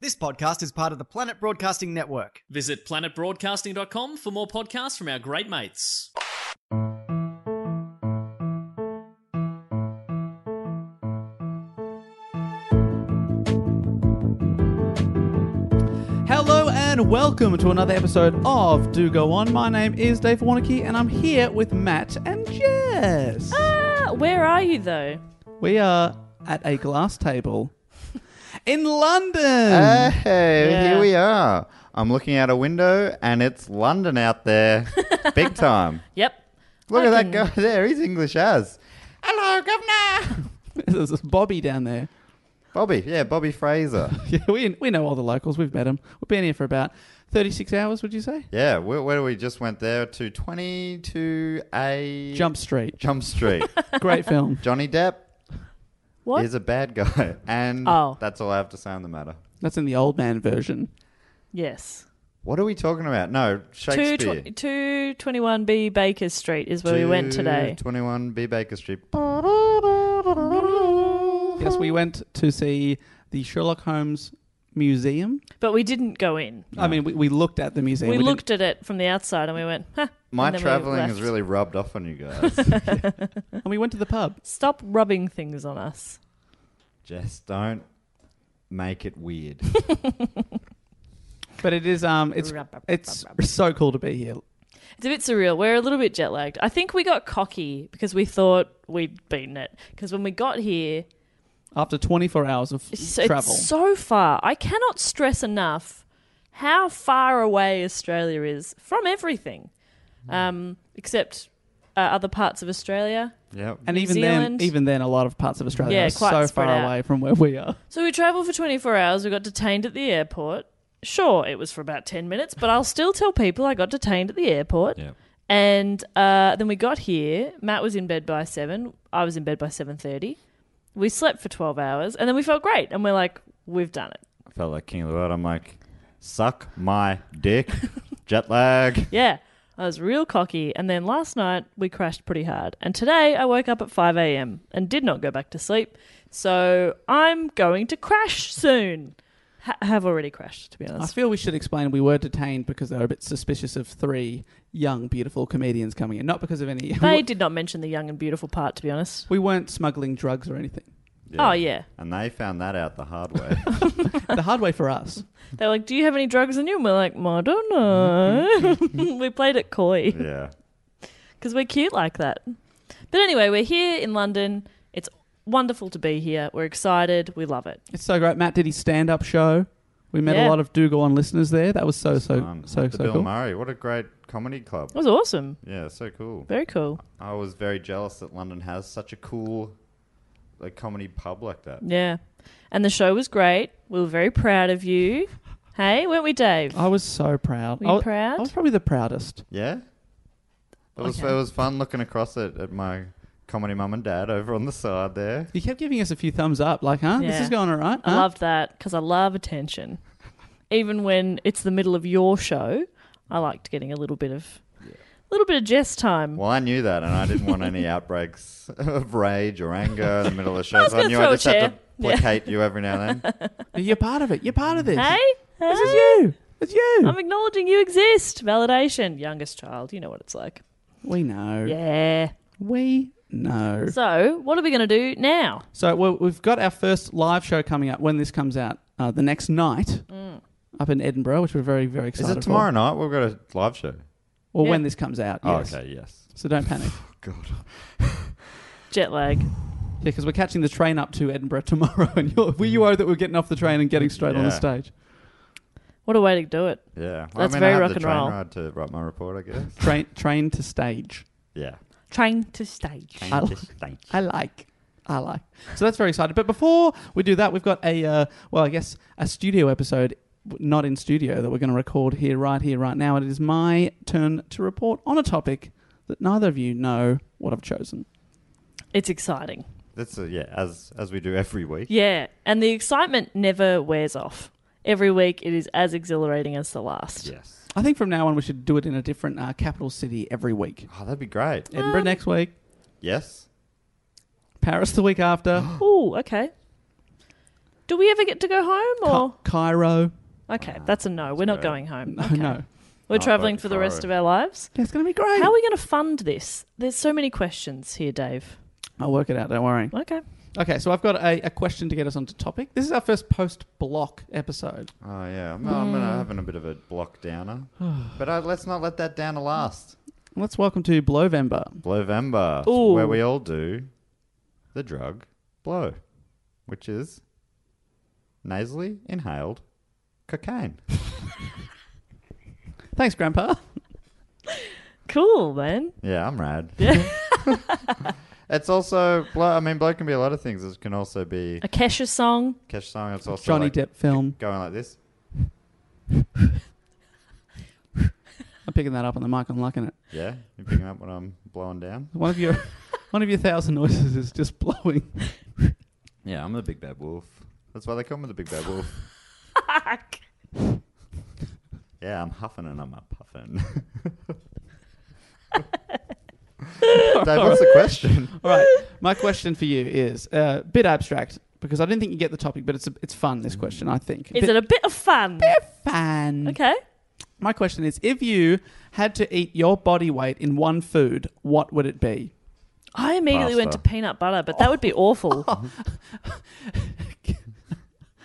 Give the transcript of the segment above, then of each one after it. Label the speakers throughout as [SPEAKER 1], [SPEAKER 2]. [SPEAKER 1] This podcast is part of the Planet Broadcasting Network.
[SPEAKER 2] Visit planetbroadcasting.com for more podcasts from our great mates.
[SPEAKER 3] Hello and welcome to another episode of Do Go On. My name is Dave Warnicky, and I'm here with Matt and Jess.
[SPEAKER 4] Ah, where are you though?
[SPEAKER 3] We are at a glass table in London.
[SPEAKER 4] Ah.
[SPEAKER 5] Hey,
[SPEAKER 4] Yeah.
[SPEAKER 5] here we are. I'm looking out a window and it's London out there. Big time.
[SPEAKER 4] Yep.
[SPEAKER 5] Look at that
[SPEAKER 4] Fucking-
[SPEAKER 5] guy there. He's English as. Hello, Governor.
[SPEAKER 3] There's this Bobby down there.
[SPEAKER 5] Bobby. Yeah, Bobby Fraser.
[SPEAKER 3] Yeah, we, we know all the locals. We've met him. We've been here for about 36 hours, would you say?
[SPEAKER 5] Yeah, where, where do we just went there? To 22A
[SPEAKER 3] Jump Street.
[SPEAKER 5] Jump Street.
[SPEAKER 3] Great film.
[SPEAKER 5] Johnny Depp
[SPEAKER 4] What?
[SPEAKER 5] is a bad guy. And
[SPEAKER 4] Oh.
[SPEAKER 5] that's all I have to say on the matter.
[SPEAKER 3] That's in the old man version.
[SPEAKER 4] yes.
[SPEAKER 5] What are we talking about? No,
[SPEAKER 4] Two
[SPEAKER 5] Shakespeare.
[SPEAKER 4] tw- 221B Baker Street is where we went today.
[SPEAKER 5] 21 B Baker Street.
[SPEAKER 3] Yes, we went to see the Sherlock Holmes Museum.
[SPEAKER 4] But we didn't go in.
[SPEAKER 3] I mean, we, we looked at the museum.
[SPEAKER 4] Ah. we
[SPEAKER 3] didn't-
[SPEAKER 4] looked at it from the outside and we went, huh.
[SPEAKER 5] My
[SPEAKER 4] and then we
[SPEAKER 5] traveling
[SPEAKER 4] left.
[SPEAKER 5] has really rubbed off on you guys.
[SPEAKER 3] and we went to the pub.
[SPEAKER 4] Stop rubbing things on us.
[SPEAKER 5] Just don't make it weird.
[SPEAKER 3] But it is um it's it's so cool to be here.
[SPEAKER 4] It's a bit surreal. We're a little bit jet lagged. I think we got cocky because we thought we'd beaten it. Because when we got here,
[SPEAKER 3] After 24 hours of
[SPEAKER 4] it's,
[SPEAKER 3] travel.
[SPEAKER 4] it's so far. I cannot stress enough how far away Australia is from everything, um, except uh, other parts of Australia.
[SPEAKER 5] yep.
[SPEAKER 3] and
[SPEAKER 4] New
[SPEAKER 3] even
[SPEAKER 4] Zealand.
[SPEAKER 3] then even then a lot of parts of Australia
[SPEAKER 4] Yeah,
[SPEAKER 3] are
[SPEAKER 4] quite
[SPEAKER 3] so
[SPEAKER 4] spread
[SPEAKER 3] far
[SPEAKER 4] out.
[SPEAKER 3] away from where we are.
[SPEAKER 4] So we travelled for 24 hours. We got detained at the airport. Sure, it was for about 10 minutes, but I'll still tell people I got detained at the airport. And uh, then we got here. Matt was in bed by seven. I was in bed by 7:30. We slept for 12 hours, and then we felt great. And we're like, we've done it.
[SPEAKER 5] I felt like king of the world. I'm like, suck my dick. Jet lag.
[SPEAKER 4] Yeah. I was real cocky, and then last night we crashed pretty hard. And today I woke up at 5 a.m. and did not go back to sleep. So I'm going to crash soon. ha- have already crashed, to be
[SPEAKER 3] I
[SPEAKER 4] honest.
[SPEAKER 3] feel we should explain we were detained because they were a bit suspicious of three young, beautiful comedians coming in, not because of any.
[SPEAKER 4] They did not mention the young and beautiful part, to be honest.
[SPEAKER 3] we weren't smuggling drugs or anything.
[SPEAKER 4] Oh, yeah.
[SPEAKER 5] And they found that out the hard way.
[SPEAKER 3] the hard way for us.
[SPEAKER 4] They're like, Do you have any drugs on you? And we're like, "Mm, I don't know. we played it coy
[SPEAKER 5] yeah.
[SPEAKER 4] because we're cute like that. But anyway, we're here in London. It's wonderful to be here. We're excited. We love it.
[SPEAKER 3] It's so great. Matt did his stand-up show. We met
[SPEAKER 4] Yeah.
[SPEAKER 3] a lot of Dougal on listeners there. That was so so
[SPEAKER 5] Um,
[SPEAKER 3] so
[SPEAKER 5] the
[SPEAKER 3] so
[SPEAKER 5] Bill
[SPEAKER 3] cool.
[SPEAKER 5] Murray. What a great comedy club.
[SPEAKER 4] It was awesome.
[SPEAKER 5] Yeah, so cool.
[SPEAKER 4] Very cool.
[SPEAKER 5] I was very jealous that London has such a cool like comedy pub like that.
[SPEAKER 4] Yeah. And the show was great. We were very proud of you. Hey, weren't we, Dave?
[SPEAKER 3] I was so proud.
[SPEAKER 4] Were you
[SPEAKER 3] I was,
[SPEAKER 4] proud?
[SPEAKER 3] I was probably the proudest.
[SPEAKER 5] Yeah? It was it was fun looking across at, at my comedy mum and dad over on the side there.
[SPEAKER 3] You kept giving us a few thumbs up, like, huh? This
[SPEAKER 4] Yeah.
[SPEAKER 3] is going all right.
[SPEAKER 4] I
[SPEAKER 3] huh?
[SPEAKER 4] loved that because I love attention. Even when it's the middle of your show, I liked getting a little bit of, little bit of jest time.
[SPEAKER 5] Well, I knew that, and I didn't want any outbreaks of rage or anger in the middle of the show.
[SPEAKER 4] I was
[SPEAKER 5] so I
[SPEAKER 4] gonna
[SPEAKER 5] knew
[SPEAKER 4] throw
[SPEAKER 5] I
[SPEAKER 4] a
[SPEAKER 5] just had to
[SPEAKER 4] chair. Yeah.
[SPEAKER 5] placate you every now and then.
[SPEAKER 3] You're part of it. You're part of this.
[SPEAKER 4] Hey,
[SPEAKER 3] This is
[SPEAKER 4] Hey?
[SPEAKER 3] you. It's you.
[SPEAKER 4] I'm acknowledging you exist. Validation. Youngest child, you know what it's like.
[SPEAKER 3] we know.
[SPEAKER 4] Yeah.
[SPEAKER 3] We know.
[SPEAKER 4] So, what are we going to do now?
[SPEAKER 3] So well, we've got our first live show coming up when this comes out uh, the next night
[SPEAKER 4] Mm.
[SPEAKER 3] up in Edinburgh, which we're very very
[SPEAKER 5] Is
[SPEAKER 3] excited.
[SPEAKER 5] it tomorrow night? We've got a live show.
[SPEAKER 3] Or
[SPEAKER 4] Yeah.
[SPEAKER 3] when this comes out? Yes.
[SPEAKER 5] Oh, okay, yes.
[SPEAKER 3] So don't panic.
[SPEAKER 5] God.
[SPEAKER 4] Jet lag.
[SPEAKER 3] Yeah, because we're catching the train up to Edinburgh tomorrow, and you're, we you owe that we're getting off the train and getting straight on the
[SPEAKER 5] Yeah.
[SPEAKER 3] stage.
[SPEAKER 4] What a way to do it.
[SPEAKER 5] Yeah. Well,
[SPEAKER 4] That's
[SPEAKER 5] I mean,
[SPEAKER 4] very
[SPEAKER 5] I have
[SPEAKER 4] rock
[SPEAKER 5] the
[SPEAKER 4] and
[SPEAKER 5] train
[SPEAKER 4] roll.
[SPEAKER 5] ride to write my report, I guess.
[SPEAKER 3] Train, train to stage.
[SPEAKER 5] Yeah.
[SPEAKER 4] Trying to stage.
[SPEAKER 3] I, li- I like, I like. So that's very exciting. But before we do that, we've got a uh, well, I guess a studio episode, w- not in studio, that we're going to record here, right here, right now. And it is my turn to report on a topic that neither of you know what I've chosen.
[SPEAKER 4] It's exciting.
[SPEAKER 5] That's a, yeah, as as we do every week.
[SPEAKER 4] Yeah. And the excitement never wears off. Every week it is as exhilarating as the last.
[SPEAKER 5] Yes.
[SPEAKER 3] I think from now on we should do it in a different uh, capital city every week.
[SPEAKER 5] Oh, that'd be great.
[SPEAKER 4] Um,
[SPEAKER 3] Edinburgh next week,
[SPEAKER 5] Yes.
[SPEAKER 3] Paris the week after,
[SPEAKER 4] Oh, okay. Do we ever get to go home or?
[SPEAKER 3] Ca- Cairo.
[SPEAKER 4] Okay, that's a no. We're not going home.
[SPEAKER 3] No,
[SPEAKER 4] Okay.
[SPEAKER 3] no.
[SPEAKER 4] We're
[SPEAKER 5] Not
[SPEAKER 4] traveling
[SPEAKER 5] going
[SPEAKER 4] for the
[SPEAKER 5] far.
[SPEAKER 4] rest of our lives.
[SPEAKER 3] Yeah, it's going to be great.
[SPEAKER 4] How are we going to fund this? There's so many questions here, Dave.
[SPEAKER 3] I'll work it out. Don't worry.
[SPEAKER 4] Okay.
[SPEAKER 3] Okay, so I've got a, a question to get us onto topic. This is our first post block episode.
[SPEAKER 5] Oh yeah. I'm, I'm
[SPEAKER 3] Mm.
[SPEAKER 5] gonna- having a bit of a block downer, but uh, let's not let that downer last.
[SPEAKER 3] Let's welcome to Blowvember.
[SPEAKER 5] Blowvember,
[SPEAKER 4] Ooh.
[SPEAKER 5] where we all do the drug blow, which is nasally inhaled cocaine.
[SPEAKER 3] Thanks, Grandpa.
[SPEAKER 4] Cool, man.
[SPEAKER 5] Yeah, I'm rad. it's also blow. I mean, blow can be a lot of things. It can also be
[SPEAKER 4] A Kesha song.
[SPEAKER 5] cash song. It's also
[SPEAKER 3] Johnny
[SPEAKER 5] like
[SPEAKER 3] Depp film.
[SPEAKER 5] going like this.
[SPEAKER 3] I'm picking that up on the mic. I'm liking it.
[SPEAKER 5] Yeah, you picking up what I'm blowing down?
[SPEAKER 3] One of your one of your thousand noises is just blowing.
[SPEAKER 5] Yeah, I'm the big bad wolf. That's why they call me the big bad wolf. Yeah, I'm huffing and I'm a puffing. Dave, what's the question?
[SPEAKER 3] All right. My question for you is uh, a bit abstract because I didn't think you get the topic, but it's a, it's fun. This question, I think.
[SPEAKER 4] Is it a bit of fun?
[SPEAKER 3] fun?
[SPEAKER 4] Okay.
[SPEAKER 3] My question is: If you had to eat your body weight in one food, what would it be?
[SPEAKER 4] I immediately went to
[SPEAKER 5] Pasta.
[SPEAKER 4] peanut butter, but that would be awful.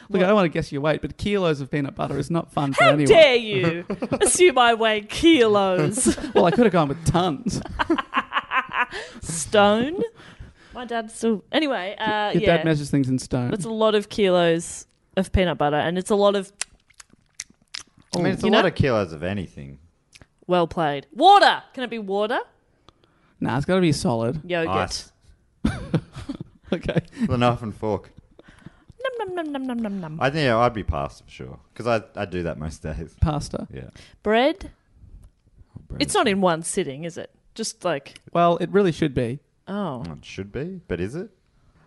[SPEAKER 3] Look, I don't want to guess your weight, but kilos of peanut butter is not fun for
[SPEAKER 4] How
[SPEAKER 3] anyone.
[SPEAKER 4] dare you assume I weigh kilos?
[SPEAKER 3] Well, I could have gone with tons.
[SPEAKER 4] Stone? My dad still. Anyway, uh,
[SPEAKER 3] Your
[SPEAKER 4] yeah.
[SPEAKER 3] dad measures things in stone.
[SPEAKER 4] That's a lot of kilos of peanut butter, and it's a lot of
[SPEAKER 5] I mean, it's a
[SPEAKER 4] You
[SPEAKER 5] lot
[SPEAKER 4] know-
[SPEAKER 5] of kilos of anything.
[SPEAKER 4] well played. Water! Can it be water?
[SPEAKER 3] Nah, it's got to be solid.
[SPEAKER 4] Yogurt.
[SPEAKER 5] Ice.
[SPEAKER 3] Okay.
[SPEAKER 5] The knife and fork.
[SPEAKER 4] Num, num, num, num, num, num, num.
[SPEAKER 5] I think yeah, I'd be pasta for sure because I, I do that most days.
[SPEAKER 3] Pasta.
[SPEAKER 5] Yeah.
[SPEAKER 4] Bread? It's not in one sitting, is it? Just like,
[SPEAKER 3] Well, it really should be.
[SPEAKER 4] oh.
[SPEAKER 5] Well, Mm, It should be, but is it?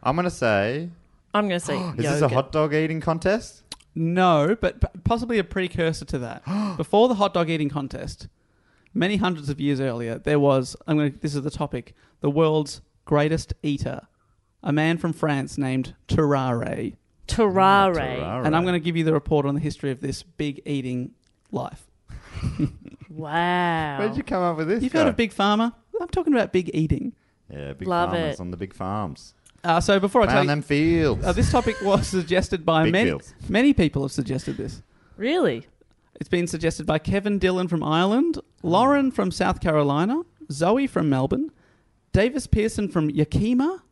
[SPEAKER 5] I'm gonna say,
[SPEAKER 4] I'm going to say
[SPEAKER 5] is
[SPEAKER 4] yogurt.
[SPEAKER 5] this a hot dog eating contest?
[SPEAKER 3] No, but p- possibly a precursor to that. Before the hot dog eating contest, many hundreds of years earlier, there was. I'm going. to This is the topic. The world's greatest eater, a man from France named Terrare.
[SPEAKER 4] Terrare.
[SPEAKER 5] Oh,
[SPEAKER 3] And I'm going to give you the report on the history of this big eating life.
[SPEAKER 4] Wow.
[SPEAKER 5] Where did you come up with this?
[SPEAKER 3] You've
[SPEAKER 5] guy?
[SPEAKER 3] heard of Big Pharma? I'm talking about big eating.
[SPEAKER 5] Yeah, big
[SPEAKER 4] Love
[SPEAKER 5] farmers
[SPEAKER 4] it.
[SPEAKER 5] on the big farms.
[SPEAKER 3] Uh, so before I tell
[SPEAKER 5] Down
[SPEAKER 3] you,
[SPEAKER 5] them fields.
[SPEAKER 3] uh, this topic was suggested by
[SPEAKER 5] Big
[SPEAKER 3] many.
[SPEAKER 5] bills.
[SPEAKER 3] Many people have suggested this.
[SPEAKER 4] Really?
[SPEAKER 3] It's been suggested by Kevin Dillon from Ireland, Lauren from South Carolina, Zoe from Melbourne, Davis Pearson from Yakima,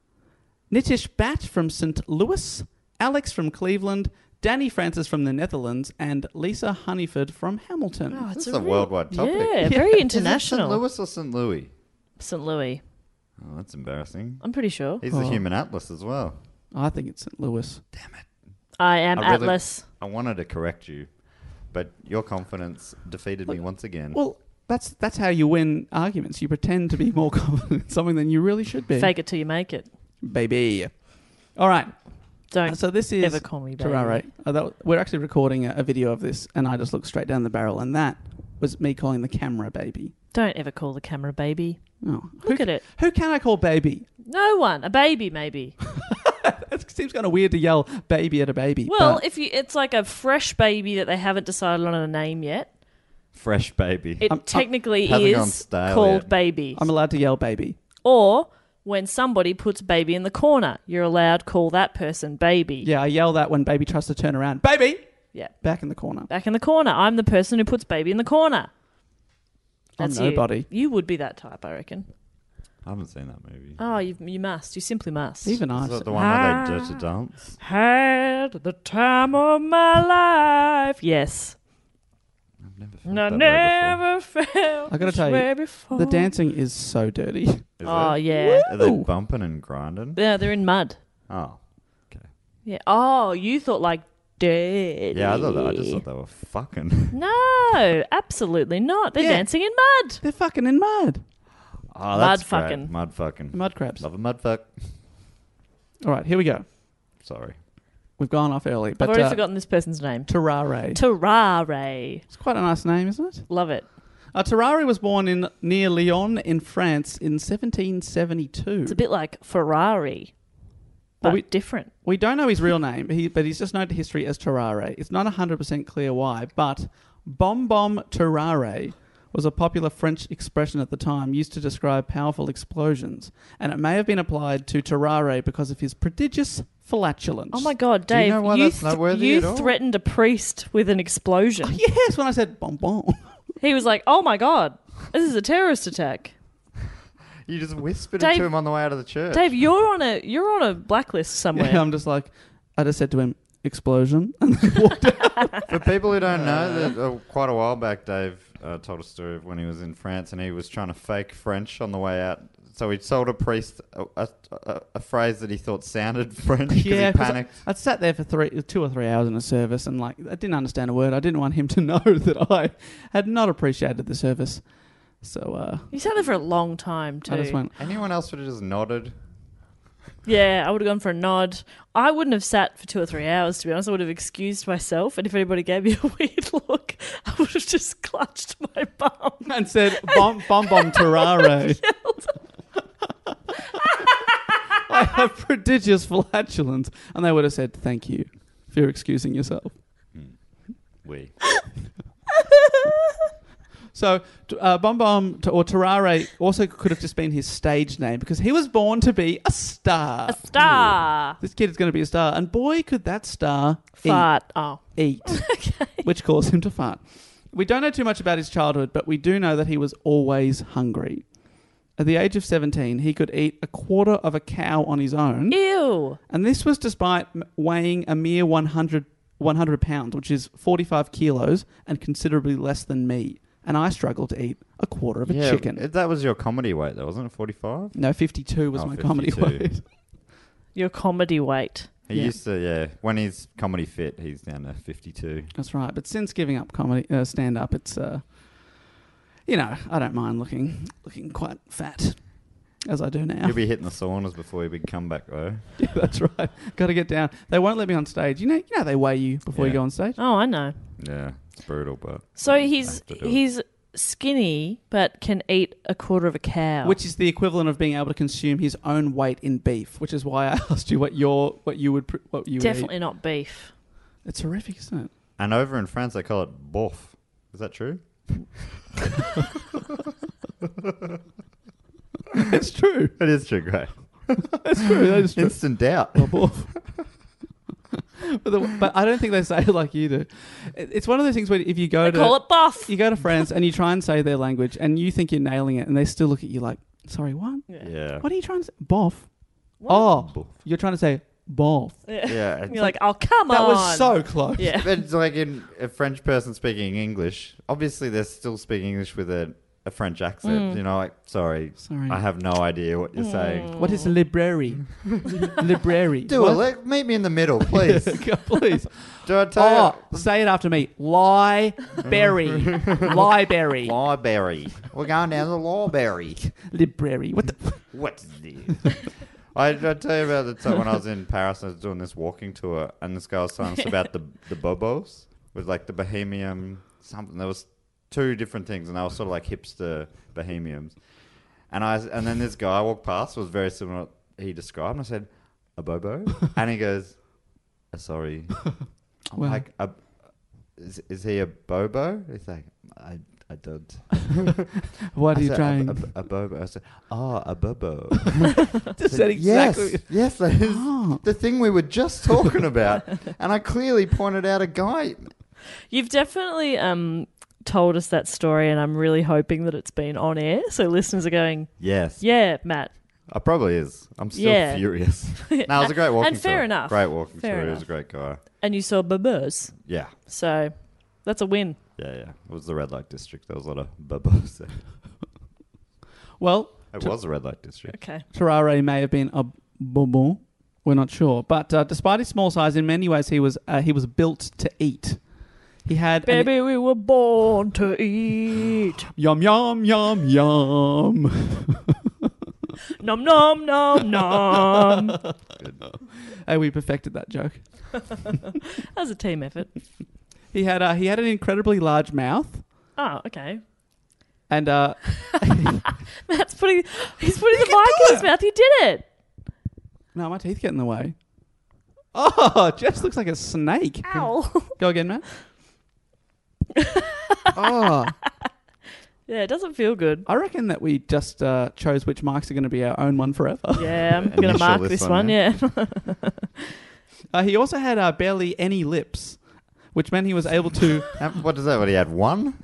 [SPEAKER 3] Nitish Bat from St. Louis, Alex from Cleveland, Danny Francis from the Netherlands, and Lisa Honeyford from Hamilton.
[SPEAKER 4] Oh, it's
[SPEAKER 5] This is a worldwide topic.
[SPEAKER 4] Yeah,
[SPEAKER 5] Yeah.
[SPEAKER 4] very
[SPEAKER 5] Is it St.
[SPEAKER 4] international.
[SPEAKER 5] Louis or St. Louis?
[SPEAKER 4] St. Louis.
[SPEAKER 5] Oh, that's embarrassing.
[SPEAKER 4] I'm pretty sure.
[SPEAKER 5] He's the human atlas as well.
[SPEAKER 3] I think it's St. Louis.
[SPEAKER 4] I am
[SPEAKER 5] I really-
[SPEAKER 4] Atlas.
[SPEAKER 5] I wanted to correct you, but your confidence defeated me once again.
[SPEAKER 3] Well, that's that's how you win arguments. You pretend to be more confident in something than you really should be.
[SPEAKER 4] Fake it till you make it.
[SPEAKER 3] baby. All right.
[SPEAKER 4] Don't.
[SPEAKER 3] Uh, so this is
[SPEAKER 4] ever call me baby.
[SPEAKER 3] Terrare. Uh, that, we're actually recording a, a video of this, and I just looked straight down the barrel, and that was me calling the camera baby.
[SPEAKER 4] Don't ever call the camera baby.
[SPEAKER 3] Oh,
[SPEAKER 4] Look
[SPEAKER 3] who,
[SPEAKER 4] at it.
[SPEAKER 3] Who can I call baby?
[SPEAKER 4] No one. A baby, maybe.
[SPEAKER 3] It seems kind of weird to yell baby at a baby.
[SPEAKER 4] Well,
[SPEAKER 3] but
[SPEAKER 4] if you, it's like a fresh baby that they haven't decided on a name yet.
[SPEAKER 5] Fresh baby.
[SPEAKER 4] It
[SPEAKER 3] I'm- I'm-
[SPEAKER 4] technically
[SPEAKER 5] Hasn't gone
[SPEAKER 4] is
[SPEAKER 5] stale
[SPEAKER 4] called
[SPEAKER 5] yet.
[SPEAKER 4] baby.
[SPEAKER 3] I'm allowed to yell baby.
[SPEAKER 4] or when somebody puts baby in the corner, you're allowed call that person baby.
[SPEAKER 3] Yeah, I yell that when baby tries to turn around. Baby!
[SPEAKER 4] Yeah.
[SPEAKER 3] Back in the corner.
[SPEAKER 4] Back in the corner. I'm the person who puts baby in the corner.
[SPEAKER 3] I'm
[SPEAKER 4] That's
[SPEAKER 3] Oh, nobody.
[SPEAKER 4] You. you would be that type, I reckon.
[SPEAKER 5] I haven't seen that movie.
[SPEAKER 4] Oh, Ah. you, you must. You simply must.
[SPEAKER 3] Even I.
[SPEAKER 5] Is that the one where they dirty dance?
[SPEAKER 4] had the time of my life. Yes.
[SPEAKER 5] I've never felt
[SPEAKER 4] And I
[SPEAKER 5] that way
[SPEAKER 4] never felt
[SPEAKER 3] I gotta
[SPEAKER 4] this
[SPEAKER 3] tell you,
[SPEAKER 4] way before.
[SPEAKER 3] The dancing is so dirty.
[SPEAKER 5] before.
[SPEAKER 4] Oh,
[SPEAKER 5] Is
[SPEAKER 4] yeah.
[SPEAKER 5] it? Are they
[SPEAKER 3] Ooh.
[SPEAKER 5] bumping and grinding?
[SPEAKER 4] Yeah, they're in mud.
[SPEAKER 5] Oh.
[SPEAKER 4] Yeah. Oh, you thought like dead.
[SPEAKER 5] Yeah, I thought that, I just thought they were fucking.
[SPEAKER 4] No, absolutely not. They're
[SPEAKER 3] Yeah.
[SPEAKER 4] dancing in mud.
[SPEAKER 3] They're fucking in mud.
[SPEAKER 5] Oh, that's
[SPEAKER 4] Mud
[SPEAKER 5] great.
[SPEAKER 4] fucking.
[SPEAKER 5] Mud fucking.
[SPEAKER 3] Mud crabs.
[SPEAKER 5] Love a mud fuck.
[SPEAKER 3] All right, here we go.
[SPEAKER 5] Sorry.
[SPEAKER 3] We've gone off early. But,
[SPEAKER 4] I've already
[SPEAKER 3] uh,
[SPEAKER 4] forgotten this person's name.
[SPEAKER 3] Terrare.
[SPEAKER 4] Terrare.
[SPEAKER 3] It's quite a nice name, isn't it?
[SPEAKER 4] Love it.
[SPEAKER 3] Uh, Terrari was born in near Lyon in France in 1772.
[SPEAKER 4] It's a bit like Ferrari, but
[SPEAKER 3] Well, we-
[SPEAKER 4] different.
[SPEAKER 3] we don't know his real name, he, but he's just known to history as Terrare. It's not 100% clear why, but Bomb Bomb Terrare was a popular French expression at the time used to describe powerful explosions, and it may have been applied to Terrare because of his prodigious flatulence.
[SPEAKER 4] Oh my God,
[SPEAKER 5] Do you
[SPEAKER 4] Dave!
[SPEAKER 5] know why
[SPEAKER 4] you
[SPEAKER 5] that's noteworthy
[SPEAKER 4] you
[SPEAKER 5] at all?
[SPEAKER 4] threatened a priest with an
[SPEAKER 3] Oh,
[SPEAKER 4] explosion.
[SPEAKER 3] Yes, when I said Bomb Bomb.
[SPEAKER 4] He was like, "Oh my God, this is a terrorist attack."
[SPEAKER 5] You just whispered
[SPEAKER 4] Dave-
[SPEAKER 5] it to him on the way out of the church.
[SPEAKER 4] Dave, you're on a you're on a blacklist somewhere.
[SPEAKER 3] I'm just like, I just said to him, explosion.
[SPEAKER 5] For people who don't know, that uh, quite a while back, Dave uh, told a story of when he was in France and he was trying to fake French on the way out. So he sold a priest a, a, a, a phrase that he thought sounded French because
[SPEAKER 3] Yeah,
[SPEAKER 5] he
[SPEAKER 3] 'cause I-
[SPEAKER 5] panicked.
[SPEAKER 3] I'd sat there for three, two or three hours in a service, and like I didn't understand a word. I didn't want him to know that I had not appreciated the service. So uh,
[SPEAKER 4] you sat there for a long time too.
[SPEAKER 3] I just went,
[SPEAKER 5] Anyone else would have just nodded.
[SPEAKER 4] Yeah, I would have gone for a nod. I wouldn't have sat for two or three hours, to be honest. I would have excused myself, and if anybody gave me a weird look, I would have just clutched my bum.
[SPEAKER 3] and said, "Bomb, bomb, bomb, terrare." I have prodigious flatulence, and they would have said, "Thank you for excusing yourself."
[SPEAKER 5] We.
[SPEAKER 3] So, t- uh, Bomb Bomb t- or Terrare also could have just been his stage name because he was born to be a star.
[SPEAKER 4] A star.
[SPEAKER 3] this kid is going to be a star, and boy, could that star eat,
[SPEAKER 4] Fart. Oh.
[SPEAKER 3] eat which caused him to fart. We don't know too much about his childhood, but we do know that he was always hungry. At the age of 17, he could eat a quarter of a cow on his own,
[SPEAKER 4] Ew.
[SPEAKER 3] and this was despite m- weighing a mere 100, 100 pounds, which is 45 kilos and considerably less than me. And I struggled to eat a quarter of a
[SPEAKER 5] Yeah,
[SPEAKER 3] chicken.
[SPEAKER 5] it- That was your comedy weight, though, wasn't it? 45?
[SPEAKER 3] no, 52 was
[SPEAKER 5] Oh,
[SPEAKER 3] my comedy
[SPEAKER 5] 52.
[SPEAKER 3] weight.
[SPEAKER 4] Your comedy weight.
[SPEAKER 5] He
[SPEAKER 3] Yeah.
[SPEAKER 5] used to, yeah. When he's comedy fit, he's down to 52.
[SPEAKER 3] That's right. But since giving up comedy uh, stand up, it's uh, you know I don't mind looking looking quite fat as I do now.
[SPEAKER 5] You'll be hitting the saunas before your big comeback, though.
[SPEAKER 3] Yeah, that's right. Got to get down. They won't let me on stage. You know, you know they weigh you before you
[SPEAKER 5] Yeah.
[SPEAKER 3] go on stage.
[SPEAKER 4] Oh, I know.
[SPEAKER 5] Yeah, it's brutal, but
[SPEAKER 4] So
[SPEAKER 5] I
[SPEAKER 4] he's
[SPEAKER 5] have to do it.
[SPEAKER 4] he's skinny but can eat a quarter of a cow.
[SPEAKER 3] Which is the equivalent of being able to consume his own weight in beef, which is why I asked you what your what you would pr- what you
[SPEAKER 4] definitely
[SPEAKER 3] Would
[SPEAKER 4] not beef.
[SPEAKER 3] eat. It's horrific, isn't it?
[SPEAKER 5] And over in France, they call it bof. Is that true?
[SPEAKER 3] It's true.
[SPEAKER 5] It is true, great.
[SPEAKER 3] It's true. That is true.
[SPEAKER 5] Instant doubt.
[SPEAKER 3] Bob off. but, the, but I don't think they say it like you do. It- It's one of those things where if you go
[SPEAKER 4] They
[SPEAKER 3] to
[SPEAKER 4] call it buff.
[SPEAKER 3] you go to France and you try and say their language and you think you're nailing it and they still look at you like, sorry, what?
[SPEAKER 5] Yeah.
[SPEAKER 3] What are you trying to say? Boff.
[SPEAKER 4] What?
[SPEAKER 3] Oh,
[SPEAKER 5] Boff.
[SPEAKER 3] you're trying to say boff.
[SPEAKER 4] Yeah.
[SPEAKER 5] Yeah. it's
[SPEAKER 4] You're like, oh come
[SPEAKER 3] That
[SPEAKER 4] on.
[SPEAKER 3] was so close.
[SPEAKER 4] Yeah.
[SPEAKER 5] But it's like in a French person speaking English, obviously they're still speaking English with a, a French accent.
[SPEAKER 4] Mm.
[SPEAKER 5] You know, like, sorry,
[SPEAKER 3] Sorry.
[SPEAKER 5] I have no idea what you're saying.
[SPEAKER 3] What is a library? library.
[SPEAKER 5] Do
[SPEAKER 3] What?
[SPEAKER 5] it. Let, meet me in the middle, please.
[SPEAKER 3] God, Please.
[SPEAKER 5] Do I tell
[SPEAKER 3] Oh, say it after me. Library. Library.
[SPEAKER 5] you? Library. We're going down the library.
[SPEAKER 3] Library. What the?
[SPEAKER 5] What's this? I, I tell you about the time when I was in Paris. I was doing this walking tour, and this guy was telling us about the the bobos with like the bohemian something. There was two different things, and they were sort of like hipster bohemians. And I and then this guy walked past was very similar. to what He described, and I said, "A bobo," and he goes, "Uh, "Sorry." I'm
[SPEAKER 3] Well-
[SPEAKER 5] like, a, is, "Is he a bobo?" He's like, "I, I don't."
[SPEAKER 3] What
[SPEAKER 5] I
[SPEAKER 3] are you
[SPEAKER 5] said,
[SPEAKER 3] trying?
[SPEAKER 5] A, a, a bobo. I said, "Ah, a bobo."
[SPEAKER 3] Just
[SPEAKER 5] said,
[SPEAKER 3] said exactly.
[SPEAKER 5] Yes, yes, that is
[SPEAKER 4] Ah.
[SPEAKER 3] Oh.
[SPEAKER 5] the thing we were just talking about. and I clearly pointed out a guy.
[SPEAKER 4] You've definitely um told us that story and I'm really hoping that it's been on air. So listeners are going,
[SPEAKER 5] Yes.
[SPEAKER 4] Yeah, Matt.
[SPEAKER 5] I probably is. I'm still
[SPEAKER 4] Yeah.
[SPEAKER 5] furious. no, it was a great walking
[SPEAKER 4] And fair
[SPEAKER 5] tour.
[SPEAKER 4] enough.
[SPEAKER 5] Great walking
[SPEAKER 4] Fair
[SPEAKER 5] tour. He was
[SPEAKER 4] enough.
[SPEAKER 5] a great guy.
[SPEAKER 4] And you saw babers.
[SPEAKER 5] Yeah.
[SPEAKER 4] So that's a win.
[SPEAKER 5] Yeah, yeah. It was the red light district. There was a lot of bubbles. there.
[SPEAKER 3] Well,
[SPEAKER 5] It was the red light district.
[SPEAKER 4] Okay.
[SPEAKER 3] Terrare may have been a bonbon. We're not sure, but uh, despite his small size, in many ways he was uh, he was built to eat. He had an-
[SPEAKER 4] Baby, we were born to eat.
[SPEAKER 3] yum yum yum yum.
[SPEAKER 4] nom nom nom nom. That
[SPEAKER 3] hey, we perfected that joke.
[SPEAKER 4] was a team effort.
[SPEAKER 3] He had uh, he had an incredibly large mouth,
[SPEAKER 4] Oh, okay.
[SPEAKER 3] and uh,
[SPEAKER 4] Matt's putting he's putting the mic in his mouth. He did it.
[SPEAKER 3] no, my teeth get in the way. Oh, Jess looks like a snake.
[SPEAKER 4] Ow.
[SPEAKER 3] Go again, Matt. oh,
[SPEAKER 4] yeah, it doesn't feel good.
[SPEAKER 3] I reckon that we just uh, chose which mics are going to be our own one forever.
[SPEAKER 4] Yeah, I'm gonna
[SPEAKER 5] Initial
[SPEAKER 4] mark
[SPEAKER 5] this
[SPEAKER 4] this
[SPEAKER 5] one,
[SPEAKER 4] one. Yeah.
[SPEAKER 3] Uh, he also had uh, barely any lips, which meant he was able to.
[SPEAKER 5] And what is that? What he had one?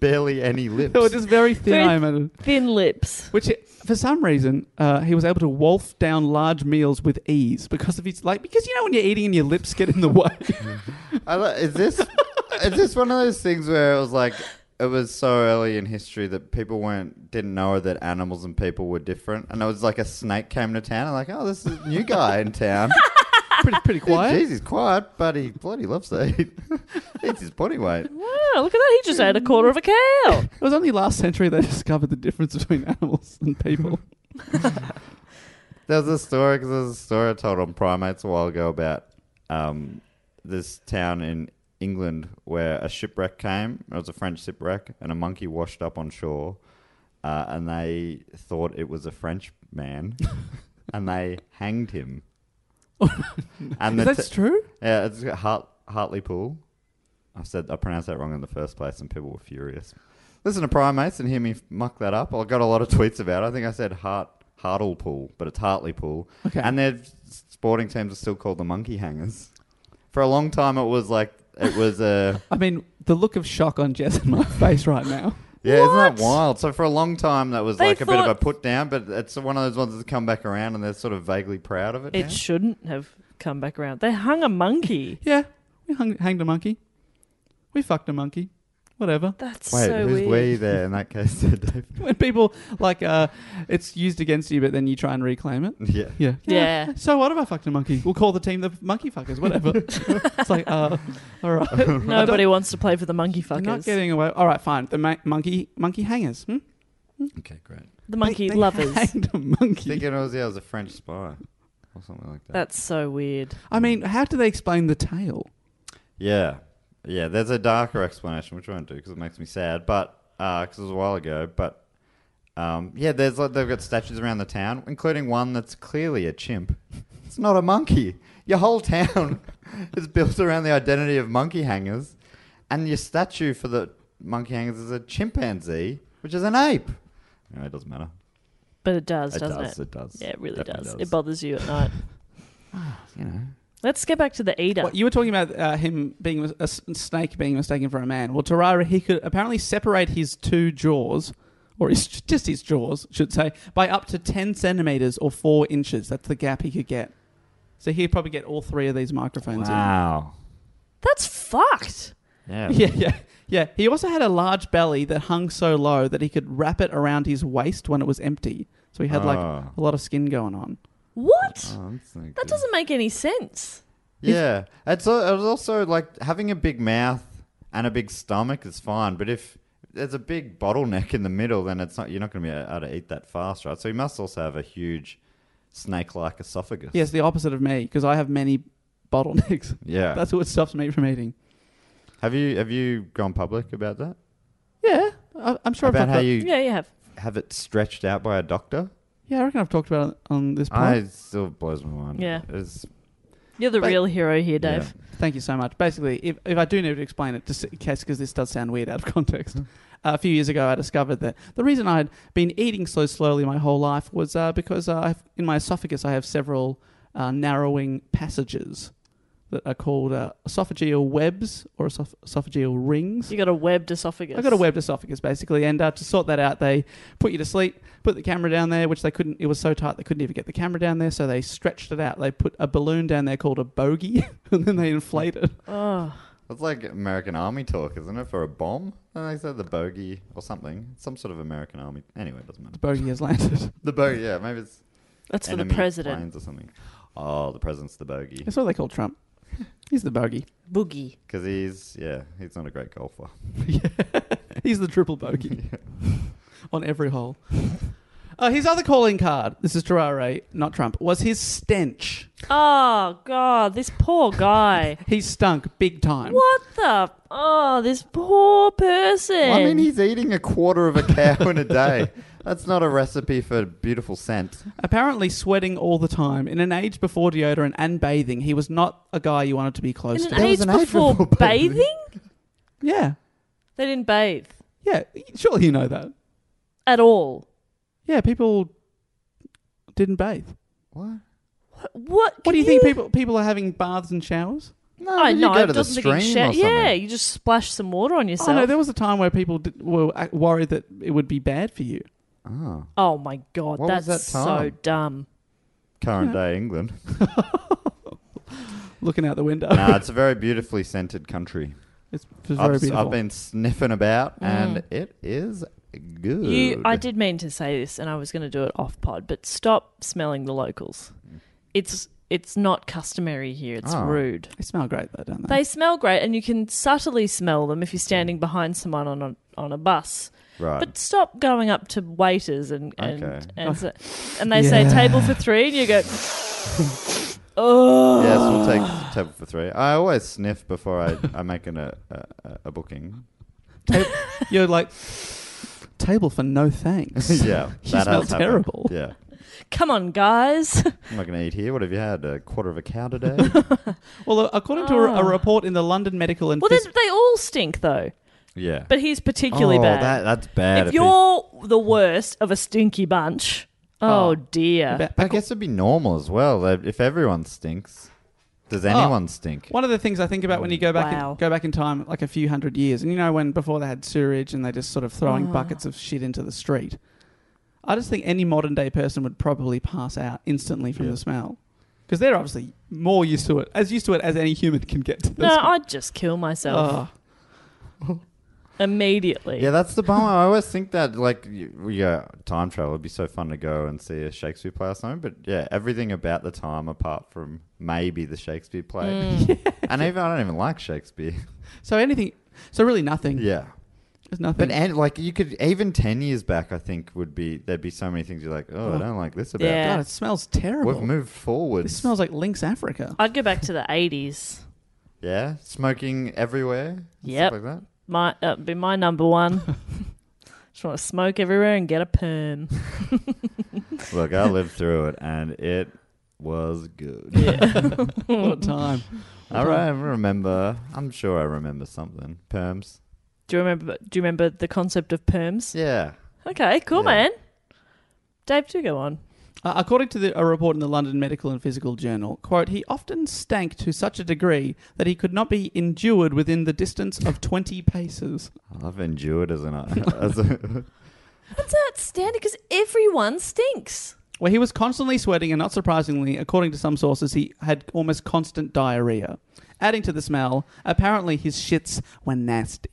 [SPEAKER 5] Barely any lips.
[SPEAKER 3] they were just very thin,
[SPEAKER 4] Very-
[SPEAKER 3] I imagine.
[SPEAKER 4] Thin lips.
[SPEAKER 3] Which, he- for some reason, uh, he was able to wolf down large meals with ease because of his like. Because you know when you're eating and your lips get in the way.
[SPEAKER 5] I lo- is this is this one of those things where it was like it was so early in history that people weren't didn't know that animals and people were different, and it was like a snake came to town and like, oh, this is a new guy in town.
[SPEAKER 3] pretty, pretty quiet.
[SPEAKER 5] Jeez, he's quiet, but he bloody loves to eat. Eats his body weight.
[SPEAKER 4] Wow, look at that. He just ate a quarter of a cow.
[SPEAKER 3] It was only last century they discovered the difference between animals and people.
[SPEAKER 5] There was a story because there's a story I told on primates a while ago about um, this town in England where a shipwreck came. It was a French shipwreck, and a monkey washed up on shore, uh, and they thought it was a French man, and they hanged him. and the
[SPEAKER 3] That's
[SPEAKER 5] t-
[SPEAKER 3] true.
[SPEAKER 5] yeah, it's Hart- Hartlepool. I said I pronounced that wrong in the first place, and people were furious. Listen to primates and hear me muck that up. I got a lot of tweets about. it. I think I said Hart Hartlepool, but it's Hartlepool.
[SPEAKER 3] Okay.
[SPEAKER 5] And their sporting teams are still called the Monkey Hangers. For a long time, it was like it was a
[SPEAKER 3] I mean, the look of shock on Jess and my face right now.
[SPEAKER 5] yeah. is isn't
[SPEAKER 4] What?
[SPEAKER 5] that wild? So for a long time, that was
[SPEAKER 4] They
[SPEAKER 5] like a bit of a
[SPEAKER 4] thought-
[SPEAKER 5] put down, but it's one of those ones that's come back around, and they're sort of vaguely proud of it.
[SPEAKER 4] It
[SPEAKER 5] now.
[SPEAKER 4] shouldn't have come back around. They hung a monkey.
[SPEAKER 3] Yeah, we hung, hanged a monkey. We fucked a monkey. Whatever.
[SPEAKER 4] That's
[SPEAKER 5] Wait,
[SPEAKER 4] so
[SPEAKER 5] who's
[SPEAKER 4] weird.
[SPEAKER 5] we there in that case? Dave?
[SPEAKER 3] When people like uh, it's used against you, but then you try and reclaim it.
[SPEAKER 5] yeah.
[SPEAKER 3] Yeah.
[SPEAKER 4] Yeah.
[SPEAKER 3] So what if I fucked a monkey? We'll call the team the monkey fuckers, whatever. it's like, uh, all right. I don't-
[SPEAKER 4] Nobody wants to play for the monkey
[SPEAKER 3] You're
[SPEAKER 4] fuckers.
[SPEAKER 3] not getting away. All right, fine. The ma- monkey, monkey hangers. Hmm?
[SPEAKER 5] Okay, great.
[SPEAKER 4] the monkey
[SPEAKER 3] They- they
[SPEAKER 4] lovers.
[SPEAKER 3] Hanged a monkey.
[SPEAKER 5] Thinking it was yeah, it was a French spy or something like that.
[SPEAKER 4] That's so weird.
[SPEAKER 3] I mean, how do they explain the tail?
[SPEAKER 5] yeah. Yeah, there's a darker explanation, which I won't do because it makes me sad, but because it was a while ago. But um, yeah, there's like they've got statues around the town, including one that's clearly a chimp. It's not a monkey. Your whole town is built around the identity of monkey hangers, and your statue for the monkey hangers is a chimpanzee, which is an ape. Anyway, it doesn't matter.
[SPEAKER 4] But it does,
[SPEAKER 5] It
[SPEAKER 4] doesn't
[SPEAKER 5] does,
[SPEAKER 4] it?
[SPEAKER 5] it does.
[SPEAKER 4] Yeah, it really
[SPEAKER 5] Definitely
[SPEAKER 4] does.
[SPEAKER 5] does.
[SPEAKER 4] It bothers you at night.
[SPEAKER 5] You know,
[SPEAKER 4] Let's get back to the eater.
[SPEAKER 3] What, you were talking about uh, him being a s- snake being mistaken for a man. Well, Tarara, he could apparently separate his two jaws, or his, just his jaws, should say, by up to 10 centimeters or four inches. That's the gap he could get. So he'd probably get all three of these microphones
[SPEAKER 5] wow.
[SPEAKER 4] That's fucked.
[SPEAKER 5] Yeah.
[SPEAKER 3] in. Yeah, yeah, yeah. He also had a large belly that hung so low that he could wrap it around his waist when it was empty. So he had like
[SPEAKER 5] Ah.
[SPEAKER 3] a lot of skin going on.
[SPEAKER 4] What?
[SPEAKER 5] Oh, that's not
[SPEAKER 4] That
[SPEAKER 5] good.
[SPEAKER 4] doesn't make any sense.
[SPEAKER 5] Yeah, it's al- it was also like having a big mouth and a big stomach is fine, but if there's a big bottleneck in the middle, then it's not you're not going to be able to eat that fast, right? So you must also have a huge snake-like esophagus.
[SPEAKER 3] Yes, the opposite of me, because I have many bottlenecks.
[SPEAKER 5] Yeah.
[SPEAKER 3] That's what stops me from eating.
[SPEAKER 5] have you have you gone public about that?
[SPEAKER 3] Yeah, I, I'm sure I've
[SPEAKER 5] about
[SPEAKER 3] talked
[SPEAKER 5] how you
[SPEAKER 4] Yeah, you have.
[SPEAKER 5] have it stretched out by a doctor?
[SPEAKER 3] Yeah, I reckon I've talked about it on this
[SPEAKER 5] I
[SPEAKER 3] pod.
[SPEAKER 5] it still blows my mind.
[SPEAKER 4] Yeah.
[SPEAKER 5] It's,
[SPEAKER 4] You're the
[SPEAKER 3] But-
[SPEAKER 4] real hero here, Dave.
[SPEAKER 3] Thank you so much. Basically, if, if I do need to explain it, just in case, because this does sound weird out of context.
[SPEAKER 5] Mm-hmm.
[SPEAKER 3] Uh, a few years ago, I discovered that the reason I'd been eating so slowly my whole life was uh, because uh, I've, in my esophagus, I have several uh, narrowing passages that are called uh, esophageal webs or esoph- esophageal rings.
[SPEAKER 4] You got a webbed esophagus.
[SPEAKER 3] I got a webbed esophagus basically, and uh, to sort that out, they put you to sleep, put the camera down there, which they couldn't. It was so tight they couldn't even get the camera down there, so they stretched it out. They put a balloon down there called a bogey, and then they inflate it.
[SPEAKER 4] Oh,
[SPEAKER 5] it's like American Army talk, isn't it? For a bomb, and they said the bogey or something, some sort of American Army. Anyway, it doesn't matter.
[SPEAKER 3] The bogey has landed.
[SPEAKER 5] The bogey, yeah, maybe it's
[SPEAKER 4] that's for the
[SPEAKER 5] enemy
[SPEAKER 4] president.
[SPEAKER 5] planes or something. Oh, the president's the bogey
[SPEAKER 3] That's what they call Trump. He's the bogey.
[SPEAKER 4] Boogie.
[SPEAKER 5] because he's yeah he's not a great golfer.
[SPEAKER 3] He's the triple bogey on every hole. Uh, his other calling card, this is Terrare, not Trump, was his stench.
[SPEAKER 4] Oh God, this poor guy.
[SPEAKER 3] He stunk big time.
[SPEAKER 4] what the? Oh, this poor person.
[SPEAKER 5] I mean, he's eating a quarter of a cow in a day. That's not a recipe for beautiful scent.
[SPEAKER 3] Apparently, sweating all the time. In an age before deodorant and bathing, he was not a guy you wanted to be close
[SPEAKER 4] in
[SPEAKER 3] to.
[SPEAKER 4] an
[SPEAKER 5] There
[SPEAKER 4] age
[SPEAKER 5] was an age
[SPEAKER 4] before
[SPEAKER 5] before bathing.
[SPEAKER 4] bathing,
[SPEAKER 3] Yeah.
[SPEAKER 4] they didn't bathe
[SPEAKER 3] Yeah. Surely you know that.
[SPEAKER 4] at all.
[SPEAKER 3] Yeah, people didn't bathe.
[SPEAKER 5] What?
[SPEAKER 4] What? What,
[SPEAKER 3] What
[SPEAKER 4] can
[SPEAKER 3] do you think people people are having baths and showers?
[SPEAKER 5] No,
[SPEAKER 4] I
[SPEAKER 5] did
[SPEAKER 4] know.
[SPEAKER 5] You go
[SPEAKER 4] it
[SPEAKER 5] to the
[SPEAKER 4] doesn't
[SPEAKER 5] stream
[SPEAKER 4] think
[SPEAKER 5] or
[SPEAKER 4] you
[SPEAKER 5] something.
[SPEAKER 4] sha- Yeah, you just splash some water on yourself.
[SPEAKER 3] Oh no, there was a time where people did, were uh, worried that it would be bad for you.
[SPEAKER 5] Oh,
[SPEAKER 4] Oh my god,
[SPEAKER 5] What was
[SPEAKER 4] that's
[SPEAKER 5] that
[SPEAKER 4] so
[SPEAKER 5] time?
[SPEAKER 4] dumb.
[SPEAKER 5] current day England.
[SPEAKER 3] Looking out the window.
[SPEAKER 5] nah, it's a very beautifully scented country.
[SPEAKER 3] It's, it's very
[SPEAKER 5] I've,
[SPEAKER 3] beautiful.
[SPEAKER 5] I've been sniffing about, and it is good.
[SPEAKER 4] Mm. You, I did mean to say this, and I was going to do it off pod, but stop smelling the locals. It's it's not customary here. It's
[SPEAKER 5] Oh.
[SPEAKER 4] rude.
[SPEAKER 3] they smell great though, don't they?
[SPEAKER 4] They smell great, and you can subtly smell them if you're standing behind someone on a, on a bus.
[SPEAKER 5] right.
[SPEAKER 4] But stop going up to waiters and and
[SPEAKER 5] Okay.
[SPEAKER 4] and, sa- and they say
[SPEAKER 3] Yeah.
[SPEAKER 4] table for three, and you go, oh,
[SPEAKER 5] Yes, we'll take table for three. I always sniff before I, I make an, a, a, a booking.
[SPEAKER 3] Ta- you're like table for no thanks.
[SPEAKER 5] yeah,
[SPEAKER 3] You
[SPEAKER 5] that
[SPEAKER 3] smell
[SPEAKER 5] has happened.
[SPEAKER 3] terrible.
[SPEAKER 5] Yeah,
[SPEAKER 4] come on, guys.
[SPEAKER 5] I'm not going to eat here. What have you had? A quarter of a cow today?
[SPEAKER 3] Well, according to a, a report in the London Medical and
[SPEAKER 4] well,
[SPEAKER 3] Phys-
[SPEAKER 4] then they all stink though,
[SPEAKER 5] yeah,
[SPEAKER 4] but he's particularly
[SPEAKER 5] oh,
[SPEAKER 4] bad.
[SPEAKER 5] That, that's bad.
[SPEAKER 4] if
[SPEAKER 5] he-
[SPEAKER 4] you're the worst of a stinky bunch, oh,
[SPEAKER 3] Oh.
[SPEAKER 4] dear.
[SPEAKER 3] Ba-
[SPEAKER 5] I guess it'd be normal as well. that If everyone stinks,
[SPEAKER 4] Oh.
[SPEAKER 5] does anyone stink?
[SPEAKER 3] One of the things I think about when you go back
[SPEAKER 4] Wow.
[SPEAKER 3] in, go back in time, like a few hundred years, and you know when before they had sewerage and they just sort of throwing
[SPEAKER 4] Uh-huh.
[SPEAKER 3] buckets of shit into the street. I just think any modern day person would probably pass out instantly from the smell because they're obviously more used to it, as used to it as any human can get to Ah. this.
[SPEAKER 4] No, I'd just kill myself immediately.
[SPEAKER 5] Oh. Yeah, that's the bummer. I always think that, like, you- yeah, time travel would be so fun to go and see a Shakespeare play or something. But yeah, everything about the time, apart from maybe the Shakespeare play,
[SPEAKER 4] Mm.
[SPEAKER 5] and even I don't even like Shakespeare.
[SPEAKER 3] so anything, so really nothing.
[SPEAKER 5] Yeah.
[SPEAKER 3] there's nothing.
[SPEAKER 5] But and like you could even ten years back, I think would be there'd be so many things you're like, oh, I don't like this about.
[SPEAKER 4] Yeah.
[SPEAKER 3] God, it smells terrible.
[SPEAKER 5] We've moved forward.
[SPEAKER 3] This smells like Lynx Africa.
[SPEAKER 4] I'd go back to the 80s.
[SPEAKER 6] Yeah, smoking everywhere. and
[SPEAKER 4] Yep.
[SPEAKER 6] Stuff like that.
[SPEAKER 4] My uh, be my number one. Just want to smoke everywhere and get a perm.
[SPEAKER 5] Look, I lived through it and it was good.
[SPEAKER 3] What a time.
[SPEAKER 5] All right, I remember. I'm sure I remember something. Perms.
[SPEAKER 4] Do you remember? Do you remember the concept of perms?
[SPEAKER 5] Yeah.
[SPEAKER 4] Okay, cool,
[SPEAKER 5] Yeah.
[SPEAKER 4] man. Dave, do go on.
[SPEAKER 3] Uh, according to the, a report in the London Medical and Physical Journal, quote, he often stank to such a degree that he could not be endured within the distance of 20 paces.
[SPEAKER 5] I've endured as an. As a,
[SPEAKER 4] That's outstanding because everyone stinks.
[SPEAKER 3] Where he was constantly sweating, and not surprisingly, according to some sources, he had almost constant diarrhea. Adding to the smell, apparently his shits were nasty.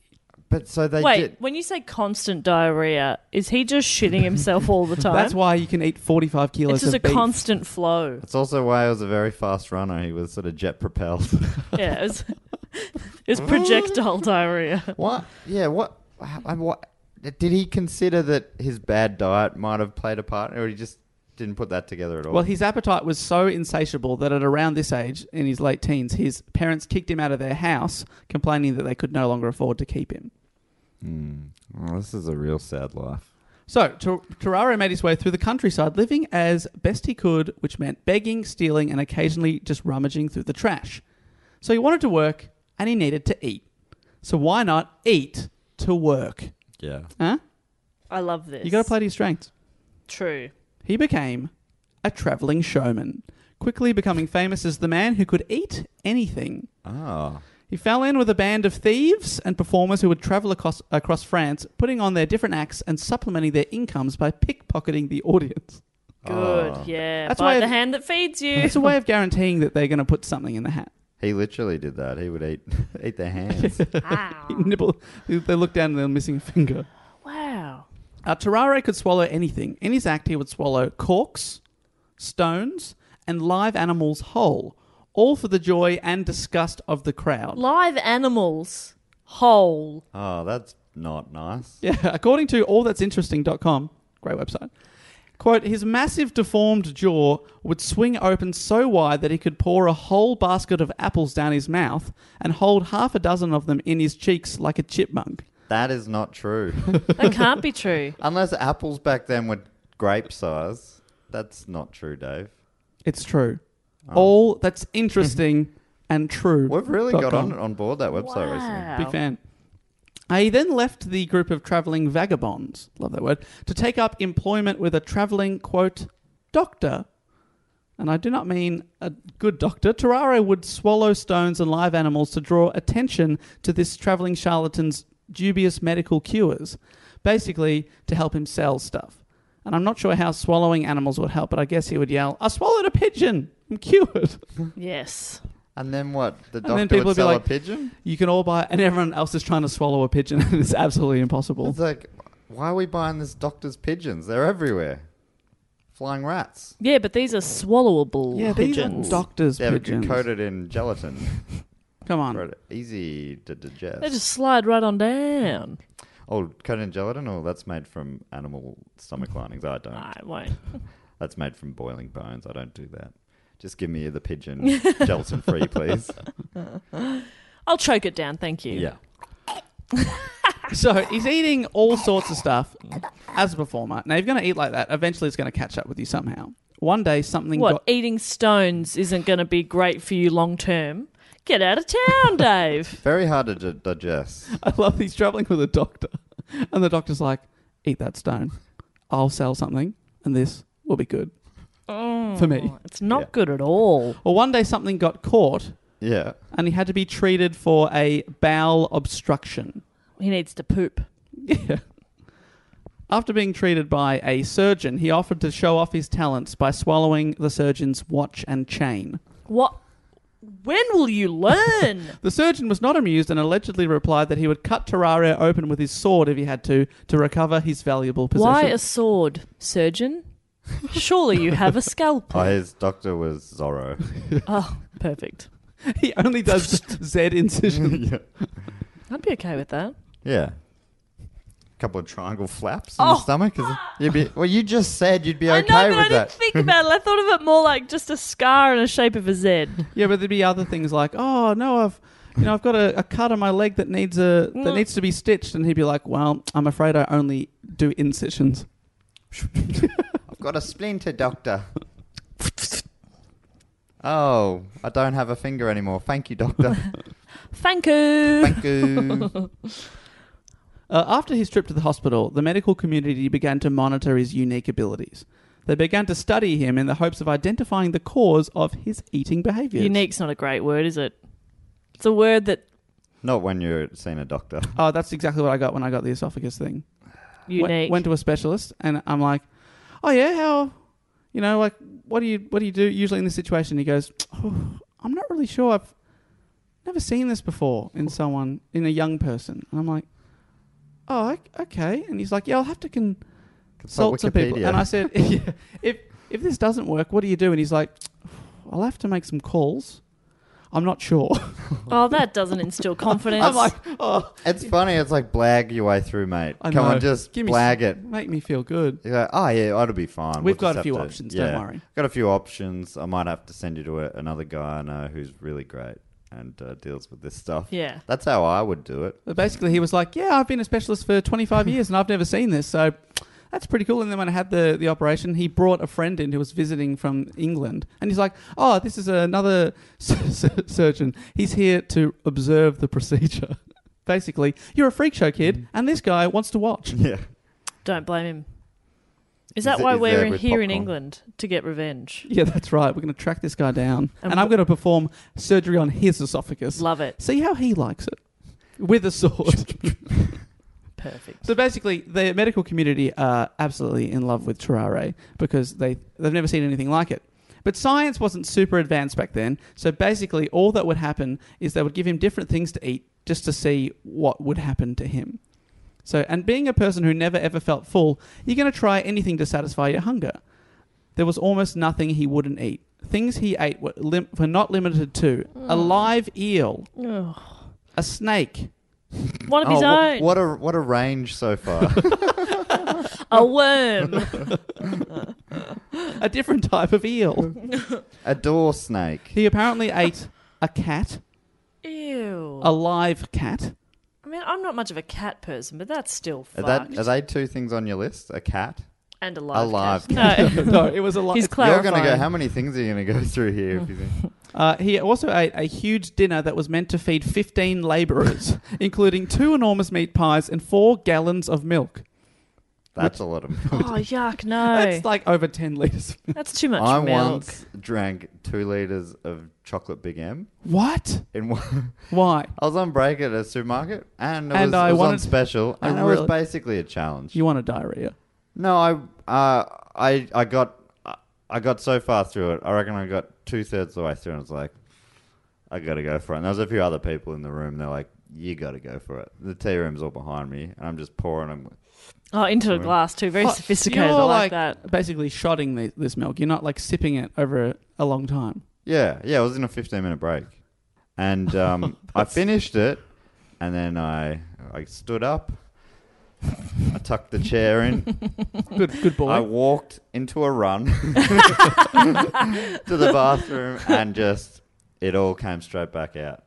[SPEAKER 5] but so they
[SPEAKER 4] Wait,
[SPEAKER 5] did.
[SPEAKER 4] when you say constant diarrhea, is he just shitting himself all the time?
[SPEAKER 3] That's why you can eat 45 kilos
[SPEAKER 4] it's just a
[SPEAKER 3] of beef.
[SPEAKER 4] constant flow.
[SPEAKER 5] That's also why I was a very fast runner. He was sort of jet propelled.
[SPEAKER 4] Yeah, it's it's projectile diarrhea.
[SPEAKER 5] what? Yeah. What? how- I- What? Did he consider that his bad diet might have played a part, or he just didn't put that together at all?
[SPEAKER 3] Well, his appetite was so insatiable that at around this age, in his late teens, his parents kicked him out of their house, complaining that they could no longer afford to keep him.
[SPEAKER 5] Oh, this is a real sad life.
[SPEAKER 3] So, Ter- Terraro made his way through the countryside, living as best he could, which meant begging, stealing, and occasionally just rummaging through the trash. So, he wanted to work and he needed to eat. So, why not eat to work?
[SPEAKER 5] Yeah.
[SPEAKER 3] Huh?
[SPEAKER 4] I love this.
[SPEAKER 3] You got to play to your strengths.
[SPEAKER 4] True.
[SPEAKER 3] He became a traveling showman, quickly becoming famous as the man who could eat anything.
[SPEAKER 5] Oh.
[SPEAKER 3] He fell in with a band of thieves and performers who would travel across, across France, putting on their different acts and supplementing their incomes by pickpocketing the audience.
[SPEAKER 4] Good. Yeah.
[SPEAKER 3] Ah. That's
[SPEAKER 4] That's By
[SPEAKER 3] why-
[SPEAKER 4] the hand that feeds you.
[SPEAKER 3] It's a way of guaranteeing that they're going to put something in the hat.
[SPEAKER 5] He literally did that. He would eat eat their hands.
[SPEAKER 3] He nibble. They look down and they're missing a finger.
[SPEAKER 4] wow.
[SPEAKER 3] Uh, Terrare could swallow anything. In his act, he would swallow corks, stones, and live animals whole, all for the joy and disgust of the crowd.
[SPEAKER 4] Live animals whole.
[SPEAKER 5] oh, that's not nice.
[SPEAKER 3] Yeah, according to allthat'sinteresting.com, great website. Quote, his massive deformed jaw would swing open so wide that he could pour a whole basket of apples down his mouth and hold half a dozen of them in his cheeks like a chipmunk.
[SPEAKER 5] That is not true.
[SPEAKER 4] That can't be true.
[SPEAKER 5] Unless apples back then were grape size. That's not true, Dave.
[SPEAKER 3] It's true. All that's interesting and
[SPEAKER 5] Oh.
[SPEAKER 3] true.
[SPEAKER 5] Mm-hmm. We've really got
[SPEAKER 3] .com.
[SPEAKER 5] on on board that website recently.
[SPEAKER 4] Wow.
[SPEAKER 3] Big fan. Uh, He then left the group of traveling vagabonds, love that word, to take up employment with a traveling, quote, doctor. And I do not mean a good doctor. Terraro would swallow stones and live animals to draw attention to this traveling charlatan's dubious medical cures, basically to help him sell stuff. And I'm not sure how swallowing animals would help, but I guess he would yell, I swallowed a pigeon! I'm cured!
[SPEAKER 4] Yes.
[SPEAKER 5] And then what? The
[SPEAKER 3] then
[SPEAKER 5] doctor
[SPEAKER 3] people would
[SPEAKER 5] would
[SPEAKER 3] be
[SPEAKER 5] sell
[SPEAKER 3] like-
[SPEAKER 5] a pigeon?
[SPEAKER 3] You can all buy, and everyone else is trying to swallow a pigeon, and it's absolutely impossible.
[SPEAKER 5] It's like, why are we buying this doctor's pigeons? They're everywhere. Flying rats.
[SPEAKER 4] Yeah, but these are swallowable
[SPEAKER 3] Yeah, these are
[SPEAKER 4] pigeons.
[SPEAKER 3] doctors'
[SPEAKER 5] They're
[SPEAKER 3] pigeons.
[SPEAKER 5] coated in gelatin.
[SPEAKER 3] Come on.
[SPEAKER 5] Right, Easy to digest.
[SPEAKER 4] They just slide right on down.
[SPEAKER 5] Oh, coated in gelatin? Oh, that's made from animal stomach linings. I don't.
[SPEAKER 4] I won't.
[SPEAKER 5] That's made from boiling bones. I don't do that. Just give me the pigeon gelatin free, please.
[SPEAKER 4] I'll choke it down, thank you.
[SPEAKER 5] Yeah.
[SPEAKER 3] So he's eating all sorts of stuff as a performer. Now, if you're going to eat like that, eventually it's going to catch up with you somehow. One day, something
[SPEAKER 4] What,
[SPEAKER 3] got.
[SPEAKER 4] eating stones isn't going to be great for you long term? Get out of town, Dave.
[SPEAKER 5] Very hard to d- digest.
[SPEAKER 3] I love he's traveling with a doctor. And the doctor's like, eat that stone. I'll sell something, and this will be good for me.
[SPEAKER 4] Oh, It's not
[SPEAKER 5] Yeah.
[SPEAKER 4] good at all.
[SPEAKER 3] Well, one day something got caught,
[SPEAKER 5] Yeah.
[SPEAKER 3] and he had to be treated for a bowel obstruction.
[SPEAKER 4] He needs to poop.
[SPEAKER 3] Yeah. After being treated by a surgeon, he offered to show off his talents by swallowing the surgeon's watch and chain.
[SPEAKER 4] What? When will you learn?
[SPEAKER 3] The surgeon was not amused and allegedly replied that he would cut Terraria open with his sword if he had to to recover his valuable possession.
[SPEAKER 4] Why a sword, surgeon? Surely you have a
[SPEAKER 5] Oh,
[SPEAKER 4] scalpel.
[SPEAKER 5] his doctor was Zorro.
[SPEAKER 4] Oh, perfect.
[SPEAKER 3] he only does Z incision.
[SPEAKER 4] I'd be okay with that.
[SPEAKER 5] yeah. couple of triangle flaps
[SPEAKER 3] Oh.
[SPEAKER 5] in the stomach? 'Cause You'd be, well, you just said you'd be
[SPEAKER 4] I
[SPEAKER 5] okay
[SPEAKER 4] know, but
[SPEAKER 5] with
[SPEAKER 4] I didn't
[SPEAKER 5] that.
[SPEAKER 4] think about it. I thought of it more like just a scar and a shape of a Z.
[SPEAKER 3] Yeah, but there'd be other things like, oh no, I've you know I've got a, a cut on my leg that needs a that
[SPEAKER 4] Mm.
[SPEAKER 3] needs to be stitched, and he'd be like, well, I'm afraid I only do incisions.
[SPEAKER 5] I've got a splinter, doctor. oh, I don't have a finger anymore. Thank you, doctor.
[SPEAKER 4] Thank you.
[SPEAKER 5] Thank you.
[SPEAKER 3] Uh, after his trip to the hospital, the medical community began to monitor his unique abilities. They began to study him in the hopes of identifying the cause of his eating behaviors.
[SPEAKER 4] Unique's not a great word, is it? It's a word that
[SPEAKER 5] Not when you're seeing a doctor.
[SPEAKER 3] Oh, that's exactly what I got when I got the esophagus thing. Went-
[SPEAKER 4] unique.
[SPEAKER 3] Went, to a specialist, and I'm like, "Oh yeah, how? You know, like, what do you what do you do usually in this situation?" He goes, oh, "I'm not really sure. I've never seen this before in someone in a young person." And I'm like, "Oh, ok- okay." And he's like, "Yeah, I'll have to con- consult some people."
[SPEAKER 5] Wikipedia.
[SPEAKER 3] And I said, yeah, "If if this doesn't work, what do you do?" And he's like, "I'll have to make some calls. I'm not sure."
[SPEAKER 4] oh, that doesn't instill confidence.
[SPEAKER 3] I'm like, "Oh,
[SPEAKER 5] It's funny. It's like blag your way through, mate.
[SPEAKER 3] I
[SPEAKER 5] Come
[SPEAKER 3] know.
[SPEAKER 5] on, just
[SPEAKER 3] Give me
[SPEAKER 5] blag
[SPEAKER 3] some-
[SPEAKER 5] it.
[SPEAKER 3] Make me feel good."
[SPEAKER 5] You go, oh yeah, it'll be fine.
[SPEAKER 3] We've
[SPEAKER 5] just
[SPEAKER 3] got a
[SPEAKER 5] have
[SPEAKER 3] few
[SPEAKER 5] to-
[SPEAKER 3] options, don't worry.
[SPEAKER 5] Got a few options. I might have to send you to a, another guy I know who's really great and uh, deals with this stuff.
[SPEAKER 4] Yeah.
[SPEAKER 5] that's how I would do it.
[SPEAKER 3] But basically, he was like, "Yeah, I've been a specialist for 25 years and I've never seen this, so that's pretty cool." And then when I had the the operation, he brought a friend in who was visiting from England, and he's like, "Oh, this is another sur- sur- surgeon. He's here to observe the procedure." Basically, you're a freak show kid, and this guy wants to watch.
[SPEAKER 5] Yeah,
[SPEAKER 4] Don't blame him. Is that
[SPEAKER 5] He's-
[SPEAKER 4] why
[SPEAKER 5] he's
[SPEAKER 4] we're
[SPEAKER 5] there
[SPEAKER 4] in,
[SPEAKER 5] with
[SPEAKER 4] here in
[SPEAKER 5] popcorn.
[SPEAKER 4] England to get revenge?
[SPEAKER 3] Yeah, that's right. We're going to track this guy down,
[SPEAKER 4] And
[SPEAKER 3] and, I'm
[SPEAKER 4] wh-
[SPEAKER 3] going to perform surgery on his esophagus.
[SPEAKER 4] Love it.
[SPEAKER 3] See how he likes it with a sword.
[SPEAKER 4] Perfect.
[SPEAKER 3] So basically, the medical community are absolutely in love with Terare because they they've never seen anything like it. But science wasn't super advanced back then, so basically all that would happen is they would give him different things to eat just to see what would happen to him. So, and being a person who never ever felt full, you're going to try anything to satisfy your hunger. There was almost nothing he wouldn't eat. Things he ate were, lim- were not limited to a live eel,
[SPEAKER 4] Ugh.
[SPEAKER 3] a snake,
[SPEAKER 4] One of his
[SPEAKER 5] wha-
[SPEAKER 4] own.
[SPEAKER 5] Oh, what a what a range so far.
[SPEAKER 4] A worm.
[SPEAKER 3] a different type of eel.
[SPEAKER 5] a door snake.
[SPEAKER 3] He apparently ate a cat,
[SPEAKER 4] Ew.
[SPEAKER 3] a live cat.
[SPEAKER 4] I mean, I'm not much of a cat person, but that's still
[SPEAKER 5] Are,
[SPEAKER 4] fucked.
[SPEAKER 5] that, are they two things on your list? A cat.
[SPEAKER 4] and
[SPEAKER 5] a
[SPEAKER 4] a live,
[SPEAKER 5] live
[SPEAKER 4] cat. No,
[SPEAKER 3] No, it was a
[SPEAKER 4] he's
[SPEAKER 3] live.
[SPEAKER 4] clarifying.
[SPEAKER 5] You're gonna go. How many things are you gonna go through here? If you think?
[SPEAKER 3] Uh, he also ate a huge dinner that was meant to feed 15 laborers, including two enormous meat pies and four gallons of milk.
[SPEAKER 5] That's a lot of. Milk.
[SPEAKER 4] oh yuck! No,
[SPEAKER 3] That's
[SPEAKER 4] that's,
[SPEAKER 3] like over 10 liters.
[SPEAKER 4] too much
[SPEAKER 5] I
[SPEAKER 4] milk.
[SPEAKER 5] once drank two liters of chocolate Big M
[SPEAKER 3] What?
[SPEAKER 5] in one.
[SPEAKER 3] Why?
[SPEAKER 5] I was on break at a supermarket, and it
[SPEAKER 3] And
[SPEAKER 5] was,
[SPEAKER 3] I
[SPEAKER 5] it was on
[SPEAKER 3] wanted-
[SPEAKER 5] special,
[SPEAKER 3] I
[SPEAKER 5] and it
[SPEAKER 3] really-
[SPEAKER 5] was basically a challenge.
[SPEAKER 3] You want a diarrhea?
[SPEAKER 5] No, I, uh, I, I got, I got so far through it. I reckon I got two thirds of the way through, and I was like, I gotta go for it. And there was a few other people in the room. They're like, you gotta go for it. The tea room's all behind me, and I'm just pouring. I'm,
[SPEAKER 4] Oh, into a glass too. Very
[SPEAKER 3] Oh,
[SPEAKER 4] sophisticated.
[SPEAKER 3] You're
[SPEAKER 4] I like, that.
[SPEAKER 3] Basically, shotting the, this milk. You're not like sipping it over a, a long time.
[SPEAKER 5] yeah, yeah. I was in a 15 minute break, and um, I finished it, and then I, I stood up. I tucked the chair in.
[SPEAKER 3] Good, good boy.
[SPEAKER 5] I walked into a run to the bathroom and just it all came straight back out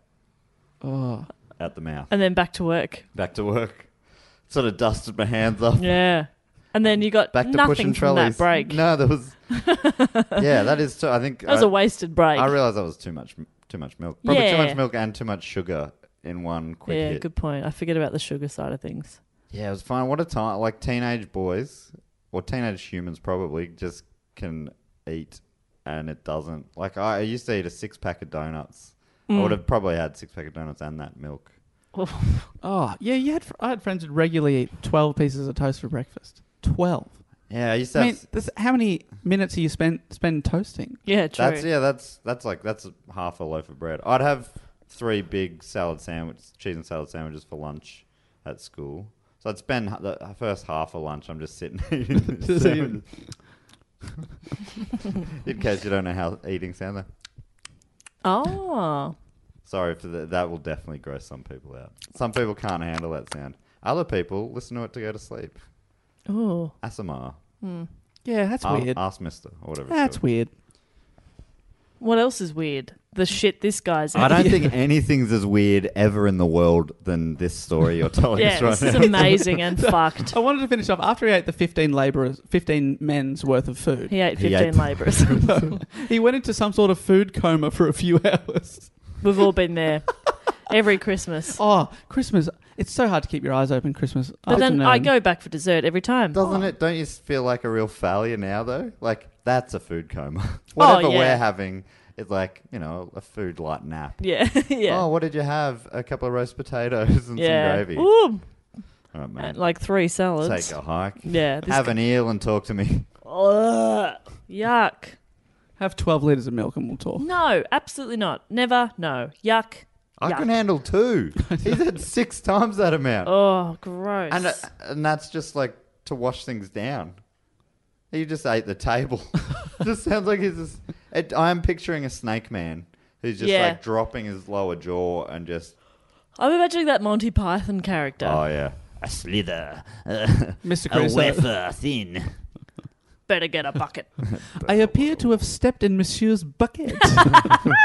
[SPEAKER 3] oh.
[SPEAKER 5] out the mouth.
[SPEAKER 4] And then back to work.
[SPEAKER 5] Back to work. Sort of dusted my hands off.
[SPEAKER 4] Yeah. And then you got
[SPEAKER 5] Oh. Back to
[SPEAKER 4] nothing
[SPEAKER 5] pushing
[SPEAKER 4] from
[SPEAKER 5] trolleys.
[SPEAKER 4] that break.
[SPEAKER 5] No, there was. yeah, that is. Too, I think
[SPEAKER 4] that was
[SPEAKER 5] I,
[SPEAKER 4] a wasted break.
[SPEAKER 5] I realized that was too much, too much milk. Probably too
[SPEAKER 4] Yeah.
[SPEAKER 5] much milk and too much sugar in one quick
[SPEAKER 4] yeah,
[SPEAKER 5] hit.
[SPEAKER 4] good point. I forget about the sugar side of things.
[SPEAKER 5] Yeah, it was fine. What a time! Like teenage boys or teenage humans probably just can eat, and it doesn't. Like I, I used to eat a six pack of donuts. I
[SPEAKER 3] Mm.
[SPEAKER 5] would have probably had six pack of donuts and that milk.
[SPEAKER 3] oh, yeah. You had. fr- I had friends who'd regularly eat 12 pieces of toast for breakfast. 12.
[SPEAKER 5] Yeah, I used to.
[SPEAKER 3] I
[SPEAKER 5] Have,
[SPEAKER 3] mean, this, how many minutes do you spend spend toasting?
[SPEAKER 4] Yeah, true.
[SPEAKER 5] that's yeah. That's that's like that's half a loaf of bread. I'd have three big salad sandwiches, cheese and salad sandwiches for lunch at school. So I'd spend h- the first half of lunch. I'm just sitting eating. this
[SPEAKER 3] Just
[SPEAKER 5] sandwich. In case you don't know how eating sounds. like,
[SPEAKER 4] Oh. Ah,
[SPEAKER 5] Sorry for that. That will definitely gross some people out. Some people can't handle that sound. Other people listen to it to go to sleep.
[SPEAKER 4] Oh,
[SPEAKER 5] Asimar.
[SPEAKER 3] Yeah, that's
[SPEAKER 5] Ar-
[SPEAKER 3] weird.
[SPEAKER 5] Ask Mister or whatever. it's
[SPEAKER 3] that's
[SPEAKER 5] called.
[SPEAKER 3] weird.
[SPEAKER 4] what else is weird? The shit this guy's.
[SPEAKER 5] I
[SPEAKER 4] in.
[SPEAKER 5] don't think anything's as weird ever in the world than this story you're telling
[SPEAKER 4] Yeah,
[SPEAKER 5] us right
[SPEAKER 4] this
[SPEAKER 5] now.
[SPEAKER 4] is amazing and fucked.
[SPEAKER 3] I wanted to finish off after he ate the 15 laborers, 15 men's worth of food.
[SPEAKER 4] He ate
[SPEAKER 5] He ate-
[SPEAKER 4] fifteen labourers.
[SPEAKER 3] he went into some sort of food coma for a few hours.
[SPEAKER 4] We've all been there every Christmas.
[SPEAKER 3] Oh, Christmas. It's so hard to keep your eyes open Christmas.
[SPEAKER 4] But then
[SPEAKER 3] afternoon.
[SPEAKER 4] I go back for dessert every time.
[SPEAKER 5] Doesn't it? Don't you feel like a real failure now, though? Like that's a food coma. Whatever
[SPEAKER 4] Oh, yeah.
[SPEAKER 5] we're having is like you know a food light nap.
[SPEAKER 4] Yeah, yeah,
[SPEAKER 5] Oh, what did you have? A couple of roast potatoes and some
[SPEAKER 4] yeah.
[SPEAKER 5] gravy. All
[SPEAKER 4] Ooh,
[SPEAKER 5] right, man.
[SPEAKER 4] like three salads.
[SPEAKER 5] Take a hike.
[SPEAKER 4] Yeah, this
[SPEAKER 5] Have an eel and talk to me.
[SPEAKER 4] Ugh, yuck.
[SPEAKER 3] Have 12 litres of milk and we'll talk.
[SPEAKER 4] No, absolutely not. Never. No. Yuck.
[SPEAKER 5] I
[SPEAKER 4] Yuck.
[SPEAKER 5] can handle two. He's had six times that amount.
[SPEAKER 4] Oh, gross.
[SPEAKER 5] And, uh, and that's just like to wash things down. He just ate the table. just sounds like he's just. It, I'm picturing a snake man who's just
[SPEAKER 4] Yeah.
[SPEAKER 5] like dropping his lower jaw and just.
[SPEAKER 4] I'm imagining that Monty Python character.
[SPEAKER 5] Oh, yeah.
[SPEAKER 7] A slither,
[SPEAKER 3] Mr.
[SPEAKER 7] a
[SPEAKER 3] Crusoe.
[SPEAKER 7] wafer thin.
[SPEAKER 4] Better get a bucket.
[SPEAKER 3] I appear to have stepped in Monsieur's bucket.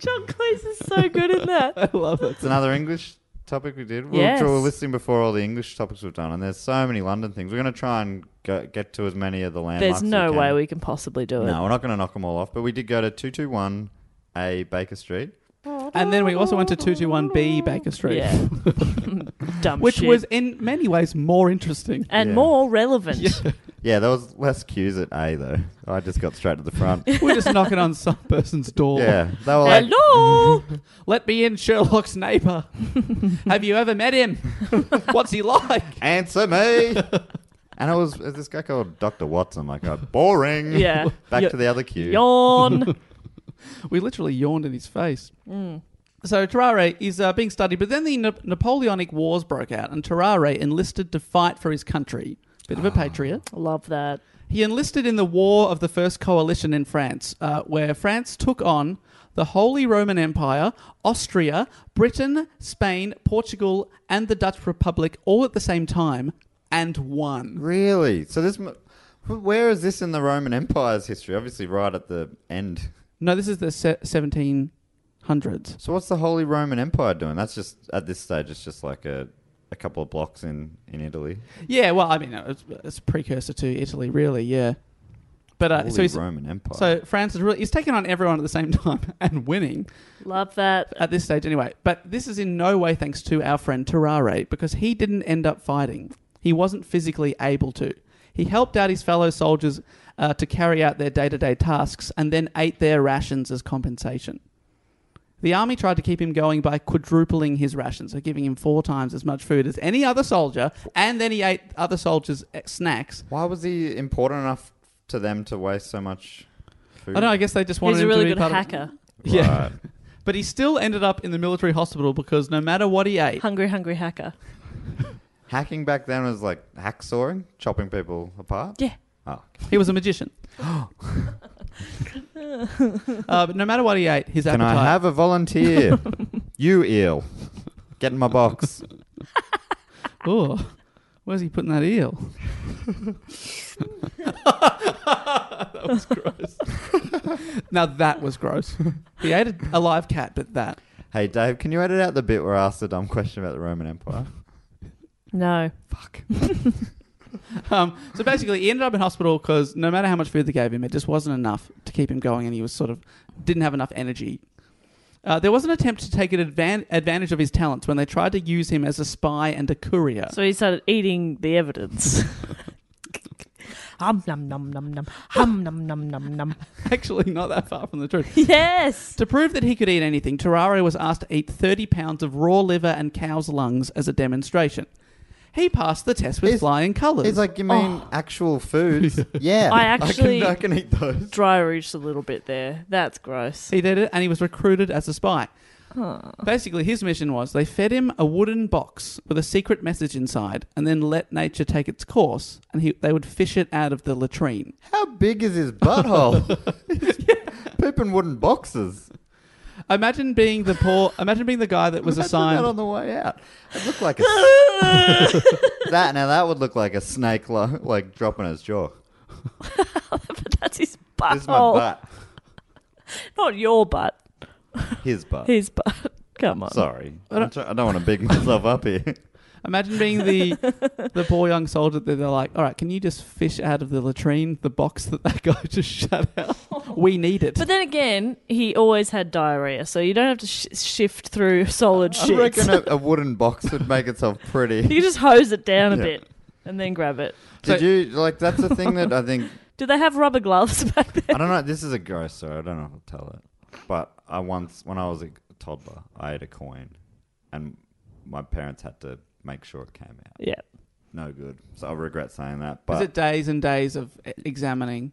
[SPEAKER 4] John Cleese is so good in that.
[SPEAKER 3] Love it.
[SPEAKER 5] It's another English topic we did. We'll,
[SPEAKER 4] Yes.
[SPEAKER 5] we were listing before all the English topics we've done, and there's so many London things. We're going to try and go, get to as many of the landmarks.
[SPEAKER 4] There's no
[SPEAKER 5] we can.
[SPEAKER 4] way we can possibly do it.
[SPEAKER 5] No, we're not going to knock them all off, but we did go to 221 A Baker Street.
[SPEAKER 3] And then we also went to 221B Baker Street,
[SPEAKER 4] Yeah. Dumb
[SPEAKER 3] which
[SPEAKER 4] shit.
[SPEAKER 3] was in many ways more interesting.
[SPEAKER 4] and
[SPEAKER 5] Yeah.
[SPEAKER 4] more relevant.
[SPEAKER 5] Yeah, there was less queues at A though. I just got straight to the front.
[SPEAKER 3] We're just knocking on some person's door.
[SPEAKER 5] yeah, they were like,
[SPEAKER 4] Hello.
[SPEAKER 3] Let me in, Sherlock's neighbour. Have you ever met him? What's he like?
[SPEAKER 5] answer me. And it was it was this guy called Dr. Watson. Like, oh, boring.
[SPEAKER 4] Yeah.
[SPEAKER 5] Back
[SPEAKER 3] Yeah.
[SPEAKER 5] to the other queue.
[SPEAKER 4] Yawn.
[SPEAKER 3] We literally yawned in his face. So Terare is uh, being studied, but then the Na- Napoleonic Wars broke out, and Terare enlisted to fight for his country. Bit of a patriot.
[SPEAKER 4] Love that.
[SPEAKER 3] He enlisted in the War of the First Coalition in France, uh, where France took on the Holy Roman Empire, Austria, Britain, Spain, Portugal, and the Dutch Republic all at the same time and won.
[SPEAKER 5] Really? So this, m- where is this in the Roman Empire's history? Obviously, right at the end.
[SPEAKER 3] No, this is the se- 1700s.
[SPEAKER 5] So what's the Holy Roman Empire doing? That's just at this stage. It's just like a, a couple of blocks in in Italy.
[SPEAKER 3] Yeah, well, I mean, it's, it's a precursor to Italy, really, yeah. But uh,
[SPEAKER 5] Holy
[SPEAKER 3] so he's.
[SPEAKER 5] Roman Empire.
[SPEAKER 3] So France is really he's taking on everyone at the same time and winning.
[SPEAKER 4] Love that.
[SPEAKER 3] at this stage anyway. But this is in no way thanks to our friend Terare because he didn't end up fighting. He wasn't physically able to. He helped out his fellow soldiers uh, to carry out their day to day tasks and then ate their rations as compensation. The army tried to keep him going by quadrupling his rations, so giving him four times as much food as any other soldier, and then he ate other soldiers' eh, snacks.
[SPEAKER 5] why was he important enough to them to waste so much? Food?
[SPEAKER 3] I don't know, I guess they just wanted
[SPEAKER 4] He's a
[SPEAKER 3] him
[SPEAKER 4] really
[SPEAKER 3] to be
[SPEAKER 4] good
[SPEAKER 3] part of-
[SPEAKER 4] hacker.
[SPEAKER 3] Yeah.
[SPEAKER 5] Right.
[SPEAKER 3] But he still ended up in the military hospital because no matter what he ate,
[SPEAKER 4] Hungry, hungry hacker.
[SPEAKER 5] Hacking back then was like hacksawing, chopping people apart.
[SPEAKER 4] Yeah.
[SPEAKER 5] Oh,
[SPEAKER 3] He was a magician. uh, but no matter what he ate, his
[SPEAKER 5] can
[SPEAKER 3] appetite.
[SPEAKER 5] I have a volunteer? you eel, get in my box.
[SPEAKER 3] Oh, where's he putting that eel? that was gross. now that was gross. He ate a, a live cat, but that.
[SPEAKER 5] hey Dave, can you edit out the bit where I asked a dumb question about the Roman Empire?
[SPEAKER 4] No.
[SPEAKER 3] Um, so basically, he ended up in hospital because no matter how much food they gave him, it just wasn't enough to keep him going, and he was sort of didn't have enough energy. Uh, there was an attempt to take an advan- advantage of his talents when they tried to use him as a spy and a courier.
[SPEAKER 4] So he started eating the evidence. Hum num num num num. Hum num num num num.
[SPEAKER 3] Actually, not that far from the truth.
[SPEAKER 4] Yes.
[SPEAKER 3] To prove that he could eat anything, Terrario was asked to eat 30 pounds of raw liver and cow's lungs as a demonstration. He passed the test with
[SPEAKER 5] He's-
[SPEAKER 3] flying colours.
[SPEAKER 5] He's like, you mean actual foods? yeah,
[SPEAKER 4] I actually-
[SPEAKER 5] I can, I can eat those.
[SPEAKER 4] Dry reached a little bit there. That's gross.
[SPEAKER 3] he did it, and he was recruited as a spy. Basically, his mission was they fed him a wooden box with a secret message inside, and then let nature take its course, and he, they would fish it out of the latrine.
[SPEAKER 5] How big is his butthole? He's pooping wooden boxes.
[SPEAKER 3] Imagine being the poor. Imagine being the guy that was
[SPEAKER 5] Imagine
[SPEAKER 3] assigned
[SPEAKER 5] that on the way out. It looked like a s- that. Now that would look like a snake, lo- like dropping his jaw.
[SPEAKER 4] but that's his butthole.
[SPEAKER 5] This is my butt.
[SPEAKER 4] Not your butt.
[SPEAKER 5] His butt.
[SPEAKER 4] His butt. Come on.
[SPEAKER 5] Sorry, I'm try- I don't want to big myself up here.
[SPEAKER 3] Imagine being the the poor young soldier that they're like, all right, can you just fish out of the latrine the box that that guy just shut out? We need it.
[SPEAKER 4] But then again, he always had diarrhea, so you don't have to sh- shift through solid
[SPEAKER 5] I reckon
[SPEAKER 4] shit.
[SPEAKER 5] a, a wooden box would make itself pretty.
[SPEAKER 4] you just hose it down a
[SPEAKER 5] Yeah.
[SPEAKER 4] bit and then grab it.
[SPEAKER 5] Did you like? That's the thing that I think
[SPEAKER 4] Do they have rubber gloves back then?
[SPEAKER 5] I don't know. This is a gross story. I don't know how to tell it. But I once, when I was a toddler, I ate a coin, and my parents had to make sure it came out.
[SPEAKER 4] Yeah.
[SPEAKER 5] No good. So I regret saying that.
[SPEAKER 3] Is
[SPEAKER 5] But
[SPEAKER 3] it days and days of e- examining,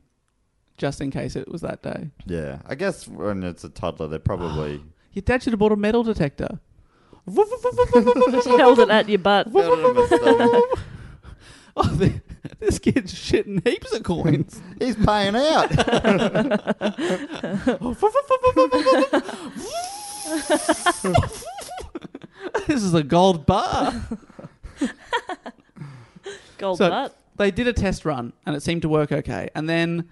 [SPEAKER 3] just in case it was that day?
[SPEAKER 5] yeah, I guess when it's a toddler, they're probably
[SPEAKER 3] Your dad should have bought a metal detector.
[SPEAKER 4] Just held it at your butt.
[SPEAKER 3] Oh, the- this kid's shitting heaps of coins.
[SPEAKER 5] he's paying out.
[SPEAKER 3] this is a gold bar.
[SPEAKER 4] Gold
[SPEAKER 3] So-
[SPEAKER 4] butt.
[SPEAKER 3] they did a test run and it seemed to work okay. And then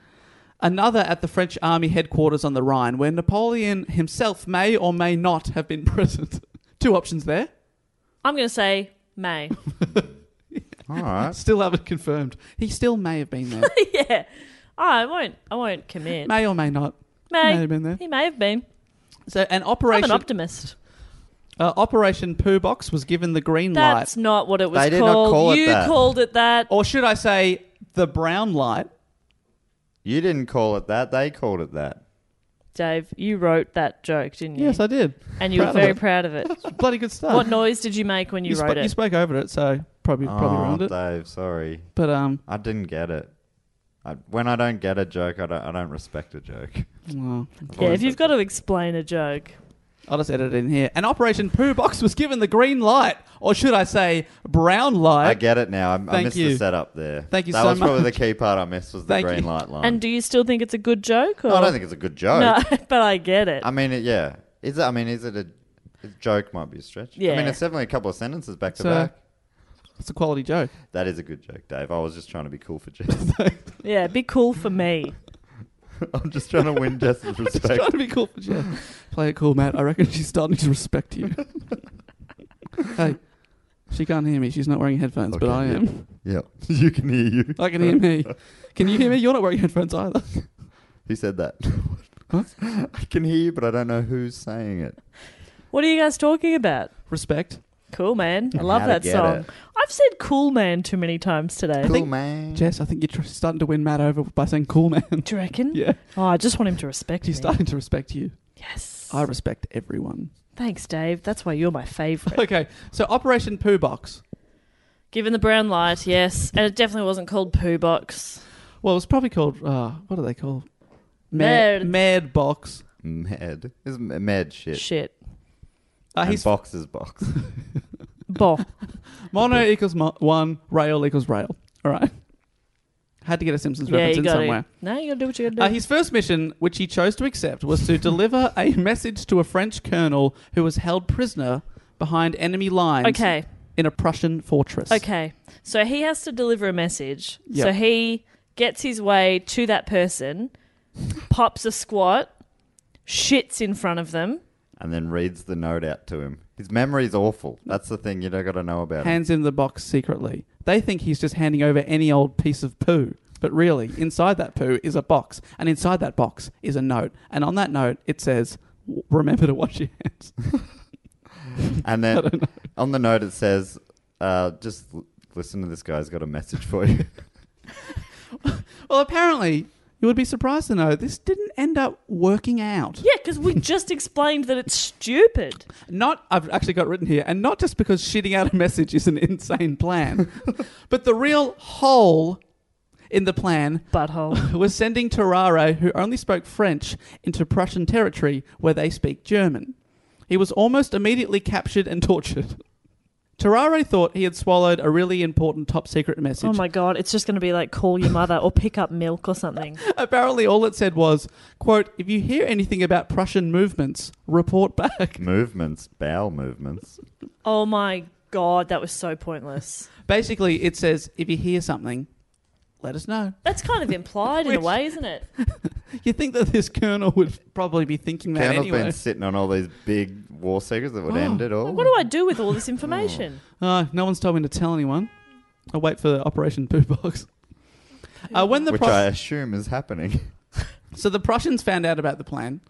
[SPEAKER 3] another at the French army headquarters on the Rhine, where Napoleon himself may or may not have been present. Two options there.
[SPEAKER 4] I'm going to say May.
[SPEAKER 5] All right.
[SPEAKER 3] Still haven't confirmed. He still may have been there.
[SPEAKER 4] yeah. Oh, I won't. I won't commit.
[SPEAKER 3] may or may not.
[SPEAKER 4] May.
[SPEAKER 3] may have been there.
[SPEAKER 4] He may have been.
[SPEAKER 3] So an
[SPEAKER 4] I'm
[SPEAKER 3] operation
[SPEAKER 4] an optimist.
[SPEAKER 3] uh, Operation Poo Box was given the green
[SPEAKER 4] That's
[SPEAKER 3] light,
[SPEAKER 4] not what it was
[SPEAKER 5] They did not
[SPEAKER 4] called.
[SPEAKER 5] call it
[SPEAKER 4] you
[SPEAKER 5] that.
[SPEAKER 4] called it that.
[SPEAKER 3] or should I say, the brown light?
[SPEAKER 5] You didn't call it that. They called it that.
[SPEAKER 4] Dave, you wrote that joke, didn't you?
[SPEAKER 3] Yes, I did.
[SPEAKER 4] and you were
[SPEAKER 3] Proud of
[SPEAKER 4] very
[SPEAKER 3] it.
[SPEAKER 4] proud of it.
[SPEAKER 3] Bloody good stuff.
[SPEAKER 4] what noise did you make when you,
[SPEAKER 3] you,
[SPEAKER 4] wrote
[SPEAKER 3] spo-
[SPEAKER 4] it?
[SPEAKER 3] you spoke over it, so probably probably
[SPEAKER 5] oh,
[SPEAKER 3] ruined it.
[SPEAKER 5] Dave, sorry.
[SPEAKER 3] But um,
[SPEAKER 5] I didn't get it. I, when I don't get a joke, I don't, I don't respect a joke.
[SPEAKER 3] well,
[SPEAKER 4] yeah, if you've got to explain a joke.
[SPEAKER 3] I'll just edit it in here. And Operation Poo Box was given the green light, or should I say, brown light.
[SPEAKER 5] I get it now. I, I
[SPEAKER 3] Thank
[SPEAKER 5] missed the
[SPEAKER 3] you.
[SPEAKER 5] setup there.
[SPEAKER 3] Thank you
[SPEAKER 5] that
[SPEAKER 3] so
[SPEAKER 5] was probably the
[SPEAKER 3] much.
[SPEAKER 5] key part I missed was the
[SPEAKER 3] Thank
[SPEAKER 5] green
[SPEAKER 3] you.
[SPEAKER 5] light line.
[SPEAKER 4] And do you still think it's a good joke? Or?
[SPEAKER 5] no, Oh. I don't think it's a good joke.
[SPEAKER 4] No, but I get it.
[SPEAKER 5] I mean, it, yeah. Is it? I mean, is it a, a joke? Might be a stretch. I
[SPEAKER 4] Yeah.
[SPEAKER 5] mean, it's definitely a couple of sentences back to
[SPEAKER 3] So-
[SPEAKER 5] back.
[SPEAKER 3] It's a quality joke.
[SPEAKER 5] That is a good joke, Dave. I was just trying to be cool for Jess.
[SPEAKER 4] yeah, be cool for me.
[SPEAKER 5] I'm just trying to win Jess's
[SPEAKER 3] Just trying
[SPEAKER 5] respect.
[SPEAKER 3] to be cool for Jeff. Play it cool, Matt. I reckon she's starting to respect you. hey, she can't hear me. She's not wearing headphones, but
[SPEAKER 5] Okay,
[SPEAKER 3] I
[SPEAKER 5] yeah.
[SPEAKER 3] am.
[SPEAKER 5] yeah, you can hear you.
[SPEAKER 3] I can hear me. Can you hear me? You're not wearing headphones either.
[SPEAKER 5] Who said that? I can hear you, but I don't know who's saying it.
[SPEAKER 4] What are you guys talking about?
[SPEAKER 3] Respect.
[SPEAKER 4] Cool man. I love
[SPEAKER 5] How to
[SPEAKER 4] that
[SPEAKER 5] get
[SPEAKER 4] song.
[SPEAKER 5] it.
[SPEAKER 4] I've said cool man too many times today.
[SPEAKER 5] Cool
[SPEAKER 3] think-
[SPEAKER 5] man.
[SPEAKER 3] Jess, I think you're tr- starting to win Matt over by saying cool, man.
[SPEAKER 4] Do you reckon?
[SPEAKER 3] yeah.
[SPEAKER 4] Oh, I just want him to respect
[SPEAKER 3] She's
[SPEAKER 4] me.
[SPEAKER 3] starting to respect you.
[SPEAKER 4] Yes.
[SPEAKER 3] I respect everyone.
[SPEAKER 4] Thanks, Dave. That's why you're my favourite.
[SPEAKER 3] Okay, so Operation Poo Box.
[SPEAKER 4] Given the brown light, yes. And it definitely wasn't called Poo Box.
[SPEAKER 3] Well, it's probably called. Uh, what are they called?
[SPEAKER 4] Mad.
[SPEAKER 3] Mad Box.
[SPEAKER 5] Med. This is m- med shit.
[SPEAKER 4] Shit.
[SPEAKER 3] Uh,
[SPEAKER 5] and
[SPEAKER 3] he's
[SPEAKER 5] box is box.
[SPEAKER 4] Bo.
[SPEAKER 3] mono equals mo- one, rail equals rail. All right. Had to get a Simpsons
[SPEAKER 4] yeah,
[SPEAKER 3] reference
[SPEAKER 4] you
[SPEAKER 3] in
[SPEAKER 4] got
[SPEAKER 3] somewhere.
[SPEAKER 4] to. No, you got to do what you got to do.
[SPEAKER 3] Uh, his first mission, which he chose to accept, was to deliver a message to a French colonel who was held prisoner behind enemy lines
[SPEAKER 4] okay.
[SPEAKER 3] in a Prussian fortress.
[SPEAKER 4] Okay. So he has to deliver a message.
[SPEAKER 3] Yep.
[SPEAKER 4] So he gets his way to that person, pops a squat, shits in front of them.
[SPEAKER 5] and then reads the note out to him. His memory's awful. That's the thing you don't got to know about. him.
[SPEAKER 3] Hands in the box secretly. They think he's just handing over any old piece of poo. But really, inside that poo is a box. And inside that box is a note. And on that note, it says, "W- remember to wash your hands.
[SPEAKER 5] And then on the note it says, uh, "Just l- listen to this guy's got a message for you."
[SPEAKER 3] Well, apparently, you would be surprised to know this didn't end up working out.
[SPEAKER 4] Yeah, because we just explained that it's stupid.
[SPEAKER 3] Not, I've actually got written here, and not just because shitting out a message is an insane plan, but the real hole in the plan
[SPEAKER 4] Butthole.
[SPEAKER 3] was sending Tarare, who only spoke French, into Prussian territory where they speak German. He was almost immediately captured and tortured. Terrare thought he had swallowed a really important top secret message.
[SPEAKER 4] Oh my god, it's just going to be like call your mother or pick up milk or something.
[SPEAKER 3] Apparently, all it said was, "quote If you hear anything about Prussian movements, report back."
[SPEAKER 5] Movements, bowel movements.
[SPEAKER 4] Oh my god, that was so pointless.
[SPEAKER 3] Basically, it says if you hear something, let us know.
[SPEAKER 4] That's kind of implied in a
[SPEAKER 3] Which-
[SPEAKER 4] way, isn't it?
[SPEAKER 3] You think that this colonel would probably be thinking that
[SPEAKER 5] Candle's
[SPEAKER 3] anyway?
[SPEAKER 5] been sitting on all these big war secrets that would end it all.
[SPEAKER 4] Oh, What do I do with all this information?
[SPEAKER 3] Uh, no one's told me to tell anyone. I'll wait for Operation Poo Box. Uh, when the
[SPEAKER 5] Which
[SPEAKER 3] Prus-
[SPEAKER 5] I assume is happening.
[SPEAKER 3] so the Prussians found out about the plan.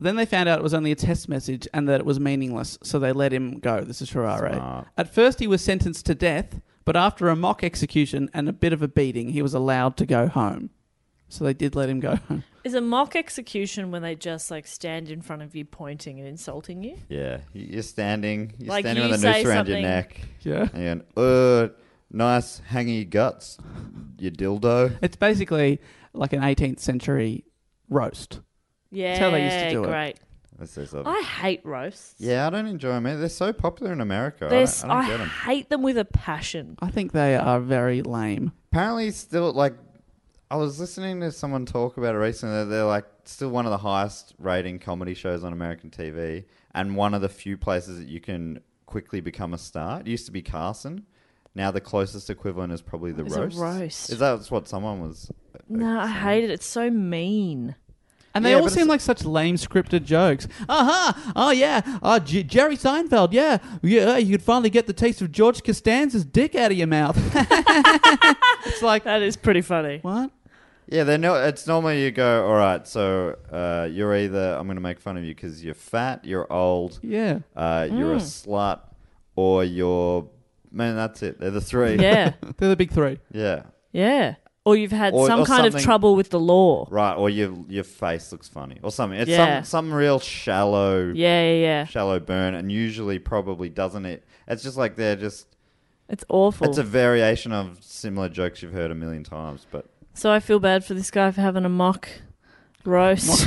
[SPEAKER 3] Then they found out it was only a test message and that it was meaningless, so they let him go. This is Harare.
[SPEAKER 5] Smart.
[SPEAKER 3] At first, he was sentenced to death, but after a mock execution and a bit of a beating, he was allowed to go home. So they did let him go home.
[SPEAKER 4] Is a mock execution when they just like stand in front of you pointing and insulting you?
[SPEAKER 5] Yeah, y- you're standing. You're
[SPEAKER 4] Like,
[SPEAKER 5] standing
[SPEAKER 4] you
[SPEAKER 5] with a
[SPEAKER 4] say
[SPEAKER 5] noose around your
[SPEAKER 4] something-
[SPEAKER 5] neck.
[SPEAKER 3] Yeah.
[SPEAKER 5] And uh, nice hanging your guts, your dildo.
[SPEAKER 3] It's basically like an 18th century roast.
[SPEAKER 4] Yeah,
[SPEAKER 3] how they used to do it.
[SPEAKER 4] great.
[SPEAKER 5] Let's say something.
[SPEAKER 4] I hate roasts.
[SPEAKER 5] yeah, I don't enjoy them. They're so popular in America. I
[SPEAKER 4] They're
[SPEAKER 5] don't,
[SPEAKER 4] s-
[SPEAKER 5] I
[SPEAKER 4] I,
[SPEAKER 5] don't get them.
[SPEAKER 4] hate them with a passion.
[SPEAKER 3] I think they are very lame.
[SPEAKER 5] Apparently, still like, I was listening to someone talk about it recently. They're, they're like still one of the highest rating comedy shows on American TV, and one of the few places that you can quickly become a star. It used to be Carson. Now the closest equivalent is probably the
[SPEAKER 4] It's a
[SPEAKER 5] roast.
[SPEAKER 4] roast.
[SPEAKER 5] Is that what someone was? uh,
[SPEAKER 4] No, I hate it. It's so mean.
[SPEAKER 3] And they
[SPEAKER 5] Yeah,
[SPEAKER 3] all
[SPEAKER 5] but
[SPEAKER 3] seem
[SPEAKER 5] it's-
[SPEAKER 3] like such lame scripted jokes. Aha! Oh yeah! Oh, J- Jerry Seinfeld. Yeah, yeah. You could finally get the taste of George Costanza's dick out of your mouth. it's like
[SPEAKER 4] That is pretty funny.
[SPEAKER 3] what?
[SPEAKER 5] Yeah, they know. It's normally you go, all right. So uh, you're either I'm going to make fun of you because you're fat, you're old,
[SPEAKER 3] Yeah.
[SPEAKER 5] uh, you're a
[SPEAKER 4] Hmm.
[SPEAKER 5] slut, or you're man. That's it. They're the three.
[SPEAKER 4] Yeah,
[SPEAKER 3] They're the big three.
[SPEAKER 5] yeah.
[SPEAKER 4] yeah. Or you've had
[SPEAKER 5] Or-
[SPEAKER 4] some
[SPEAKER 5] or
[SPEAKER 4] kind of
[SPEAKER 5] something-
[SPEAKER 4] trouble with the law.
[SPEAKER 5] Right, or your your face looks funny, or something. It's
[SPEAKER 4] Yeah.
[SPEAKER 5] some some real shallow,
[SPEAKER 4] Yeah, yeah, yeah.
[SPEAKER 5] shallow burn, and usually probably doesn't it. It's just like they're just.
[SPEAKER 4] It's awful.
[SPEAKER 5] It's a variation of similar jokes you've heard a million times, but
[SPEAKER 4] so I feel bad for this guy for having a mock roast.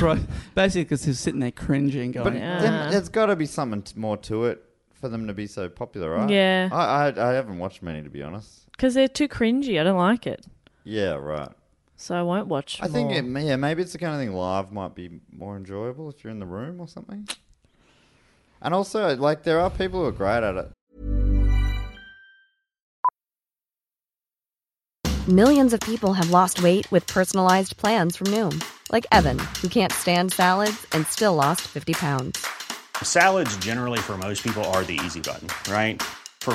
[SPEAKER 3] Not right. Basically, because he's sitting there cringing, going,
[SPEAKER 5] but
[SPEAKER 4] Yeah.
[SPEAKER 5] then there's got to be something t- more to it for them to be so popular, right?
[SPEAKER 4] Yeah.
[SPEAKER 5] I I, I haven't watched many to be honest.
[SPEAKER 4] Because they're too cringy. I don't like it.
[SPEAKER 5] Yeah, right.
[SPEAKER 4] So I won't watch.
[SPEAKER 5] I think it, yeah, maybe it's the kind of thing live might be more enjoyable if you're in the room or something. And also, like, there are people who are great at it.
[SPEAKER 8] Millions of people have lost weight with personalized plans from Noom, like Evan, who can't stand salads and still lost 50 pounds.
[SPEAKER 2] Salads, generally, for most people, are the easy button, right? For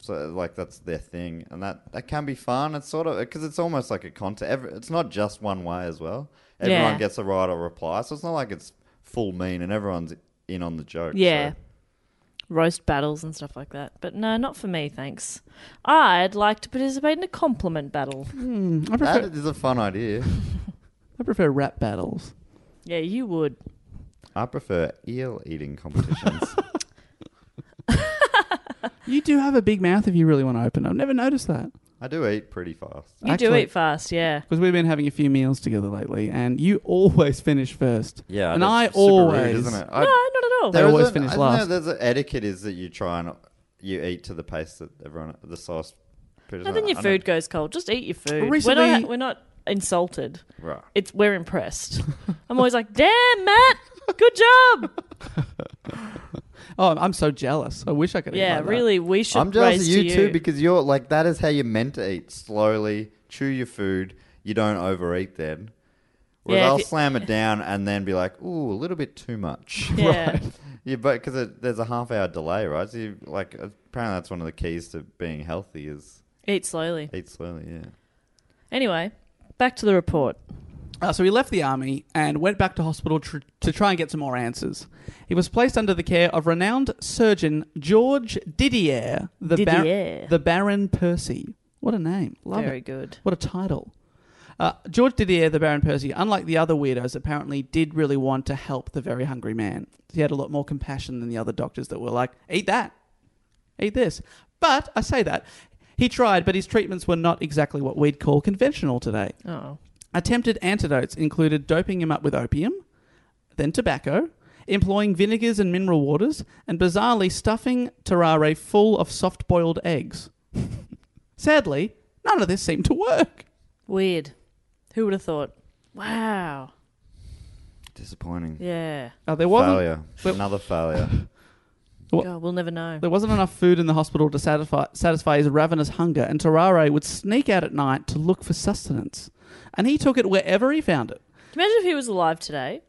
[SPEAKER 5] so like that's their thing, and that that can be fun. It's sort of because it's almost like a contest. Every, it's not just one way as well. Everyone
[SPEAKER 4] Yeah.
[SPEAKER 5] gets a right or reply, so it's not like it's full mean and everyone's in on the joke.
[SPEAKER 4] Yeah.
[SPEAKER 5] so
[SPEAKER 4] roast battles and stuff like that. But no, not for me, thanks. I'd like to participate in a compliment battle.
[SPEAKER 3] I prefer-
[SPEAKER 5] That is a fun idea.
[SPEAKER 3] I prefer rap battles.
[SPEAKER 4] Yeah, you would.
[SPEAKER 5] I prefer eel eating competitions.
[SPEAKER 3] You do have a big mouth if you really want to open. I've never noticed that.
[SPEAKER 5] I do eat pretty fast.
[SPEAKER 4] You do
[SPEAKER 3] Actually-
[SPEAKER 4] eat fast, yeah.
[SPEAKER 3] Because we've been having a few meals together lately, and you always finish first.
[SPEAKER 5] Yeah,
[SPEAKER 3] and
[SPEAKER 5] that's
[SPEAKER 3] I
[SPEAKER 5] super rude,
[SPEAKER 3] always,
[SPEAKER 5] isn't it?
[SPEAKER 4] No, not at all.
[SPEAKER 3] They
[SPEAKER 5] There
[SPEAKER 3] always
[SPEAKER 5] isn't-
[SPEAKER 3] finish
[SPEAKER 5] isn't
[SPEAKER 3] last.
[SPEAKER 5] There, there's an etiquette is that you try and you eat to the pace that everyone the sauce.
[SPEAKER 4] No, then your food goes cold. Just eat your food.
[SPEAKER 3] recently-
[SPEAKER 4] we're not we're not insulted.
[SPEAKER 5] Right.
[SPEAKER 4] It's we're impressed. I'm always like, damn, Matt, good job.
[SPEAKER 3] Oh, I'm- I'm so jealous. I wish I could. eat
[SPEAKER 4] yeah,
[SPEAKER 3] like that.
[SPEAKER 4] really, we should.
[SPEAKER 5] I'm jealous of
[SPEAKER 4] raise
[SPEAKER 5] you,
[SPEAKER 4] to
[SPEAKER 5] too because you're like that is how you're meant to eat slowly. Chew your food. You don't overeat then. Whereas
[SPEAKER 4] Yeah, if
[SPEAKER 5] I'll
[SPEAKER 4] you-
[SPEAKER 5] slam it down and then be like, ooh, a little bit too much.
[SPEAKER 4] Yeah. Right.
[SPEAKER 5] Yeah, but because there's a half hour delay, right? So you, like apparently that's one of the keys to being healthy is
[SPEAKER 4] eat slowly.
[SPEAKER 5] eat slowly. Yeah.
[SPEAKER 4] Anyway, back to the report.
[SPEAKER 3] Uh, so he left the army and went back to hospital tr- to try and get some more answers. He was placed under the care of renowned surgeon George Didier, the, Bar-
[SPEAKER 4] Didier.
[SPEAKER 3] the Baron Percy. What a name. Love
[SPEAKER 4] Very
[SPEAKER 3] it.
[SPEAKER 4] good.
[SPEAKER 3] What a title. Uh, George Didier, the Baron Percy, unlike the other weirdos, apparently did really want to help the very hungry man. He had a lot more compassion than the other doctors that were like, eat that, eat this. But I say that. He tried, but his treatments were not exactly what we'd call conventional today.
[SPEAKER 4] Oh,
[SPEAKER 3] Attempted antidotes included doping him up with opium, then tobacco, employing vinegars and mineral waters, and bizarrely stuffing Tarare full of soft boiled eggs. Sadly, none of this seemed to work.
[SPEAKER 4] weird. Who would have thought? Wow.
[SPEAKER 5] Disappointing.
[SPEAKER 4] Yeah.
[SPEAKER 3] Uh, there wasn't
[SPEAKER 5] Failure.
[SPEAKER 3] But-
[SPEAKER 5] Another failure.
[SPEAKER 3] What-
[SPEAKER 4] God, we'll never know.
[SPEAKER 3] there wasn't enough food in the hospital to satisfy, satisfy his ravenous hunger, and Tarare would sneak out at night to look for sustenance. And he took it wherever he found it.
[SPEAKER 4] Imagine if he was alive today.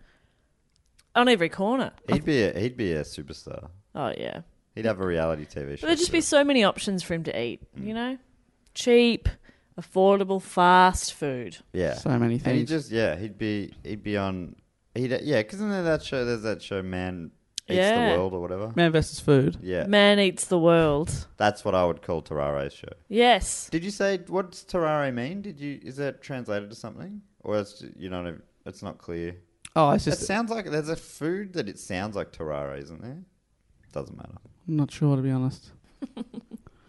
[SPEAKER 4] On every corner.
[SPEAKER 5] He'd be a, he'd be a superstar.
[SPEAKER 4] Oh yeah.
[SPEAKER 5] He'd have a reality TV show.
[SPEAKER 4] But there'd just
[SPEAKER 5] too.
[SPEAKER 4] be so many options for him to eat.
[SPEAKER 5] Mm.
[SPEAKER 4] You know, cheap, affordable, fast food.
[SPEAKER 5] yeah,
[SPEAKER 3] So many
[SPEAKER 5] and he
[SPEAKER 3] things.
[SPEAKER 5] just yeah, he'd be he'd be on he'd yeah, because isn't there that show? There's that show, Man Eats
[SPEAKER 4] Yeah.
[SPEAKER 5] the World or whatever.
[SPEAKER 3] Man versus food.
[SPEAKER 5] Yeah,
[SPEAKER 4] Man eats the world.
[SPEAKER 5] that's what I would call Terrare's show.
[SPEAKER 4] Yes.
[SPEAKER 5] Did you say what's Terrare mean? Did you is that translated to something or it's you know it's not clear?
[SPEAKER 3] Oh, it's
[SPEAKER 5] It
[SPEAKER 3] just.
[SPEAKER 5] sounds like there's a food that it sounds like Terrare, isn't there? Doesn't matter.
[SPEAKER 3] I'm not sure, to be honest.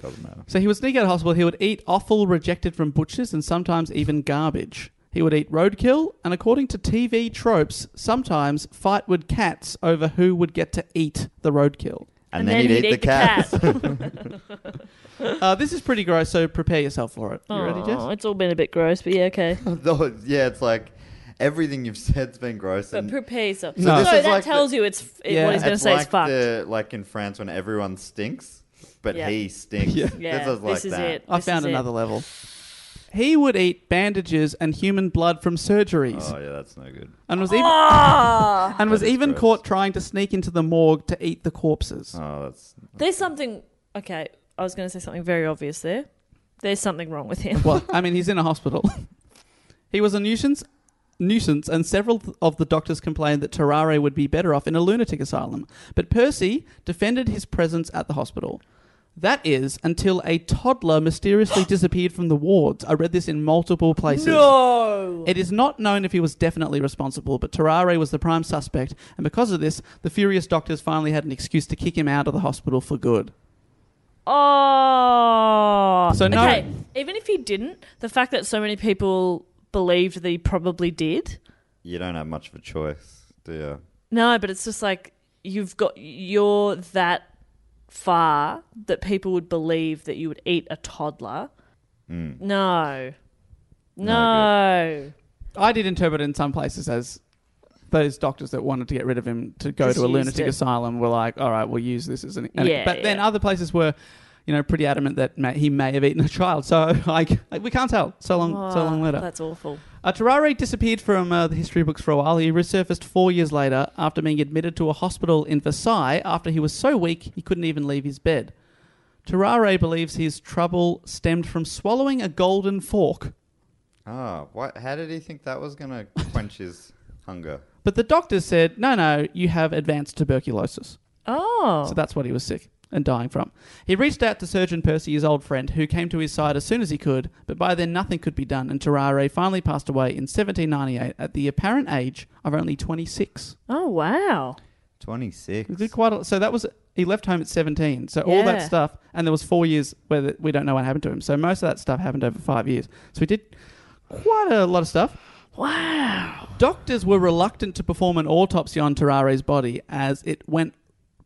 [SPEAKER 5] Doesn't matter.
[SPEAKER 3] So he would sneak out of hospital. He would eat offal rejected from butchers and sometimes even garbage. He would eat roadkill, and according to TV tropes, sometimes fight with cats over who would get to eat the roadkill.
[SPEAKER 5] And, then, he'd, eat, the, cats.
[SPEAKER 3] Uh, this is pretty gross, so prepare yourself for it. You ready,
[SPEAKER 4] Oh,
[SPEAKER 3] Jess?
[SPEAKER 4] it's all been a bit gross, but yeah, okay.
[SPEAKER 5] Though, yeah, it's like everything you've said's been gross.
[SPEAKER 4] But
[SPEAKER 5] And
[SPEAKER 4] prepare yourself.
[SPEAKER 5] No.
[SPEAKER 4] So,
[SPEAKER 5] this is
[SPEAKER 4] that
[SPEAKER 5] like the-
[SPEAKER 4] tells you it's f- it-
[SPEAKER 3] Yeah.
[SPEAKER 4] what he's going to
[SPEAKER 5] it's
[SPEAKER 4] say
[SPEAKER 5] like
[SPEAKER 4] is fucked.
[SPEAKER 5] the like in France when everyone stinks, but
[SPEAKER 4] Yeah.
[SPEAKER 5] he stinks.
[SPEAKER 4] yeah,
[SPEAKER 5] this
[SPEAKER 4] this
[SPEAKER 5] is like
[SPEAKER 4] is
[SPEAKER 5] that.
[SPEAKER 4] it.
[SPEAKER 3] I
[SPEAKER 4] This
[SPEAKER 3] found
[SPEAKER 4] is it.
[SPEAKER 3] another level. He would eat bandages and human blood from surgeries,
[SPEAKER 5] Oh yeah, that's no good.
[SPEAKER 3] and was
[SPEAKER 4] Oh.
[SPEAKER 3] even
[SPEAKER 4] Ah!
[SPEAKER 3] and was
[SPEAKER 5] That is
[SPEAKER 3] even
[SPEAKER 5] gross.
[SPEAKER 3] caught trying to sneak into the morgue to eat the corpses.
[SPEAKER 5] Oh, that's
[SPEAKER 4] There's something. Okay, I was going to say something very obvious there. There's something wrong with him.
[SPEAKER 3] Well, I mean, he's in a hospital. he was a nuisance, nuisance, and several th- of the doctors complained that Terrare would be better off in a lunatic asylum. But Percy defended his presence at the hospital. That is until a toddler mysteriously disappeared from the wards. I read this in multiple places.
[SPEAKER 4] No.
[SPEAKER 3] It is not known if he was definitely responsible, but Terrare was the prime suspect, and because of this, the furious doctors finally had an excuse to kick him out of the hospital for good.
[SPEAKER 4] Oh.
[SPEAKER 3] So no-
[SPEAKER 4] Okay, even if he didn't, the fact that so many people believed that he probably did.
[SPEAKER 5] you don't have much of a choice, do you?
[SPEAKER 4] No, but it's just like you've got you're that far that people would believe that you would eat a toddler.
[SPEAKER 5] Hmm.
[SPEAKER 4] No. No.
[SPEAKER 3] I did interpret it in some places as those doctors that wanted to get rid of him to go
[SPEAKER 4] Just
[SPEAKER 3] to a
[SPEAKER 4] used
[SPEAKER 3] lunatic
[SPEAKER 4] it.
[SPEAKER 3] asylum were like, all right, we'll use this as an. And
[SPEAKER 4] Yeah,
[SPEAKER 3] but then
[SPEAKER 4] yeah.
[SPEAKER 3] other places were, you know, pretty adamant that may, he may have eaten a child. So like, we can't tell. So long, so
[SPEAKER 4] Oh,
[SPEAKER 3] long later.
[SPEAKER 4] That's awful.
[SPEAKER 3] Uh, Terrari disappeared from uh, the history books for a while. He resurfaced four years later after being admitted to a hospital in Versailles after he was so weak he couldn't even leave his bed. Terrare believes his trouble stemmed from swallowing a golden fork.
[SPEAKER 5] Oh, what? How did he think that was gonna quench his hunger?
[SPEAKER 3] But the doctors said, no, no, you have advanced tuberculosis.
[SPEAKER 4] Oh.
[SPEAKER 3] So that's what he was sick and dying from. He reached out to Surgeon Percy, his old friend, who came to his side as soon as he could, but by then nothing could be done, and Terrare finally passed away in 1798 at the apparent age of only 26.
[SPEAKER 4] Oh, wow.
[SPEAKER 9] 26.
[SPEAKER 3] He did quite a, so that was he left home at 17. So all that
[SPEAKER 4] Yeah.
[SPEAKER 3] stuff, and there was four years where th- we don't know what happened to him. So most of that stuff happened over five years. So he did quite a lot of stuff.
[SPEAKER 4] Wow.
[SPEAKER 3] Doctors were reluctant to perform an autopsy on Terrare's body as it went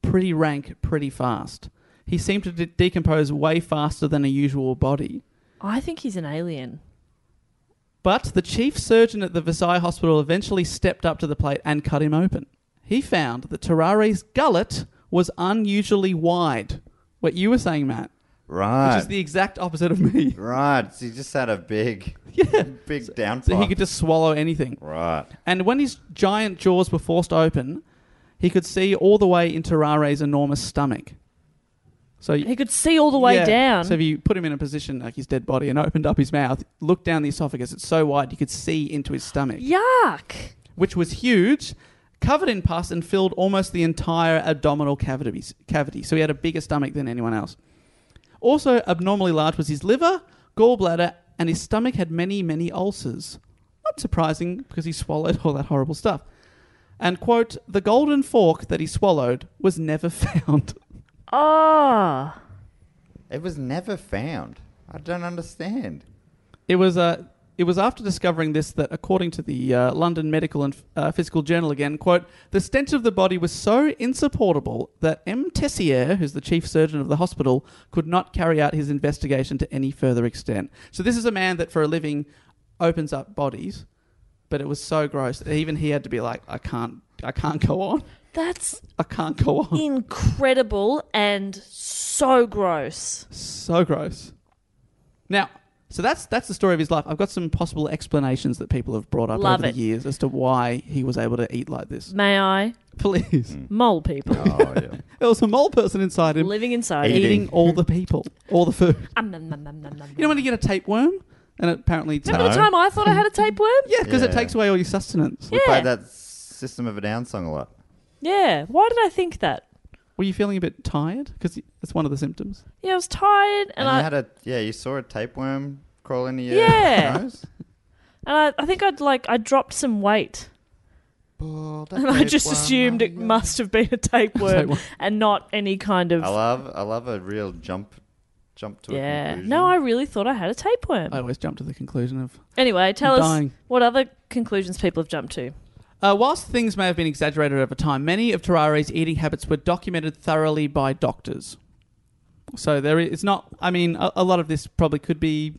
[SPEAKER 3] pretty rank pretty fast. He seemed to de- decompose way faster than a usual body.
[SPEAKER 4] I think he's an alien.
[SPEAKER 3] But the chief surgeon at the Versailles Hospital eventually stepped up to the plate and cut him open. He found that Terrare's gullet was unusually wide. What you were saying, Matt.
[SPEAKER 9] Right.
[SPEAKER 3] Which is the exact opposite of me.
[SPEAKER 9] Right. So you just had a big, big downpipe.
[SPEAKER 3] So he could just swallow anything.
[SPEAKER 9] Right.
[SPEAKER 3] And when his giant jaws were forced open, he could see all the way into Rare's enormous stomach. So
[SPEAKER 4] He could see all the way
[SPEAKER 3] Yeah.
[SPEAKER 4] down.
[SPEAKER 3] So if you put him in a position like his dead body and opened up his mouth, looked down the esophagus, it's so wide you could see into his stomach,
[SPEAKER 4] Yuck.
[SPEAKER 3] which was huge, covered in pus and filled almost the entire abdominal cavity. Cavity. So he had a bigger stomach than anyone else. Also abnormally large was his liver, gallbladder, and his stomach had many, many ulcers. Not surprising because he swallowed all that horrible stuff. And quote, the golden fork that he swallowed was never found.
[SPEAKER 4] Ah.
[SPEAKER 9] It was never found. I don't understand.
[SPEAKER 3] It was Uh, it was after discovering this that, according to the uh, London Medical and uh, Physical Journal again, quote, the stench of the body was so insupportable that M. Tessier, who's the chief surgeon of the hospital, could not carry out his investigation to any further extent. So this is a man that, for a living, opens up bodies, but it was so gross that even he had to be like, I can't, I can't go on,
[SPEAKER 4] That's
[SPEAKER 3] I can't go on.
[SPEAKER 4] incredible and so gross.
[SPEAKER 3] So gross. Now, so that's that's the story of his life. I've got some possible explanations that people have brought up
[SPEAKER 4] Love
[SPEAKER 3] over
[SPEAKER 4] it. Mm.
[SPEAKER 3] the years as to why he was able to eat like this.
[SPEAKER 4] May I?
[SPEAKER 3] Please.
[SPEAKER 4] Mole people.
[SPEAKER 9] Oh, yeah.
[SPEAKER 3] There was a mole person inside him
[SPEAKER 4] Living inside.
[SPEAKER 3] eating,
[SPEAKER 4] Eating.
[SPEAKER 3] all the people, all the food.
[SPEAKER 4] Um, nom, nom, nom, nom, nom.
[SPEAKER 3] You know when you get a tapeworm and it apparently
[SPEAKER 4] Remember the time I thought I had a tapeworm?
[SPEAKER 3] Yeah, because it
[SPEAKER 9] Yeah.
[SPEAKER 3] takes away all your sustenance.
[SPEAKER 9] We
[SPEAKER 4] Yeah.
[SPEAKER 9] played that System of a Down song a lot.
[SPEAKER 4] Yeah. Why did I think that?
[SPEAKER 3] Were you feeling a bit tired? Because it's one of the symptoms.
[SPEAKER 4] Yeah, I was tired, and,
[SPEAKER 9] And,
[SPEAKER 4] I
[SPEAKER 9] you had a yeah. You saw a tapeworm crawl into your
[SPEAKER 4] Yeah.
[SPEAKER 9] nose.
[SPEAKER 4] and I, I think I'd like I dropped some weight, and I just assumed it must have been a tapeworm
[SPEAKER 3] Tapeworm.
[SPEAKER 4] and not any kind
[SPEAKER 9] I
[SPEAKER 4] of.
[SPEAKER 9] love I love a real jump jump to a
[SPEAKER 4] Yeah.
[SPEAKER 9] conclusion.
[SPEAKER 4] No, I really thought I had a tapeworm.
[SPEAKER 3] I always jump to the conclusion of
[SPEAKER 4] Anyway, tell
[SPEAKER 3] I'm
[SPEAKER 4] us
[SPEAKER 3] dying.
[SPEAKER 4] what other conclusions people have jumped to.
[SPEAKER 3] Uh, whilst things may have been exaggerated over time, many of Terrare's eating habits were documented thoroughly by doctors. So there is it's not. I mean, a, a lot of this probably could be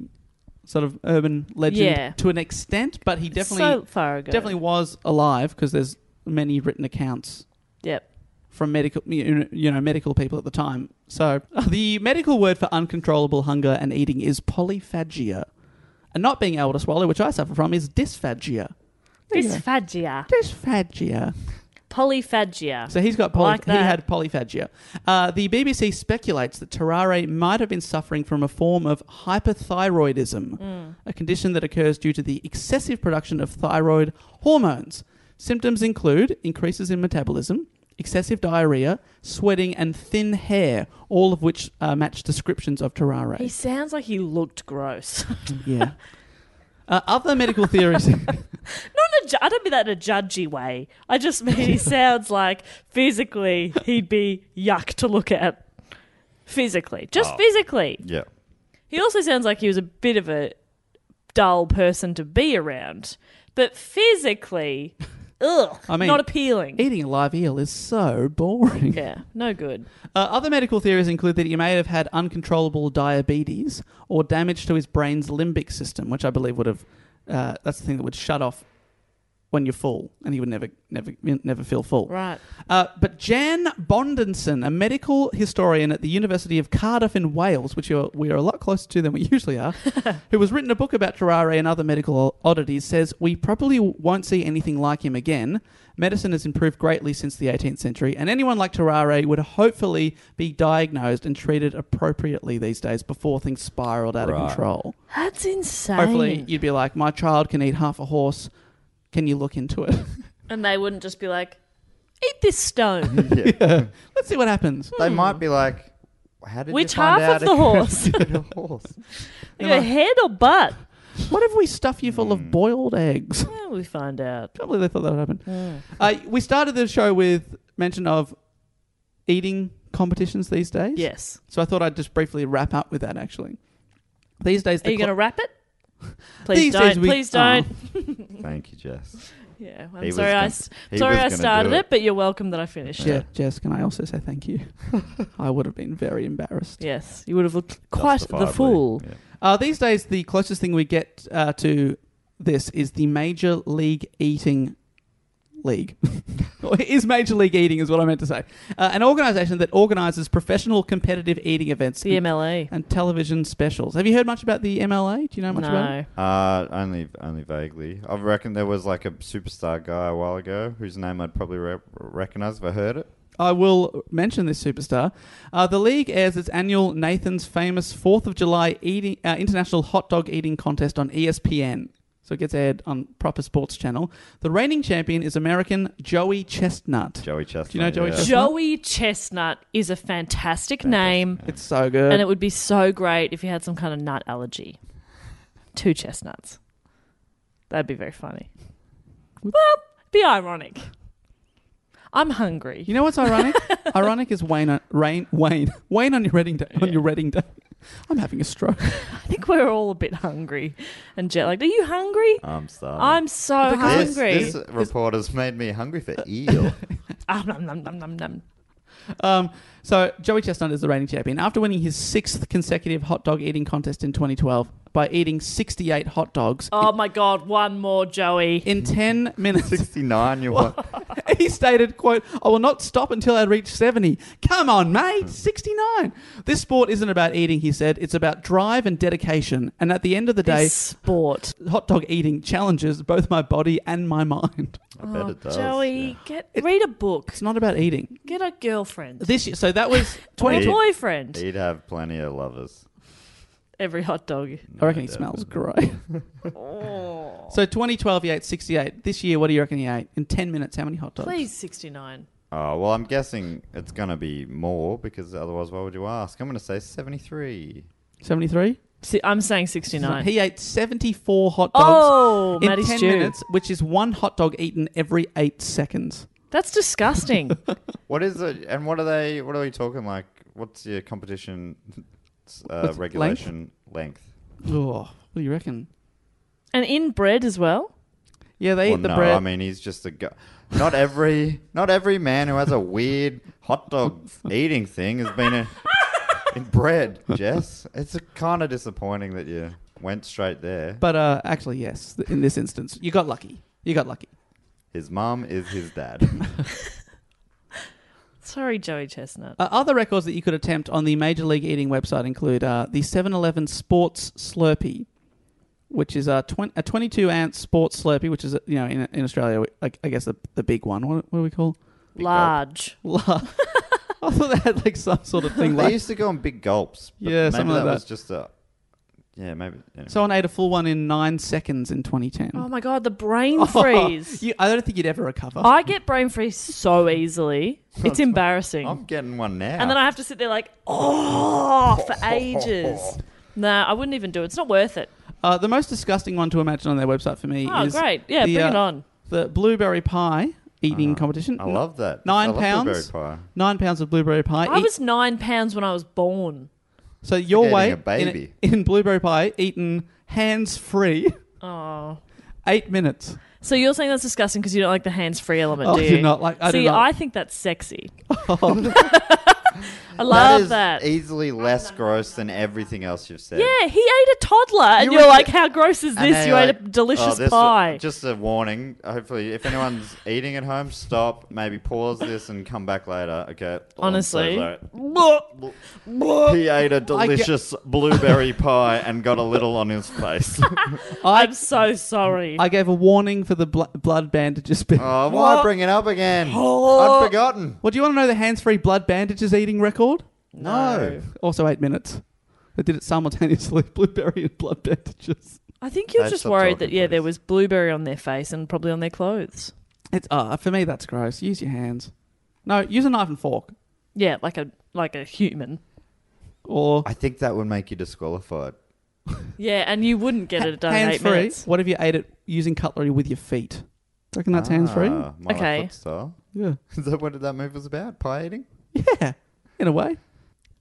[SPEAKER 3] sort of urban legend
[SPEAKER 4] Yeah.
[SPEAKER 3] to an extent, but he
[SPEAKER 4] so
[SPEAKER 3] definitely
[SPEAKER 4] far ago.
[SPEAKER 3] definitely was alive because there's many written accounts
[SPEAKER 4] Yep.
[SPEAKER 3] from medical you know medical people at the time. So the medical word for uncontrollable hunger and eating is polyphagia, and not being able to swallow, which I suffer from, is dysphagia.
[SPEAKER 4] Dysphagia.
[SPEAKER 3] Dysphagia.
[SPEAKER 4] Polyphagia.
[SPEAKER 3] So he's got
[SPEAKER 4] I
[SPEAKER 3] poly-
[SPEAKER 4] like
[SPEAKER 3] he
[SPEAKER 4] that.
[SPEAKER 3] had polyphagia. Uh, the BBC speculates that Terrare might have been suffering from a form of hyperthyroidism,
[SPEAKER 4] Mm.
[SPEAKER 3] a condition that occurs due to the excessive production of thyroid hormones. Symptoms include increases in metabolism, excessive diarrhea, sweating, and thin hair, all of which uh, match descriptions of Terrare.
[SPEAKER 4] He sounds like he looked gross.
[SPEAKER 3] yeah. Uh, other medical theories.
[SPEAKER 4] Not in a ju- I don't mean that in a judgy way. I just mean he sounds like physically he'd be yuck to look at. Physically, just physically.
[SPEAKER 9] yeah.
[SPEAKER 4] He also sounds like he was a bit of a dull person to be around, but physically, ugh,
[SPEAKER 3] I mean,
[SPEAKER 4] not appealing.
[SPEAKER 3] Eating a live eel is so boring.
[SPEAKER 4] yeah, no good.
[SPEAKER 3] Uh, other medical theories include that he may have had uncontrollable diabetes or damage to his brain's limbic system, which I believe would have uh, that's the thing that would shut off when you're full, and he would never, never, never feel full.
[SPEAKER 4] Right.
[SPEAKER 3] Uh, but Jan Bondenson, a medical historian at the University of Cardiff in Wales, which you're, we are a lot closer to than we usually are, who has written a book about Terrare and other medical oddities, says we probably won't see anything like him again. Medicine has improved greatly since the 18th century, and anyone like Terrare would hopefully be diagnosed and treated appropriately these days before things spiraled out of
[SPEAKER 9] Right.
[SPEAKER 3] control.
[SPEAKER 4] That's insane.
[SPEAKER 3] Hopefully, you'd be like, my child can eat half a horse. Can you look into it?
[SPEAKER 4] and they wouldn't just be like, Eat this stone.
[SPEAKER 3] Yeah. Let's see what happens.
[SPEAKER 5] They might be like, how did
[SPEAKER 4] Hmm. Which
[SPEAKER 5] you find
[SPEAKER 4] half
[SPEAKER 5] out
[SPEAKER 4] of the
[SPEAKER 5] if you're
[SPEAKER 4] horse?
[SPEAKER 5] a horse?
[SPEAKER 4] Your head or butt?
[SPEAKER 3] What if we stuff you full of boiled eggs?
[SPEAKER 4] Well, we find out.
[SPEAKER 3] can't believe they thought that would happen.
[SPEAKER 4] Yeah.
[SPEAKER 3] Uh, we started the show with mention of eating competitions these days.
[SPEAKER 4] Yes.
[SPEAKER 3] So I thought I'd just briefly wrap up with that. Actually, these days
[SPEAKER 4] Are
[SPEAKER 3] the
[SPEAKER 4] you going to
[SPEAKER 3] cl-
[SPEAKER 4] wrap it? Please
[SPEAKER 3] These days
[SPEAKER 4] don't.
[SPEAKER 3] we- Oh.
[SPEAKER 4] Please don't.
[SPEAKER 5] Thank you, Jess.
[SPEAKER 4] yeah,
[SPEAKER 5] He
[SPEAKER 4] I'm
[SPEAKER 5] was
[SPEAKER 4] sorry. I
[SPEAKER 5] gonna-
[SPEAKER 4] s
[SPEAKER 5] he
[SPEAKER 4] sorry
[SPEAKER 5] was
[SPEAKER 4] I
[SPEAKER 5] gonna
[SPEAKER 4] started
[SPEAKER 5] do
[SPEAKER 4] it. but you're welcome that I finished
[SPEAKER 3] Je-
[SPEAKER 4] it.
[SPEAKER 3] Jess, can I also say thank you? I would have been very embarrassed.
[SPEAKER 4] Yes, you would have looked quite the
[SPEAKER 3] Justifiably,
[SPEAKER 4] fool.
[SPEAKER 3] Uh, these days, the closest thing we get uh, to this is the Major League Eating League. Or is Major League Eating, is what I meant to say. Uh, an organisation that organises professional competitive eating events.
[SPEAKER 4] The MLA.
[SPEAKER 3] And television specials. Have you heard much about the MLA? Do you know much about it?
[SPEAKER 5] Uh, only, only vaguely. I reckon there was like a superstar guy a while ago whose name I'd probably re- recognize if I heard it.
[SPEAKER 3] I will mention this superstar. Uh, the league airs its annual Nathan's Famous 4th of July eating, uh, International Hot Dog Eating Contest on E ESPN. So it gets aired on proper sports channel. The reigning champion is American Joey Chestnut.
[SPEAKER 5] Joey Chestnut.
[SPEAKER 3] Do you know Joey Chestnut?
[SPEAKER 4] Joey Chestnut is a fantastic, name,
[SPEAKER 3] It's so good.
[SPEAKER 4] and it would be so great if you had some kind of nut allergy. Two chestnuts. That'd be very funny. Well, be ironic. I'm hungry.
[SPEAKER 3] you know what's ironic? ironic is Wayne on, Rain, Wayne Wayne on your wedding day. On your wedding day, I'm having a stroke.
[SPEAKER 4] I think we're all a bit hungry and jet lagged. Are you hungry?
[SPEAKER 5] I'm starving.
[SPEAKER 4] I'm so
[SPEAKER 5] This-
[SPEAKER 4] hungry.
[SPEAKER 5] Oh. This, reporter's made me hungry for eel.
[SPEAKER 4] Ah, nom, nom, nom, nom, nom.
[SPEAKER 3] Um, so Joey Chestnut is the reigning champion after winning his sixth consecutive hot dog eating contest in 2012 by eating 68 hot dogs
[SPEAKER 4] Oh my god, one more, Joey.
[SPEAKER 3] in 10 minutes.
[SPEAKER 5] 69, you want.
[SPEAKER 3] he stated, quote, I will not stop until I reach 70. Come on,
[SPEAKER 4] Mm.
[SPEAKER 3] mate, 69. This sport isn't about eating, he said. It's about drive and dedication. And at the end of the day,
[SPEAKER 4] This sport.
[SPEAKER 3] hot dog eating challenges both my body and my mind.
[SPEAKER 5] I bet
[SPEAKER 4] Oh,
[SPEAKER 5] it does.
[SPEAKER 4] Joey, get read a book.
[SPEAKER 3] It's not about eating.
[SPEAKER 4] Get a girlfriend.
[SPEAKER 3] This year, so that was
[SPEAKER 4] Or a
[SPEAKER 3] 20.
[SPEAKER 4] boyfriend.
[SPEAKER 5] He'd have plenty of lovers.
[SPEAKER 4] Every hot dog.
[SPEAKER 3] I reckon he smells great.
[SPEAKER 4] Oh.
[SPEAKER 3] so 2012, he ate 68. This year, what do you reckon he ate? In 10 minutes, how many hot dogs?
[SPEAKER 4] Please, 69.
[SPEAKER 5] Oh, well, I'm guessing it's going to be more because otherwise, why would you ask? I'm going to say 73.
[SPEAKER 3] 73?
[SPEAKER 4] Si- I'm saying 69.
[SPEAKER 3] He ate 74 hot dogs
[SPEAKER 4] Oh,
[SPEAKER 3] in
[SPEAKER 4] Matty
[SPEAKER 3] 10
[SPEAKER 4] Stew.
[SPEAKER 3] minutes, which is one hot dog eaten every eight seconds.
[SPEAKER 4] That's disgusting.
[SPEAKER 5] What is it? And what are they? What are we talking like? What's your competition uh,
[SPEAKER 3] What's it,
[SPEAKER 5] regulation length?
[SPEAKER 3] Oh, what do you reckon?
[SPEAKER 4] and inbred as well.
[SPEAKER 3] Yeah, they
[SPEAKER 5] Well,
[SPEAKER 3] eat the
[SPEAKER 5] no,
[SPEAKER 3] bread.
[SPEAKER 5] I mean he's just a guy. Not every not every man who has a weird hot dog eating thing has been in, in bread. Jess, it's kind of disappointing that you went straight there.
[SPEAKER 3] but uh, actually, yes, th- in this instance, you got lucky. You got lucky.
[SPEAKER 5] His mum is his dad.
[SPEAKER 4] Sorry, Joey Chestnut.
[SPEAKER 3] Uh, other records that you could attempt on the Major League Eating website include uh, the 7 Eleven Sports Slurpee, which is a, twen- a 22 ounce sports Slurpee, which is, uh, you know, in, in Australia, like, I guess the, the big one. What, what do we call
[SPEAKER 4] Large.
[SPEAKER 3] La- I thought they had like some sort of thing
[SPEAKER 5] they
[SPEAKER 3] like
[SPEAKER 5] used to go on big gulps. but
[SPEAKER 3] Yeah,
[SPEAKER 5] maybe
[SPEAKER 3] something like
[SPEAKER 5] that,
[SPEAKER 3] that.
[SPEAKER 5] was just a. Yeah, maybe. anyway.
[SPEAKER 3] Someone ate a full one in nine seconds in 2010.
[SPEAKER 4] Oh my god, the brain freeze.
[SPEAKER 3] Oh, You- I don't think you'd ever recover.
[SPEAKER 4] I get brain freeze so easily. It's embarrassing.
[SPEAKER 5] I'm getting one now.
[SPEAKER 4] and then I have to sit there like, oh, for ages. Nah, I wouldn't even do it. It's not worth it.
[SPEAKER 3] Uh, the most disgusting one to imagine on their website for me
[SPEAKER 4] Oh,
[SPEAKER 3] is
[SPEAKER 4] great. Yeah,
[SPEAKER 3] the,
[SPEAKER 4] bring it
[SPEAKER 3] uh,
[SPEAKER 4] on.
[SPEAKER 3] The blueberry pie eating competition.
[SPEAKER 5] I love that.
[SPEAKER 3] Nine
[SPEAKER 5] I love
[SPEAKER 3] pounds.
[SPEAKER 5] blueberry pie.
[SPEAKER 3] Nine pounds of blueberry pie.
[SPEAKER 4] I
[SPEAKER 3] Eat-
[SPEAKER 4] was nine pounds when I was born.
[SPEAKER 3] so your
[SPEAKER 5] Eating
[SPEAKER 3] way
[SPEAKER 5] a baby.
[SPEAKER 3] In, in blueberry pie eaten hands free.
[SPEAKER 4] Oh.
[SPEAKER 3] Eight minutes.
[SPEAKER 4] So you're saying that's disgusting because you don't like the hands-free element,
[SPEAKER 3] Oh,
[SPEAKER 4] do
[SPEAKER 3] I
[SPEAKER 4] you?
[SPEAKER 3] do not like- I do
[SPEAKER 4] See,
[SPEAKER 3] not.
[SPEAKER 4] I think that's sexy.
[SPEAKER 3] Oh,
[SPEAKER 4] I love
[SPEAKER 5] is
[SPEAKER 4] that.
[SPEAKER 5] easily less gross than everything else you've said.
[SPEAKER 4] Yeah, he ate a toddler, and
[SPEAKER 5] You
[SPEAKER 4] you are
[SPEAKER 5] were-
[SPEAKER 4] like, "How gross is
[SPEAKER 5] And
[SPEAKER 4] this?
[SPEAKER 5] they
[SPEAKER 4] You
[SPEAKER 5] are
[SPEAKER 4] ate a
[SPEAKER 5] like, "Oh,
[SPEAKER 4] delicious
[SPEAKER 5] this-
[SPEAKER 4] pie."
[SPEAKER 5] Just a warning. Hopefully, if anyone's eating at home, stop. Maybe pause this and come back later. Okay. Oh, I'm so
[SPEAKER 4] Honestly.
[SPEAKER 5] sorry.
[SPEAKER 4] Blah. Blah.
[SPEAKER 5] he ate a delicious blueberry pie and got a little on his face.
[SPEAKER 4] I'm so sorry.
[SPEAKER 3] I gave a warning for the bl- blood bandages. bit.
[SPEAKER 5] oh, why bring it up again? I'd forgotten.
[SPEAKER 3] Well, do you want to know the hands-free blood bandages eating record?
[SPEAKER 5] No.
[SPEAKER 3] Also eight minutes. They did it simultaneously. Blueberry and blood bandages.
[SPEAKER 4] I think you're
[SPEAKER 5] Hey,
[SPEAKER 4] just
[SPEAKER 5] stop
[SPEAKER 4] worried
[SPEAKER 5] talking,
[SPEAKER 4] that yeah, there
[SPEAKER 5] please.
[SPEAKER 4] was blueberry on their face and probably on their clothes.
[SPEAKER 3] It's uh for me that's gross. Use your hands. No, use a knife and fork.
[SPEAKER 4] Yeah, like a like a human.
[SPEAKER 3] Or
[SPEAKER 5] I think that would make you disqualified.
[SPEAKER 4] Yeah, and you wouldn't get it done in
[SPEAKER 3] hands
[SPEAKER 4] eight
[SPEAKER 3] free.
[SPEAKER 4] minutes.
[SPEAKER 3] What if you ate it using cutlery with your feet? Do you reckon that's hands free?
[SPEAKER 5] Ah, Milo
[SPEAKER 4] Okay.
[SPEAKER 5] Foot style.
[SPEAKER 3] Yeah.
[SPEAKER 5] Is that what that move was about? Pie eating?
[SPEAKER 3] In a way.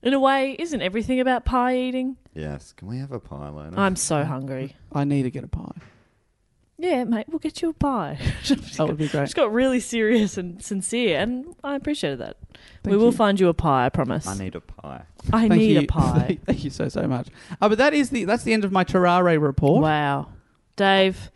[SPEAKER 4] In a way, isn't everything about pie eating?
[SPEAKER 5] Yes. Can we have a pie, Lona?
[SPEAKER 4] I'm so hungry.
[SPEAKER 3] I need to get a pie.
[SPEAKER 4] Yeah, mate, we'll get you a pie.
[SPEAKER 3] That would be
[SPEAKER 4] Just
[SPEAKER 3] great.
[SPEAKER 4] got really serious and sincere, and I appreciated that. we
[SPEAKER 3] Thank
[SPEAKER 4] will
[SPEAKER 3] you.
[SPEAKER 4] find you a pie, I promise.
[SPEAKER 5] I need a pie.
[SPEAKER 4] I
[SPEAKER 3] Thank
[SPEAKER 4] need
[SPEAKER 3] you.
[SPEAKER 4] a pie.
[SPEAKER 3] Thank you so so much. Uh, but that is the that's the end of my Terrare report.
[SPEAKER 4] wow, Dave,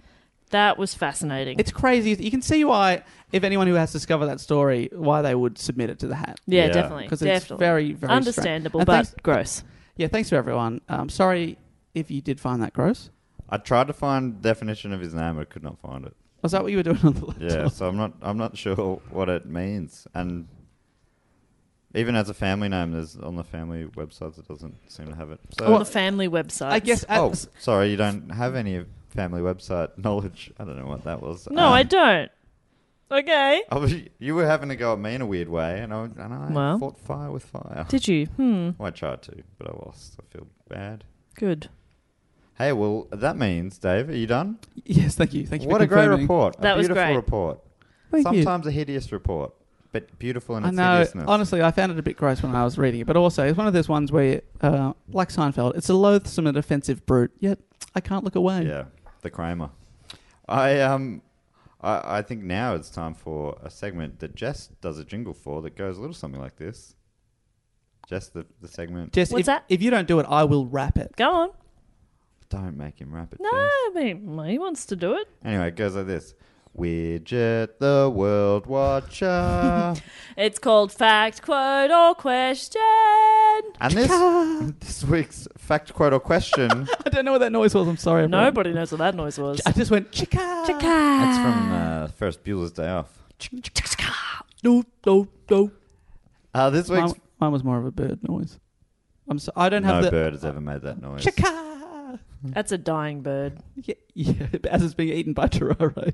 [SPEAKER 4] that was fascinating.
[SPEAKER 3] It's crazy. You can see why if anyone who has discovered that story, why they would submit it to the hat.
[SPEAKER 4] yeah,
[SPEAKER 5] Yeah.
[SPEAKER 4] definitely,
[SPEAKER 3] Because
[SPEAKER 4] definitely
[SPEAKER 3] it's very very strange.
[SPEAKER 4] understandable,
[SPEAKER 3] And
[SPEAKER 4] but
[SPEAKER 3] thanks-
[SPEAKER 4] gross.
[SPEAKER 3] yeah, thanks to everyone. Um, sorry if you did find that gross.
[SPEAKER 5] I tried to find definition of his name, but could not find it.
[SPEAKER 3] Was that what you were doing on the laptop?
[SPEAKER 5] Yeah, so I'm not I'm not sure what it means. And even as a family name, there's on the family websites it doesn't seem to have it. So
[SPEAKER 4] On the family website,
[SPEAKER 3] I guess uh, at,
[SPEAKER 5] Oh, sorry, you don't have any family website knowledge. I don't know what that was.
[SPEAKER 4] No,
[SPEAKER 5] Um,
[SPEAKER 4] I don't. Okay.
[SPEAKER 5] I was, you were having to go at me in a weird way, and I, and I
[SPEAKER 4] Well.
[SPEAKER 5] fought fire with fire.
[SPEAKER 4] Did you? Hmm.
[SPEAKER 5] Well, I tried to, but I lost. I feel bad.
[SPEAKER 4] Good.
[SPEAKER 5] Hey, well, that means, Dave, are you done?
[SPEAKER 3] yes, thank you. Thank you.
[SPEAKER 5] What
[SPEAKER 3] for
[SPEAKER 5] a great
[SPEAKER 3] confirming.
[SPEAKER 5] report.
[SPEAKER 4] That
[SPEAKER 5] a
[SPEAKER 4] was
[SPEAKER 5] beautiful
[SPEAKER 4] great.
[SPEAKER 5] report.
[SPEAKER 3] Thank you.
[SPEAKER 5] Sometimes a hideous report, but beautiful in
[SPEAKER 3] I
[SPEAKER 5] its
[SPEAKER 3] know.
[SPEAKER 5] hideousness.
[SPEAKER 3] Honestly, I found it a bit gross when I was reading it, but also it's one of those ones where, uh, like Seinfeld, it's a loathsome and offensive brute. Yet I can't look away.
[SPEAKER 5] Yeah, the Kramer. I um, I, I think now it's time for a segment that Jess does a jingle for that goes a little something like this. Jess, the, the segment.
[SPEAKER 3] Jess,
[SPEAKER 4] What's
[SPEAKER 3] if,
[SPEAKER 4] that?
[SPEAKER 3] if you don't do it, I will wrap it.
[SPEAKER 4] Go on.
[SPEAKER 5] Don't make him rap it.
[SPEAKER 4] No,
[SPEAKER 5] Jess.
[SPEAKER 4] I mean, he wants to do it.
[SPEAKER 5] Anyway, it goes like this. Widget, the World Watcher,
[SPEAKER 4] It's called fact, quote, or question.
[SPEAKER 5] and this this week's fact, quote, or question.
[SPEAKER 3] I don't know what that noise was. I'm sorry. everyone.
[SPEAKER 4] Nobody knows what that noise was.
[SPEAKER 3] I just went chica.
[SPEAKER 5] That's from uh, Ferris Bueller's Day Off.
[SPEAKER 3] No, no, no.
[SPEAKER 5] Uh, this week's
[SPEAKER 3] Mine, mine was more of a bird noise. I'm so, I don't have
[SPEAKER 5] no
[SPEAKER 3] the
[SPEAKER 5] bird has ever made that noise.
[SPEAKER 3] chica.
[SPEAKER 4] That's a dying bird.
[SPEAKER 3] Yeah, yeah, as it's being eaten by Terraro.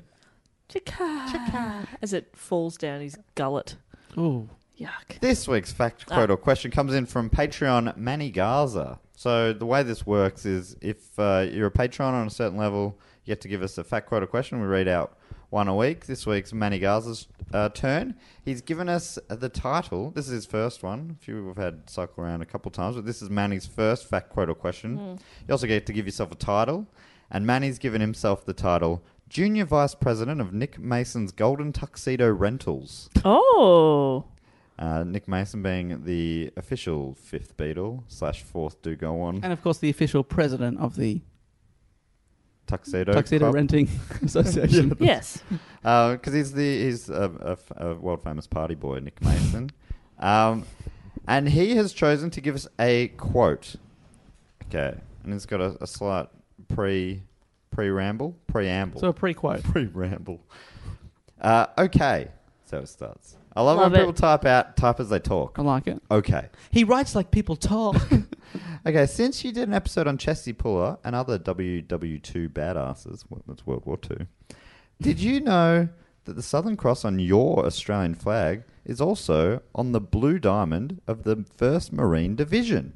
[SPEAKER 4] As it falls down his gullet.
[SPEAKER 3] Oh,
[SPEAKER 4] Yuck.
[SPEAKER 5] This week's fact, quote, or question comes in from Patreon Manny Garza. So the way this works is if uh, you're a Patreon on a certain level, you have to give us a fact, quote, or question. We read out one a week. This week's Manny Garza's uh, turn. He's given us the title. This is his first one. A few we've had cycle around a couple times, but this is Manny's first fact, quote, or question. You also get to give yourself a title, and Manny's given himself the title Junior Vice President of Nick Mason's Golden Tuxedo Rentals.
[SPEAKER 4] Oh.
[SPEAKER 5] Uh, Nick Mason being the official fifth Beatle slash fourth do go on
[SPEAKER 4] Oh.
[SPEAKER 3] and of course the official president of the
[SPEAKER 5] tuxedo
[SPEAKER 3] Tuxedo
[SPEAKER 5] club.
[SPEAKER 3] Renting Association.
[SPEAKER 4] Yes.
[SPEAKER 5] because he's the he's a, a f- a world famous party boy, Nick Mason, um, and he has chosen to give us a quote. Okay, and it's got a, a slight pre pre ramble preamble.
[SPEAKER 3] So a pre-quote.
[SPEAKER 5] Pre ramble. Uh, okay, so it starts. I love,
[SPEAKER 4] Love
[SPEAKER 5] when
[SPEAKER 4] it.
[SPEAKER 5] people type out type as they talk.
[SPEAKER 3] I like it.
[SPEAKER 5] Okay.
[SPEAKER 3] He writes like people talk.
[SPEAKER 5] Okay, since you did an episode on Chesty Puller and other WW2 badasses, well, that's World War Two. did you know that the Southern Cross on your Australian flag is also on the blue diamond of the 1st Marine Division?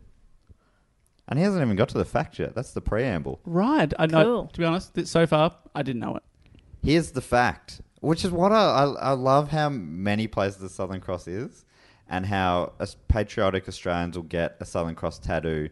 [SPEAKER 5] And he hasn't even got to the fact yet. That's the preamble.
[SPEAKER 3] right. I know.
[SPEAKER 4] Cool.
[SPEAKER 3] To be honest, th- so far I didn't know it.
[SPEAKER 5] Here's the fact, which is what I, I, I love how many places the Southern Cross is and how us patriotic Australians will get a Southern Cross tattoo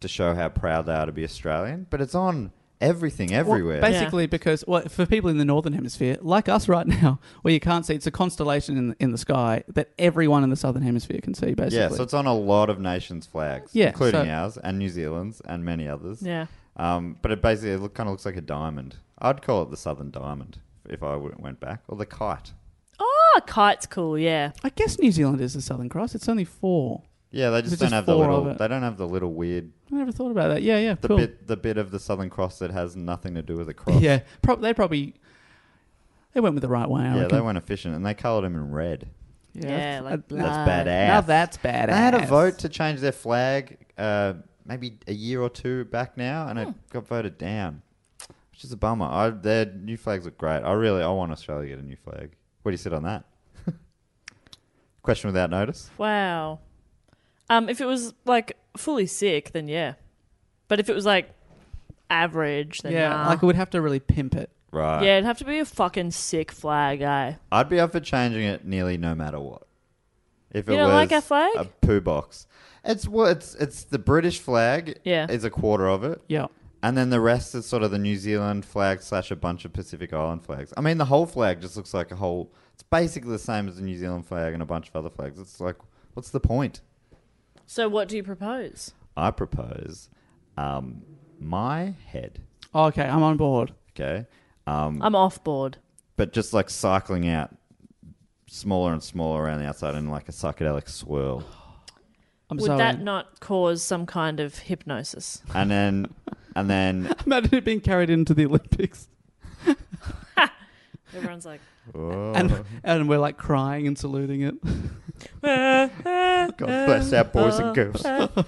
[SPEAKER 5] to show how proud they are to be Australian. But it's on everything, everywhere.
[SPEAKER 3] Well, basically, because well, for people in the northern hemisphere, like us right now, where you can't see, it's a constellation in in the sky that everyone in the southern hemisphere can see. Basically,
[SPEAKER 5] yeah, so it's on a lot of nations' flags,
[SPEAKER 3] Yeah,
[SPEAKER 5] including
[SPEAKER 3] so-
[SPEAKER 5] ours and New Zealand's and many others.
[SPEAKER 4] Yeah.
[SPEAKER 5] Um, but it basically it look, kind of looks like a diamond. I'd call it the Southern Diamond if I w- went back, or the kite.
[SPEAKER 4] Oh, kite's cool, yeah.
[SPEAKER 3] I guess New Zealand is the Southern Cross. It's only four.
[SPEAKER 5] Yeah, they just
[SPEAKER 3] There's
[SPEAKER 5] don't
[SPEAKER 3] just
[SPEAKER 5] have the
[SPEAKER 3] four of
[SPEAKER 5] little.
[SPEAKER 3] it.
[SPEAKER 5] They don't have the little weird
[SPEAKER 3] I never thought about that. Yeah, yeah,
[SPEAKER 5] the
[SPEAKER 3] cool.
[SPEAKER 5] bit the bit of the Southern Cross that has nothing to do with the cross.
[SPEAKER 3] Yeah, prob- they probably they went with the right way. I
[SPEAKER 5] yeah,
[SPEAKER 3] reckon.
[SPEAKER 5] they weren't efficient, and they coloured him in red.
[SPEAKER 4] Yeah, like
[SPEAKER 3] that-
[SPEAKER 4] blood.
[SPEAKER 5] That's badass.
[SPEAKER 3] Now that's badass.
[SPEAKER 5] They had a vote to change their flag, uh, maybe a year or two back now,
[SPEAKER 4] Hmm.
[SPEAKER 5] and it got voted down, which is a bummer. I, their new flags look great. I really I want Australia to get a new flag. Where do you sit on that? Question without notice.
[SPEAKER 4] Wow. Um, if it was like fully sick, then yeah. But if it was like average, then
[SPEAKER 3] yeah,
[SPEAKER 4] nah.
[SPEAKER 3] like it would have to really pimp it.
[SPEAKER 5] Right.
[SPEAKER 4] yeah, it'd have to be a fucking sick flag eh? guy.
[SPEAKER 5] I'd be up for changing it nearly no matter what. If
[SPEAKER 4] You
[SPEAKER 5] it
[SPEAKER 4] don't
[SPEAKER 5] was
[SPEAKER 4] like our flag?
[SPEAKER 5] a poo box, it's well, it's it's the British flag.
[SPEAKER 4] Yeah.
[SPEAKER 5] is a quarter of it.
[SPEAKER 3] Yeah.
[SPEAKER 5] and then the rest is sort of the New Zealand flag slash a bunch of Pacific Island flags. I mean, the whole flag just looks like a whole. It's basically the same as the New Zealand flag and a bunch of other flags. It's like, what's the point?
[SPEAKER 4] So what do you propose?
[SPEAKER 5] I propose, um, my head.
[SPEAKER 3] Oh, Okay, I'm on board.
[SPEAKER 5] Okay. Um,
[SPEAKER 4] Mm. I'm off board.
[SPEAKER 5] but just like cycling out smaller and smaller around the outside in like a psychedelic swirl.
[SPEAKER 3] I'm
[SPEAKER 4] Would
[SPEAKER 3] so
[SPEAKER 4] that
[SPEAKER 3] in.
[SPEAKER 4] not cause some kind of hypnosis?
[SPEAKER 5] And then and then
[SPEAKER 3] Imagine it being carried into the Olympics,
[SPEAKER 4] Everyone's like,
[SPEAKER 5] Oh.
[SPEAKER 3] and and we're like crying and saluting it.
[SPEAKER 4] God
[SPEAKER 5] bless our boys and girls.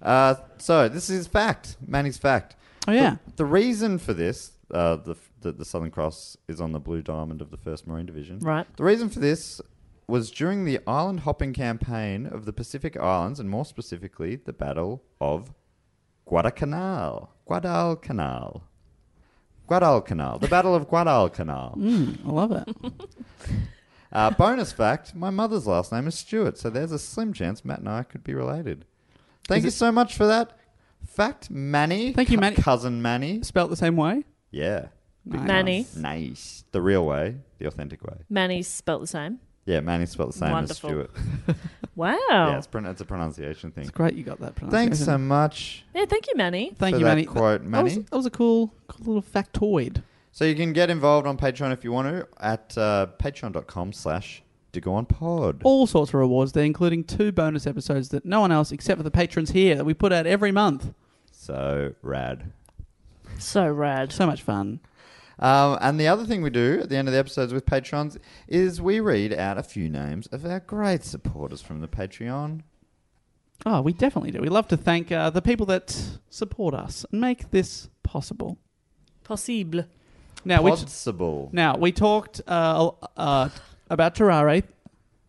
[SPEAKER 5] Uh, so this is fact, Manny's fact.
[SPEAKER 3] Oh, yeah.
[SPEAKER 5] The, the reason for this, uh, the, the the Southern Cross is on the blue diamond of the First Marine Division.
[SPEAKER 4] Right.
[SPEAKER 5] The reason for this was during the island hopping campaign of the Pacific Islands, and more specifically, the Battle of Guadalcanal. Guadalcanal. Guadalcanal. The Battle of Guadalcanal.
[SPEAKER 3] Mm, I love it.
[SPEAKER 5] Uh, bonus fact: My mother's last name is Stewart, so there's a slim chance Matt and I could be related. Thank
[SPEAKER 3] Is
[SPEAKER 5] you
[SPEAKER 3] it-
[SPEAKER 5] so much for that fact, Manny.
[SPEAKER 3] Thank you,
[SPEAKER 5] Cu-
[SPEAKER 3] Manny.
[SPEAKER 5] Cousin Manny.
[SPEAKER 3] Spelt the same way.
[SPEAKER 5] Yeah,
[SPEAKER 3] Nice.
[SPEAKER 4] Manny.
[SPEAKER 5] nice. The real way, the authentic way.
[SPEAKER 4] Manny's spelt the same.
[SPEAKER 5] Yeah, Manny spelled the same
[SPEAKER 4] Wonderful. Oh.
[SPEAKER 5] as Stewart.
[SPEAKER 4] Wow.
[SPEAKER 5] Yeah,
[SPEAKER 4] Yeah,
[SPEAKER 5] it's, pron- it's a pronunciation thing.
[SPEAKER 3] It's great you got that pronunciation.
[SPEAKER 5] Thanks so much
[SPEAKER 4] thank you, Manny.
[SPEAKER 3] Thank
[SPEAKER 5] for
[SPEAKER 3] you,
[SPEAKER 5] that
[SPEAKER 3] Manny.
[SPEAKER 5] quote,
[SPEAKER 3] That was,
[SPEAKER 5] Manny.
[SPEAKER 3] that was a cool, cool little factoid.
[SPEAKER 5] So you can get involved on Patreon if you want to at uh, patreon.com slash to go on pod.
[SPEAKER 3] All sorts of rewards there, including two bonus episodes that no one else except for the patrons here that we put out every month.
[SPEAKER 5] So rad.
[SPEAKER 4] So rad.
[SPEAKER 3] So much fun.
[SPEAKER 5] Um, and the other thing we do at the end of the episodes with patrons is we read out a few names of our great supporters from the Patreon.
[SPEAKER 3] Oh, we definitely do. We love to thank uh, the people that support us and make this possible.
[SPEAKER 4] Possible.
[SPEAKER 3] Now, we
[SPEAKER 5] Possible.
[SPEAKER 3] now we talked uh, uh, about Terrare,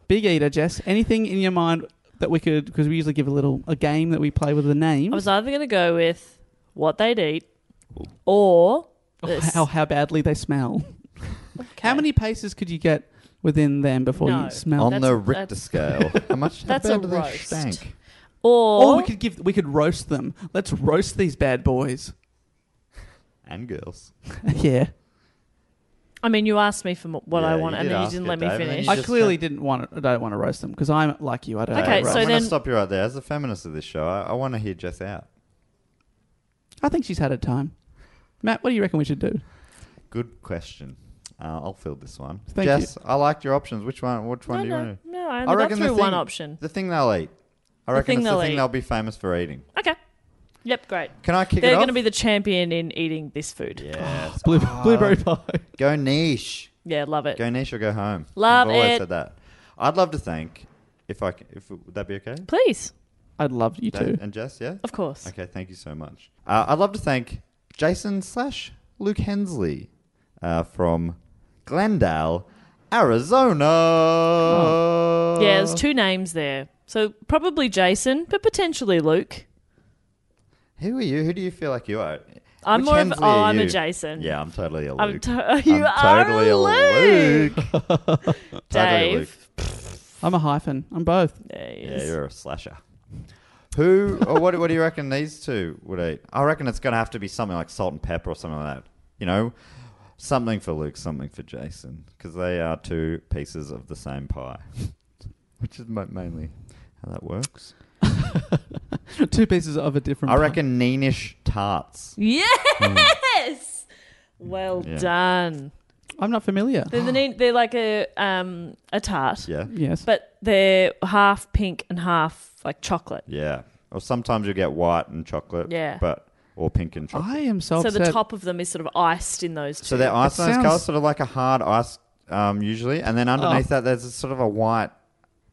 [SPEAKER 3] Big Eater, Jess. Anything in your mind that we could? Because we usually give a little a game that we play with the
[SPEAKER 4] I was
[SPEAKER 3] names.
[SPEAKER 4] either going to go with what they'd eat or this.
[SPEAKER 3] How how badly they smell. How many paces could you get within them before
[SPEAKER 4] No.
[SPEAKER 3] you smell?
[SPEAKER 5] on the
[SPEAKER 4] That's-
[SPEAKER 5] Richter scale. How much
[SPEAKER 4] That's
[SPEAKER 5] how
[SPEAKER 4] a
[SPEAKER 5] bad do they
[SPEAKER 4] roast.
[SPEAKER 5] stank?
[SPEAKER 4] Or,
[SPEAKER 3] Or we could give we could roast them. Let's roast these bad boys.
[SPEAKER 5] And girls.
[SPEAKER 3] yeah,
[SPEAKER 4] I mean, you asked me for m- what
[SPEAKER 5] Yeah,
[SPEAKER 4] I
[SPEAKER 5] you
[SPEAKER 4] want, and
[SPEAKER 5] did
[SPEAKER 4] then you
[SPEAKER 5] ask
[SPEAKER 4] didn't
[SPEAKER 5] it,
[SPEAKER 4] let me
[SPEAKER 5] Dave, and then
[SPEAKER 4] finish.
[SPEAKER 5] you
[SPEAKER 3] I
[SPEAKER 5] just
[SPEAKER 3] clearly
[SPEAKER 5] said-
[SPEAKER 3] didn't want to. I don't want to roast them because I'm like you. I don't.
[SPEAKER 4] Okay,
[SPEAKER 3] roast.
[SPEAKER 4] so
[SPEAKER 5] I'm going
[SPEAKER 4] then-
[SPEAKER 5] to stop you right there. As a feminist of this show, I, I want to hear Jess out.
[SPEAKER 3] I think she's had her time. Matt, what do you reckon we should do?
[SPEAKER 5] Good question. Uh, I'll field this one.
[SPEAKER 3] Thank
[SPEAKER 5] Jess, I liked your options. Which one? Which one
[SPEAKER 4] no,
[SPEAKER 5] do you
[SPEAKER 4] no,
[SPEAKER 5] want to?
[SPEAKER 4] no, I only got through one option.
[SPEAKER 5] The thing they'll eat. I
[SPEAKER 4] The
[SPEAKER 5] reckon
[SPEAKER 4] thing
[SPEAKER 5] it's the
[SPEAKER 4] they'll
[SPEAKER 5] thing
[SPEAKER 4] eat.
[SPEAKER 5] they'll be famous for eating.
[SPEAKER 4] Okay. Yep, great.
[SPEAKER 5] Can I kick
[SPEAKER 4] They're
[SPEAKER 5] it off?
[SPEAKER 4] going to be the champion in eating this food. Yeah,
[SPEAKER 5] Yes.
[SPEAKER 3] Blue, blueberry pie.
[SPEAKER 5] Go niche.
[SPEAKER 4] love it.
[SPEAKER 5] Go niche or go home.
[SPEAKER 4] Love
[SPEAKER 5] I've always
[SPEAKER 4] it.
[SPEAKER 5] said that. I'd love to thank if I c- if would that be okay?
[SPEAKER 4] Please.
[SPEAKER 3] I'd love you
[SPEAKER 5] Dave
[SPEAKER 3] too.
[SPEAKER 5] and Jess, yeah.
[SPEAKER 4] Of course.
[SPEAKER 5] Okay, thank you so much. Uh, I'd love to thank Jason slash Luke Hensley uh, from Glendale, Arizona.
[SPEAKER 4] Oh. Yeah,
[SPEAKER 5] Uh,
[SPEAKER 4] there's two names there. So probably Jason, but potentially Luke.
[SPEAKER 5] Who are you? Who do you feel like you are?
[SPEAKER 4] I'm
[SPEAKER 5] Which
[SPEAKER 4] more of-
[SPEAKER 5] Hensley
[SPEAKER 4] oh,
[SPEAKER 5] are
[SPEAKER 4] I'm a
[SPEAKER 5] you?
[SPEAKER 4] Jason.
[SPEAKER 5] Yeah, I'm totally a Luke.
[SPEAKER 4] I'm to- you are a Luke.
[SPEAKER 5] totally a Luke.
[SPEAKER 4] Dave.
[SPEAKER 3] I'm a hyphen. I'm both.
[SPEAKER 4] There he
[SPEAKER 5] Yeah,
[SPEAKER 4] is.
[SPEAKER 5] you're a slasher. Who or what, what do you reckon these two would eat? I reckon it's going to have to be something like salt and pepper or something like that. You know, something for Luke, something for Jason, because they are two pieces of the same pie, which is mo- mainly how that works.
[SPEAKER 3] Two pieces of a different.
[SPEAKER 5] I
[SPEAKER 3] pie.
[SPEAKER 5] reckon Neenish tarts.
[SPEAKER 4] Yes. Well
[SPEAKER 5] Hmm. Yeah.
[SPEAKER 4] done.
[SPEAKER 3] I'm not familiar.
[SPEAKER 4] They're, the neat- they're like a um a tart,
[SPEAKER 5] Yeah,
[SPEAKER 3] Yes.
[SPEAKER 4] but they're half pink and half like chocolate.
[SPEAKER 5] yeah. Or sometimes you get white and chocolate.
[SPEAKER 4] Yeah.
[SPEAKER 5] but or pink and chocolate.
[SPEAKER 3] I am so,
[SPEAKER 4] so
[SPEAKER 3] upset.
[SPEAKER 4] the top of them is sort of iced in those two.
[SPEAKER 5] So they're ice on those
[SPEAKER 3] sounds-
[SPEAKER 5] colours, sort of like a hard ice um, usually, and then underneath
[SPEAKER 4] Oh.
[SPEAKER 5] that there's a sort of a white.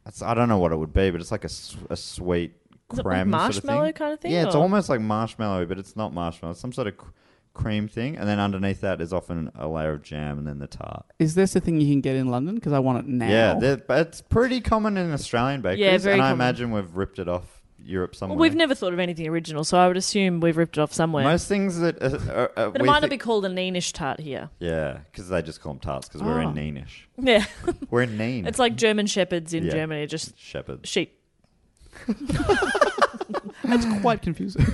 [SPEAKER 5] It's, I don't know what it would be, but it's like a, s- a sweet
[SPEAKER 4] Is it like
[SPEAKER 5] creme
[SPEAKER 4] marshmallow
[SPEAKER 5] sort of thing.
[SPEAKER 4] kind of thing,
[SPEAKER 5] Yeah, it's
[SPEAKER 4] or-
[SPEAKER 5] almost like marshmallow, but it's not marshmallow. It's some sort of cr- cream thing, and then underneath that is often a layer of jam and then the tart.
[SPEAKER 3] Is this a thing you can get in London? Because I want it now.
[SPEAKER 5] Yeah, they're- but it's pretty common in Australian bakeries,
[SPEAKER 4] Yeah, very
[SPEAKER 5] and I
[SPEAKER 4] common.
[SPEAKER 5] imagine we've ripped it off Europe somewhere.
[SPEAKER 4] We've never thought of anything original, so I would assume we've ripped it off somewhere.
[SPEAKER 5] Most things that uh, are, are,
[SPEAKER 4] but it
[SPEAKER 5] we
[SPEAKER 4] might not be
[SPEAKER 5] thi-
[SPEAKER 4] called a Neenish tart here.
[SPEAKER 5] Yeah, because they just call them tarts because we're
[SPEAKER 4] Oh.
[SPEAKER 5] in Neenish.
[SPEAKER 4] Yeah.
[SPEAKER 5] We're in Neen.
[SPEAKER 4] It's like German shepherds in
[SPEAKER 5] Hmm. Yeah.
[SPEAKER 4] Germany, just
[SPEAKER 5] Shepherd.
[SPEAKER 4] sheep.
[SPEAKER 3] That's quite confusing.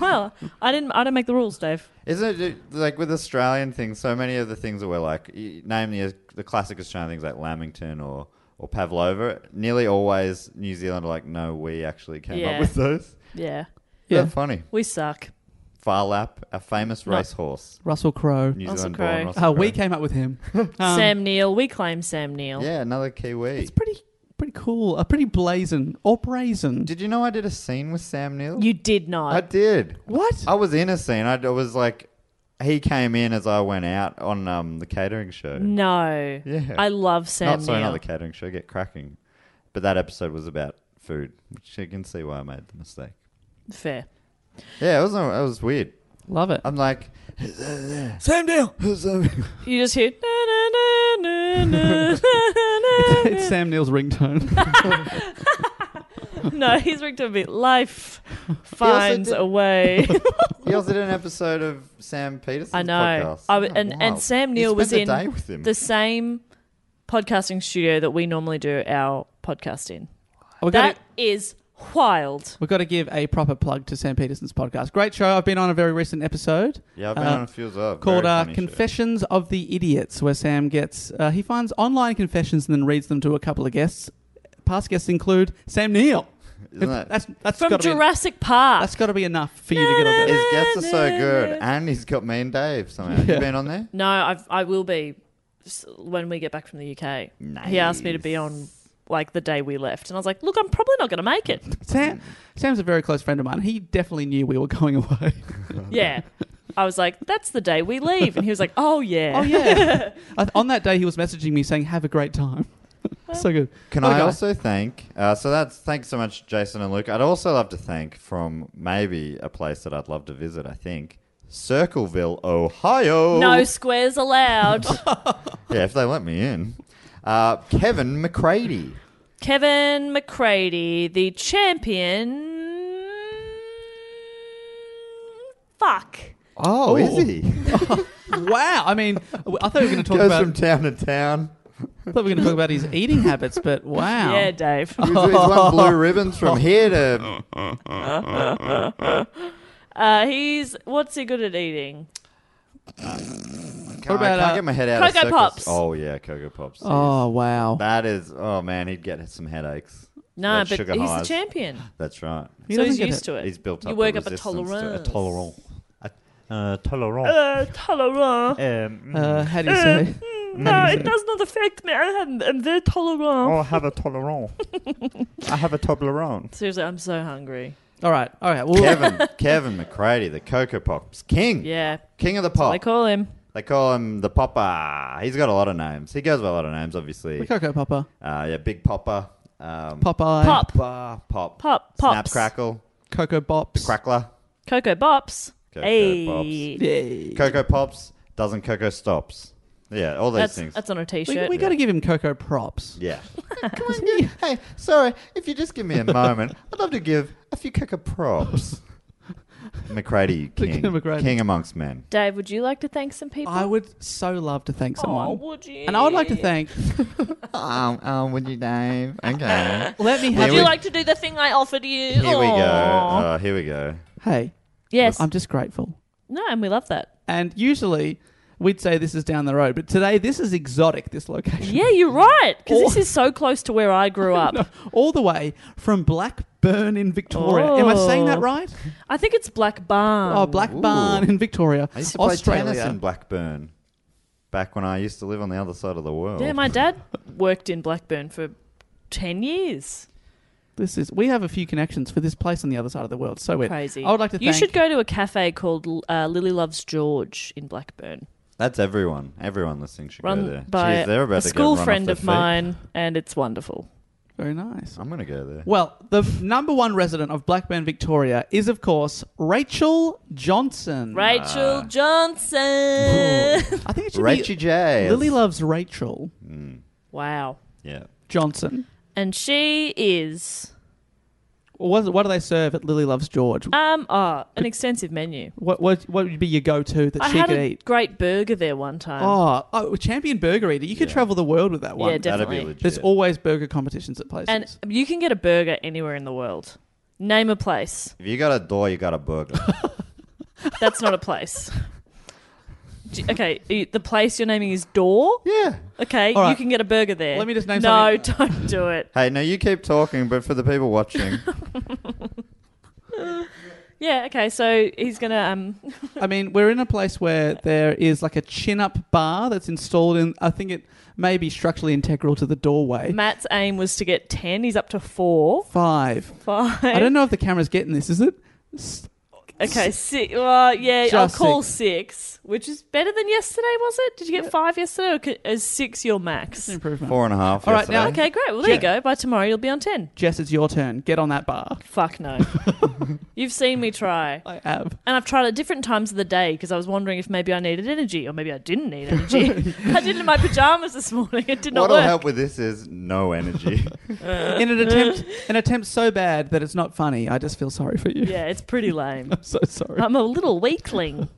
[SPEAKER 4] Well, I didn't. I don't make the rules, Dave.
[SPEAKER 5] Isn't it uh, like with Australian things? So many of the things that we're like, y- name the the classic Australian things like Lamington or or pavlova. Nearly always New Zealand are like, no, we actually came
[SPEAKER 4] yeah.
[SPEAKER 5] up with those.
[SPEAKER 4] Yeah.
[SPEAKER 5] Yeah, funny.
[SPEAKER 4] We suck.
[SPEAKER 5] Farlap, a famous
[SPEAKER 4] No.
[SPEAKER 5] racehorse.
[SPEAKER 3] Russell Crowe.
[SPEAKER 5] New
[SPEAKER 4] Russell
[SPEAKER 5] Zealand born.
[SPEAKER 4] Crowe.
[SPEAKER 5] Russell
[SPEAKER 3] Oh, we
[SPEAKER 5] Crowe.
[SPEAKER 3] came up with him. Um,
[SPEAKER 4] Sam Neill. We claim Sam Neill.
[SPEAKER 5] Yeah, another Kiwi.
[SPEAKER 3] It's pretty pretty cool. A pretty blazon or brazen.
[SPEAKER 5] Did you know I did a scene with Sam Neill?
[SPEAKER 4] You did not.
[SPEAKER 5] I did.
[SPEAKER 3] What?
[SPEAKER 5] I was in a scene. I, I was like, he came in as I went out on um, the catering show.
[SPEAKER 4] no.
[SPEAKER 5] Yeah.
[SPEAKER 4] I love Sam
[SPEAKER 5] Not sorry,
[SPEAKER 4] Neill.
[SPEAKER 5] not the catering show. Get cracking. But that episode was about food, which you can see why I made the mistake.
[SPEAKER 4] Fair.
[SPEAKER 5] Yeah, it was. It was weird.
[SPEAKER 3] Love it.
[SPEAKER 5] I'm like,
[SPEAKER 4] Sam Neill. You just hear. "Na, na, na, na, na, na, na."
[SPEAKER 3] it's Sam Neill's ringtone.
[SPEAKER 4] no, he's rigged a bit. Life finds
[SPEAKER 5] did-
[SPEAKER 4] a way.
[SPEAKER 5] he also did an episode of Sam Peterson's
[SPEAKER 4] I know.
[SPEAKER 5] podcast. Oh,
[SPEAKER 4] I w and,
[SPEAKER 5] Wow.
[SPEAKER 4] and Sam Neill
[SPEAKER 5] you
[SPEAKER 4] was
[SPEAKER 5] spent
[SPEAKER 4] in
[SPEAKER 5] the day with him.
[SPEAKER 4] the same podcasting studio that we normally do our podcast in.
[SPEAKER 3] we got
[SPEAKER 4] That is wild.
[SPEAKER 3] We've got to give a proper plug to Sam Peterson's podcast. Great show. I've been on a very recent episode.
[SPEAKER 5] Yeah, I've
[SPEAKER 4] Uh,
[SPEAKER 5] been on a few as well. Very
[SPEAKER 3] Called uh,
[SPEAKER 5] funny show.
[SPEAKER 3] Confessions of the Idiots, where Sam gets, uh, he finds online confessions and then reads them to a couple of guests. Past guests include Sam Neill.
[SPEAKER 5] Isn't that-
[SPEAKER 3] That's, that's
[SPEAKER 4] From
[SPEAKER 3] gotta be-
[SPEAKER 4] Jurassic Park.
[SPEAKER 3] that's got to be enough for you to get on
[SPEAKER 5] His
[SPEAKER 3] that.
[SPEAKER 5] guests are so good, and he's got me and Dave somehow. You been on there?
[SPEAKER 4] No, I've, I will be s- when we get back from the UK. He asked me to be on like the day we left, and I was like, "Look, I'm probably not going to make it."
[SPEAKER 3] Sam, Sam's a very close friend of mine. He definitely knew we were going away.
[SPEAKER 4] yeah, I was like, "That's the day we leave," and he was like, "Oh yeah,
[SPEAKER 3] oh, yeah. I- on that day, he was messaging me saying, have a great time. so good.
[SPEAKER 5] Can
[SPEAKER 3] What a
[SPEAKER 5] I
[SPEAKER 3] guy.
[SPEAKER 5] also thank? Uh, so that's thanks so much, Jason and Luke. I'd also love to thank from maybe a place that I'd love to visit. I think Circleville, Ohio.
[SPEAKER 4] no squares allowed."
[SPEAKER 5] yeah, if they let me in. Uh, Kevin McCready.
[SPEAKER 4] Kevin McCready, the champion. Fuck.
[SPEAKER 5] Oh, is he?
[SPEAKER 3] Wow. I mean, I thought we were going to talk
[SPEAKER 5] Goes
[SPEAKER 3] about.
[SPEAKER 5] from town to town.
[SPEAKER 3] I thought we were going to talk about his eating habits, but wow.
[SPEAKER 4] Yeah, Dave.
[SPEAKER 5] He's, he's won blue ribbons from here to.
[SPEAKER 4] Uh, he's what's he good at eating?
[SPEAKER 5] I
[SPEAKER 3] about,
[SPEAKER 5] can't
[SPEAKER 3] uh,
[SPEAKER 5] get my head out of
[SPEAKER 4] Cocoa
[SPEAKER 5] circles.
[SPEAKER 4] Pops?
[SPEAKER 5] Oh yeah, Cocoa Pops.
[SPEAKER 3] Oh, wow.
[SPEAKER 5] That is. Oh man, he'd get some headaches.
[SPEAKER 4] No,
[SPEAKER 5] That
[SPEAKER 4] but
[SPEAKER 5] sugar
[SPEAKER 4] he's the
[SPEAKER 5] highs.
[SPEAKER 4] champion.
[SPEAKER 5] That's right.
[SPEAKER 3] He
[SPEAKER 4] so
[SPEAKER 3] doesn't
[SPEAKER 4] he's
[SPEAKER 3] get
[SPEAKER 4] used
[SPEAKER 3] it.
[SPEAKER 4] to it.
[SPEAKER 5] He's built up.
[SPEAKER 4] You work up a
[SPEAKER 5] resistance to it.
[SPEAKER 4] tolerance.
[SPEAKER 5] A tolerance. A, uh, tolerance.
[SPEAKER 4] Uh, tolerant.
[SPEAKER 5] Um,
[SPEAKER 3] Uh, how do you say?
[SPEAKER 4] No, it does not affect me. I am, I'm very tolerant.
[SPEAKER 5] have a tolerant. I have a Toblerone.
[SPEAKER 4] Seriously, I'm so hungry.
[SPEAKER 3] All right. All right. Well,
[SPEAKER 5] Kevin, Kevin McCready, the Cocoa Pops King.
[SPEAKER 4] Yeah,
[SPEAKER 5] King of the
[SPEAKER 4] I
[SPEAKER 5] Pop.
[SPEAKER 4] call him.
[SPEAKER 5] They call him the Popper. He's got a lot of names. He goes by a lot of names, obviously.
[SPEAKER 3] the Cocoa Popper.
[SPEAKER 5] Uh, yeah, Big Popper. Um,
[SPEAKER 3] Popeye.
[SPEAKER 4] Pop.
[SPEAKER 5] Popper, Pop.
[SPEAKER 4] Pop,
[SPEAKER 5] Snap
[SPEAKER 4] Pops.
[SPEAKER 5] Crackle.
[SPEAKER 3] Cocoa Bops.
[SPEAKER 5] Crackler.
[SPEAKER 4] Coco Bops.
[SPEAKER 5] Cocoa
[SPEAKER 4] Ayy.
[SPEAKER 5] Pops.
[SPEAKER 3] Yeah.
[SPEAKER 5] Cocoa Pops. Doesn't Cocoa Stops. Yeah, all these
[SPEAKER 4] That's,
[SPEAKER 5] things.
[SPEAKER 4] that's on a
[SPEAKER 3] We,
[SPEAKER 4] t-shirt.
[SPEAKER 3] we got to give him Cocoa props.
[SPEAKER 5] yeah. Come on, give- hey, sorry, if you just give me a moment, I'd love to give a few Cocoa Props. McCready, King.
[SPEAKER 3] King of McCready.
[SPEAKER 5] King amongst men.
[SPEAKER 4] Dave, would you like to thank some people?
[SPEAKER 3] I would so love to thank someone.
[SPEAKER 4] Oh, would you?
[SPEAKER 3] And I would like to thank.
[SPEAKER 5] Um, um, would you, Dave? Okay.
[SPEAKER 3] Let me
[SPEAKER 5] Here
[SPEAKER 4] Would
[SPEAKER 3] have
[SPEAKER 5] we-
[SPEAKER 4] you like to do the thing I offered you?
[SPEAKER 5] Here we go.
[SPEAKER 4] Aw.
[SPEAKER 5] Oh, here we go.
[SPEAKER 3] Hey,
[SPEAKER 4] yes.
[SPEAKER 3] I'm just grateful.
[SPEAKER 4] no, and we love that.
[SPEAKER 3] And usually we'd say this is down the road, but today this is exotic, this location.
[SPEAKER 4] Yeah, you're right. Because
[SPEAKER 3] Or-
[SPEAKER 4] this is so close to where I grew up.
[SPEAKER 3] All the way from Blackburn in Victoria. Am I saying that
[SPEAKER 4] Oh.
[SPEAKER 3] right?
[SPEAKER 4] I think it's Black Barn.
[SPEAKER 3] Oh, Blackburn in Victoria.
[SPEAKER 5] I used to play tennis
[SPEAKER 3] Australia.
[SPEAKER 5] in Blackburn back when I used to live on the other side of the world.
[SPEAKER 4] Yeah, my dad worked in Blackburn for 10 years.
[SPEAKER 3] This is we have a few connections for this place on the other side of the world. So weird.
[SPEAKER 4] Crazy.
[SPEAKER 3] I would like to
[SPEAKER 4] You
[SPEAKER 3] thank
[SPEAKER 4] should go to a cafe called uh, Lily Loves George in Blackburn.
[SPEAKER 5] That's everyone. Everyone listening should
[SPEAKER 4] Run
[SPEAKER 5] go there.
[SPEAKER 4] by
[SPEAKER 5] Jeez, they're about
[SPEAKER 4] a
[SPEAKER 5] to get
[SPEAKER 4] school
[SPEAKER 5] run off
[SPEAKER 4] friend
[SPEAKER 5] their
[SPEAKER 4] of
[SPEAKER 5] feet.
[SPEAKER 4] mine, and it's wonderful.
[SPEAKER 3] Very nice.
[SPEAKER 5] I'm going to go there.
[SPEAKER 3] Well, the number one resident of Blackburn, Victoria, is of course Rachel Johnson.
[SPEAKER 4] Rachel Johnson.
[SPEAKER 3] I think it should
[SPEAKER 5] Rachel
[SPEAKER 3] be
[SPEAKER 5] J.
[SPEAKER 3] Lily loves Rachel
[SPEAKER 4] Wow.
[SPEAKER 5] Yeah.
[SPEAKER 3] Johnson.
[SPEAKER 4] And she is
[SPEAKER 3] What, what do they serve at Lily Loves George?
[SPEAKER 4] um oh, an extensive menu.
[SPEAKER 3] What, what what would be your go-to that
[SPEAKER 4] I
[SPEAKER 3] she
[SPEAKER 4] had
[SPEAKER 3] could
[SPEAKER 4] a
[SPEAKER 3] eat?
[SPEAKER 4] great burger there one time.
[SPEAKER 3] Oh, oh, champion burger eater! You could travel the world with that one.
[SPEAKER 4] Yeah, That'd be definitely. legit.
[SPEAKER 3] There's always burger competitions at places.
[SPEAKER 4] and you can get a burger anywhere in the world. Name a place.
[SPEAKER 5] If you got a door, you got a burger.
[SPEAKER 4] That's not a place. G- Okay, you- the place you're naming is Door.
[SPEAKER 5] Yeah.
[SPEAKER 4] Okay,
[SPEAKER 3] All right.
[SPEAKER 4] you can get a burger there.
[SPEAKER 3] Let me just name
[SPEAKER 4] No, don't do it.
[SPEAKER 5] hey, now you keep talking, but for the people watching,
[SPEAKER 4] Yeah. Okay. So he's gonna um.
[SPEAKER 3] I mean, we're in a place where there is like a chin-up bar that's installed in. I think it may be structurally integral to the doorway.
[SPEAKER 4] Matt's aim was to get ten. He's up to four.
[SPEAKER 3] Five.
[SPEAKER 4] Five.
[SPEAKER 3] I don't know if the camera's getting this. Is it? S-
[SPEAKER 4] Okay. Six. Well, yeah. I'll
[SPEAKER 3] Just
[SPEAKER 4] call six. which is better than yesterday. Was it? Did you get five yesterday, or c- is six your max?
[SPEAKER 3] Improvement.
[SPEAKER 5] four and a half.
[SPEAKER 3] All right, now-
[SPEAKER 5] yesterday.
[SPEAKER 4] Okay. Great. Well, there you go. By tomorrow, you'll be on ten.
[SPEAKER 3] Jess, it's your turn. Get on that bar.
[SPEAKER 4] Fuck no. You've seen me try.
[SPEAKER 3] I have.
[SPEAKER 4] And I've tried at different times of the day because I was wondering if maybe I needed energy or maybe I didn't need energy. I did it in my pajamas this morning. It did not
[SPEAKER 5] What'll
[SPEAKER 4] work.
[SPEAKER 5] help with this is no energy.
[SPEAKER 3] In an attempt, an attempt so bad that it's not funny. I just feel sorry for you.
[SPEAKER 4] Yeah, Um, it's pretty lame.
[SPEAKER 3] I'm so sorry.
[SPEAKER 4] I'm a little weakling.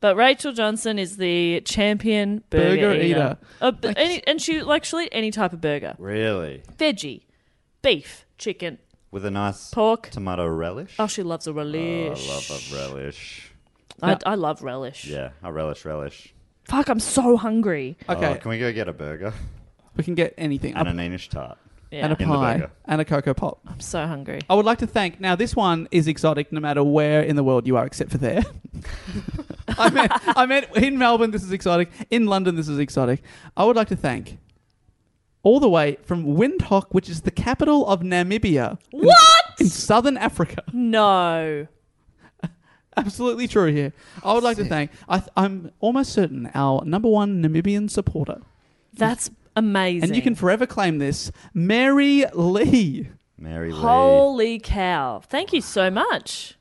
[SPEAKER 4] But Rachel Johnson is the champion burger,
[SPEAKER 3] Burger
[SPEAKER 4] eater.
[SPEAKER 3] eater.
[SPEAKER 4] Uh, b- any, and she like she'll eat any type of burger:
[SPEAKER 5] really?
[SPEAKER 4] veggie, beef, chicken.
[SPEAKER 5] With a nice
[SPEAKER 4] Pork.
[SPEAKER 5] tomato relish.
[SPEAKER 4] Oh, she loves a
[SPEAKER 5] Oh,
[SPEAKER 4] relish.
[SPEAKER 5] I love a relish.
[SPEAKER 4] I, I love relish.
[SPEAKER 5] Yeah, a relish relish.
[SPEAKER 4] Fuck, I'm so hungry.
[SPEAKER 3] Okay,
[SPEAKER 5] Oh, can we go get a burger
[SPEAKER 3] we can get anything.
[SPEAKER 5] and an Anish tart?
[SPEAKER 4] Yeah,
[SPEAKER 3] and a
[SPEAKER 5] In the
[SPEAKER 3] pie
[SPEAKER 5] burger.
[SPEAKER 3] and a cocoa pop.
[SPEAKER 4] I'm so hungry.
[SPEAKER 3] I would like to thank. Now, this one is exotic no matter where in the world you are, except for there. I, meant, I meant in Melbourne, this is exotic. In London, this is exotic. I would like to thank all the way from Windhoek, which is the capital of Namibia. in-
[SPEAKER 4] What?
[SPEAKER 3] In, southern Africa.
[SPEAKER 4] No.
[SPEAKER 3] Absolutely true here. I would like to thank, I th- I'm almost certain, our number one Namibian supporter.
[SPEAKER 4] That's amazing.
[SPEAKER 3] And you can forever claim this, Mary Lee.
[SPEAKER 5] Mary Lee.
[SPEAKER 4] Holy cow. Thank you so much.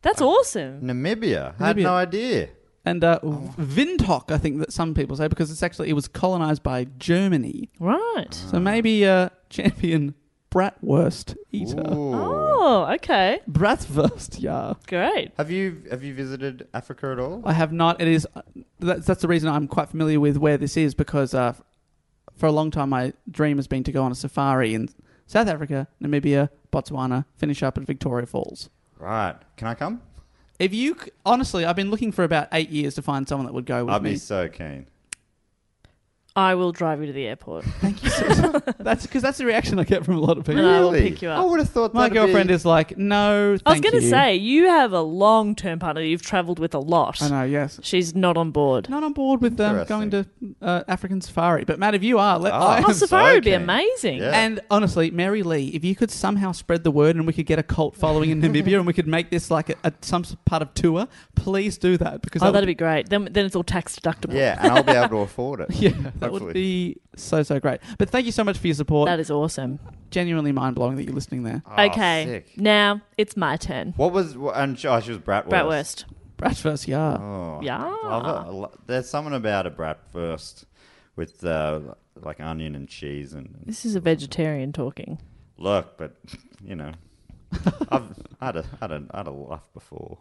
[SPEAKER 4] That's awesome.
[SPEAKER 5] Namibia. I had
[SPEAKER 3] Namibia.
[SPEAKER 5] no idea.
[SPEAKER 3] and uh, Windhoek, I think that some people say because it's actually it was colonized by Germany.
[SPEAKER 4] Right.
[SPEAKER 3] So maybe uh, champion bratwurst eater,
[SPEAKER 5] Ooh.
[SPEAKER 4] Oh, okay.
[SPEAKER 3] bratwurst, yeah.
[SPEAKER 4] Great.
[SPEAKER 5] Have you have you visited Africa at all?
[SPEAKER 3] I have not. It is uh, that's that's the reason I'm quite familiar with where this is because uh, for a long time my dream has been to go on a safari in South Africa, Namibia, Botswana, finish up at Victoria Falls.
[SPEAKER 5] Right. Can I come?
[SPEAKER 3] If you c- honestly, I've been looking for about eight years to find someone that would go with
[SPEAKER 5] I'd
[SPEAKER 3] me.
[SPEAKER 5] be so keen.
[SPEAKER 4] I will drive you to the airport
[SPEAKER 3] Thank you. so- that's because that's the reaction I get from a lot of people.
[SPEAKER 4] and I will
[SPEAKER 5] Really?
[SPEAKER 4] pick you
[SPEAKER 5] I
[SPEAKER 4] up.
[SPEAKER 5] would have thought
[SPEAKER 3] My
[SPEAKER 5] that'd
[SPEAKER 3] girlfriend
[SPEAKER 5] be-
[SPEAKER 3] is like, no,
[SPEAKER 4] I was
[SPEAKER 3] thank
[SPEAKER 4] going to
[SPEAKER 3] you."
[SPEAKER 4] say, you have a long term partner that you've traveled with a lot.
[SPEAKER 3] I know, yes.
[SPEAKER 4] She's not on board.
[SPEAKER 3] Not on board with um,
[SPEAKER 5] Interesting.
[SPEAKER 3] going to uh, African safari. But Matt, if you are, let
[SPEAKER 5] Oh.
[SPEAKER 3] I
[SPEAKER 4] Oh,
[SPEAKER 5] I'm
[SPEAKER 4] Safari
[SPEAKER 5] so
[SPEAKER 4] would be
[SPEAKER 5] keen.
[SPEAKER 4] amazing.
[SPEAKER 5] Yeah.
[SPEAKER 3] And honestly, Mary Lee, if you could somehow spread the word and we could get a cult following in Namibia and we could make this like a, a, some part of tour, please do that because
[SPEAKER 4] Oh,
[SPEAKER 3] that
[SPEAKER 4] that'd be great. Then, then it's all tax deductible.
[SPEAKER 5] Yeah, and I'll be able to afford it.
[SPEAKER 3] yeah, that
[SPEAKER 5] hopefully.
[SPEAKER 3] would be so so great. But thank you so much for your support.
[SPEAKER 4] That is awesome.
[SPEAKER 3] Genuinely mind blowing that you're listening there,
[SPEAKER 5] Oh,
[SPEAKER 4] okay.
[SPEAKER 5] sick.
[SPEAKER 4] Now it's my turn.
[SPEAKER 5] What was wh- and she, oh, she was bratwurst.
[SPEAKER 4] Bratwurst.
[SPEAKER 3] Bratwurst. Yeah,
[SPEAKER 5] Oh,
[SPEAKER 4] Yeah.
[SPEAKER 5] love it. I lo- There's something about a bratwurst with uh, like onion and cheese and
[SPEAKER 4] This is a vegetarian talking.
[SPEAKER 5] look, but you know, I've had a had a had a life before.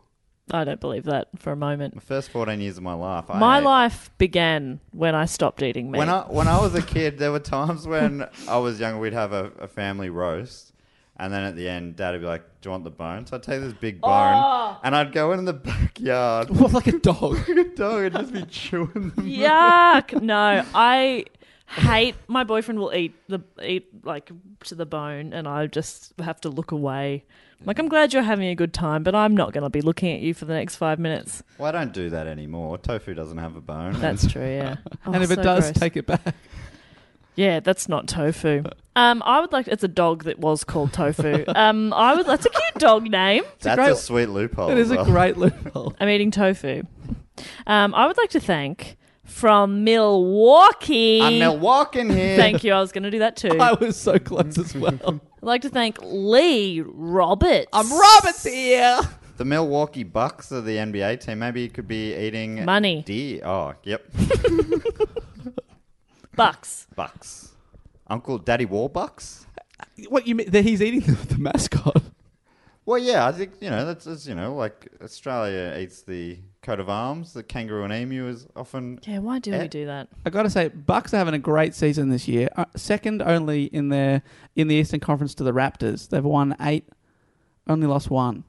[SPEAKER 4] I don't believe that for a moment.
[SPEAKER 5] My first 14 years of my life. I
[SPEAKER 4] My
[SPEAKER 5] ate-
[SPEAKER 4] life began when I stopped eating meat.
[SPEAKER 5] When I when I was a kid, there were times when I was young, we'd have a, a family roast, and then at the end, Dad would be like, "Do you want the bone?" So I'd take this big bone,
[SPEAKER 4] Oh!
[SPEAKER 5] and I'd go in the backyard.
[SPEAKER 3] Well, like a dog.
[SPEAKER 5] Dog would just be chewing them.
[SPEAKER 4] Yuck! No, I hate. My boyfriend will eat the eat like to the bone, and I just have to look away. Like I'm glad you're having a good time, but I'm not going to be looking at you for the next five minutes.
[SPEAKER 5] Well, I don't do that anymore. Tofu doesn't have a bone.
[SPEAKER 4] That's true. Yeah. Oh,
[SPEAKER 3] and if
[SPEAKER 4] so
[SPEAKER 3] it does,
[SPEAKER 4] gross.
[SPEAKER 3] take it back.
[SPEAKER 5] Oh,
[SPEAKER 4] yeah, that's not tofu. Um, I would like. It's a dog that was called tofu. Um, I would. That's a cute dog name.
[SPEAKER 5] That's
[SPEAKER 3] great-
[SPEAKER 5] a sweet loophole.
[SPEAKER 3] It is a
[SPEAKER 5] though.
[SPEAKER 3] great loophole.
[SPEAKER 4] I'm eating tofu. Um, I would like to thank from Milwaukee.
[SPEAKER 5] I'm Milwaukee here.
[SPEAKER 4] Thank you. I was going to do that too.
[SPEAKER 3] I was so close as well.
[SPEAKER 4] I'd like to thank Lee Roberts.
[SPEAKER 3] I'm Roberts here.
[SPEAKER 5] The Milwaukee Bucks are the NBA team. Maybe you could be eating
[SPEAKER 4] Money.
[SPEAKER 5] D. Oh, yep.
[SPEAKER 4] Bucks.
[SPEAKER 5] Bucks. Uncle Daddy Warbucks.
[SPEAKER 3] What you mean? That he's eating the, the mascot?
[SPEAKER 5] Well, yeah, I think you know that's, that's you know like Australia eats the coat of arms. The kangaroo and emu is often
[SPEAKER 4] Yeah, why do
[SPEAKER 5] Eh.
[SPEAKER 4] we do that?
[SPEAKER 3] I got to say, Bucks are having a great season this year. Uh, second only in their in the Eastern Conference to the Raptors. They've won eight, only lost one.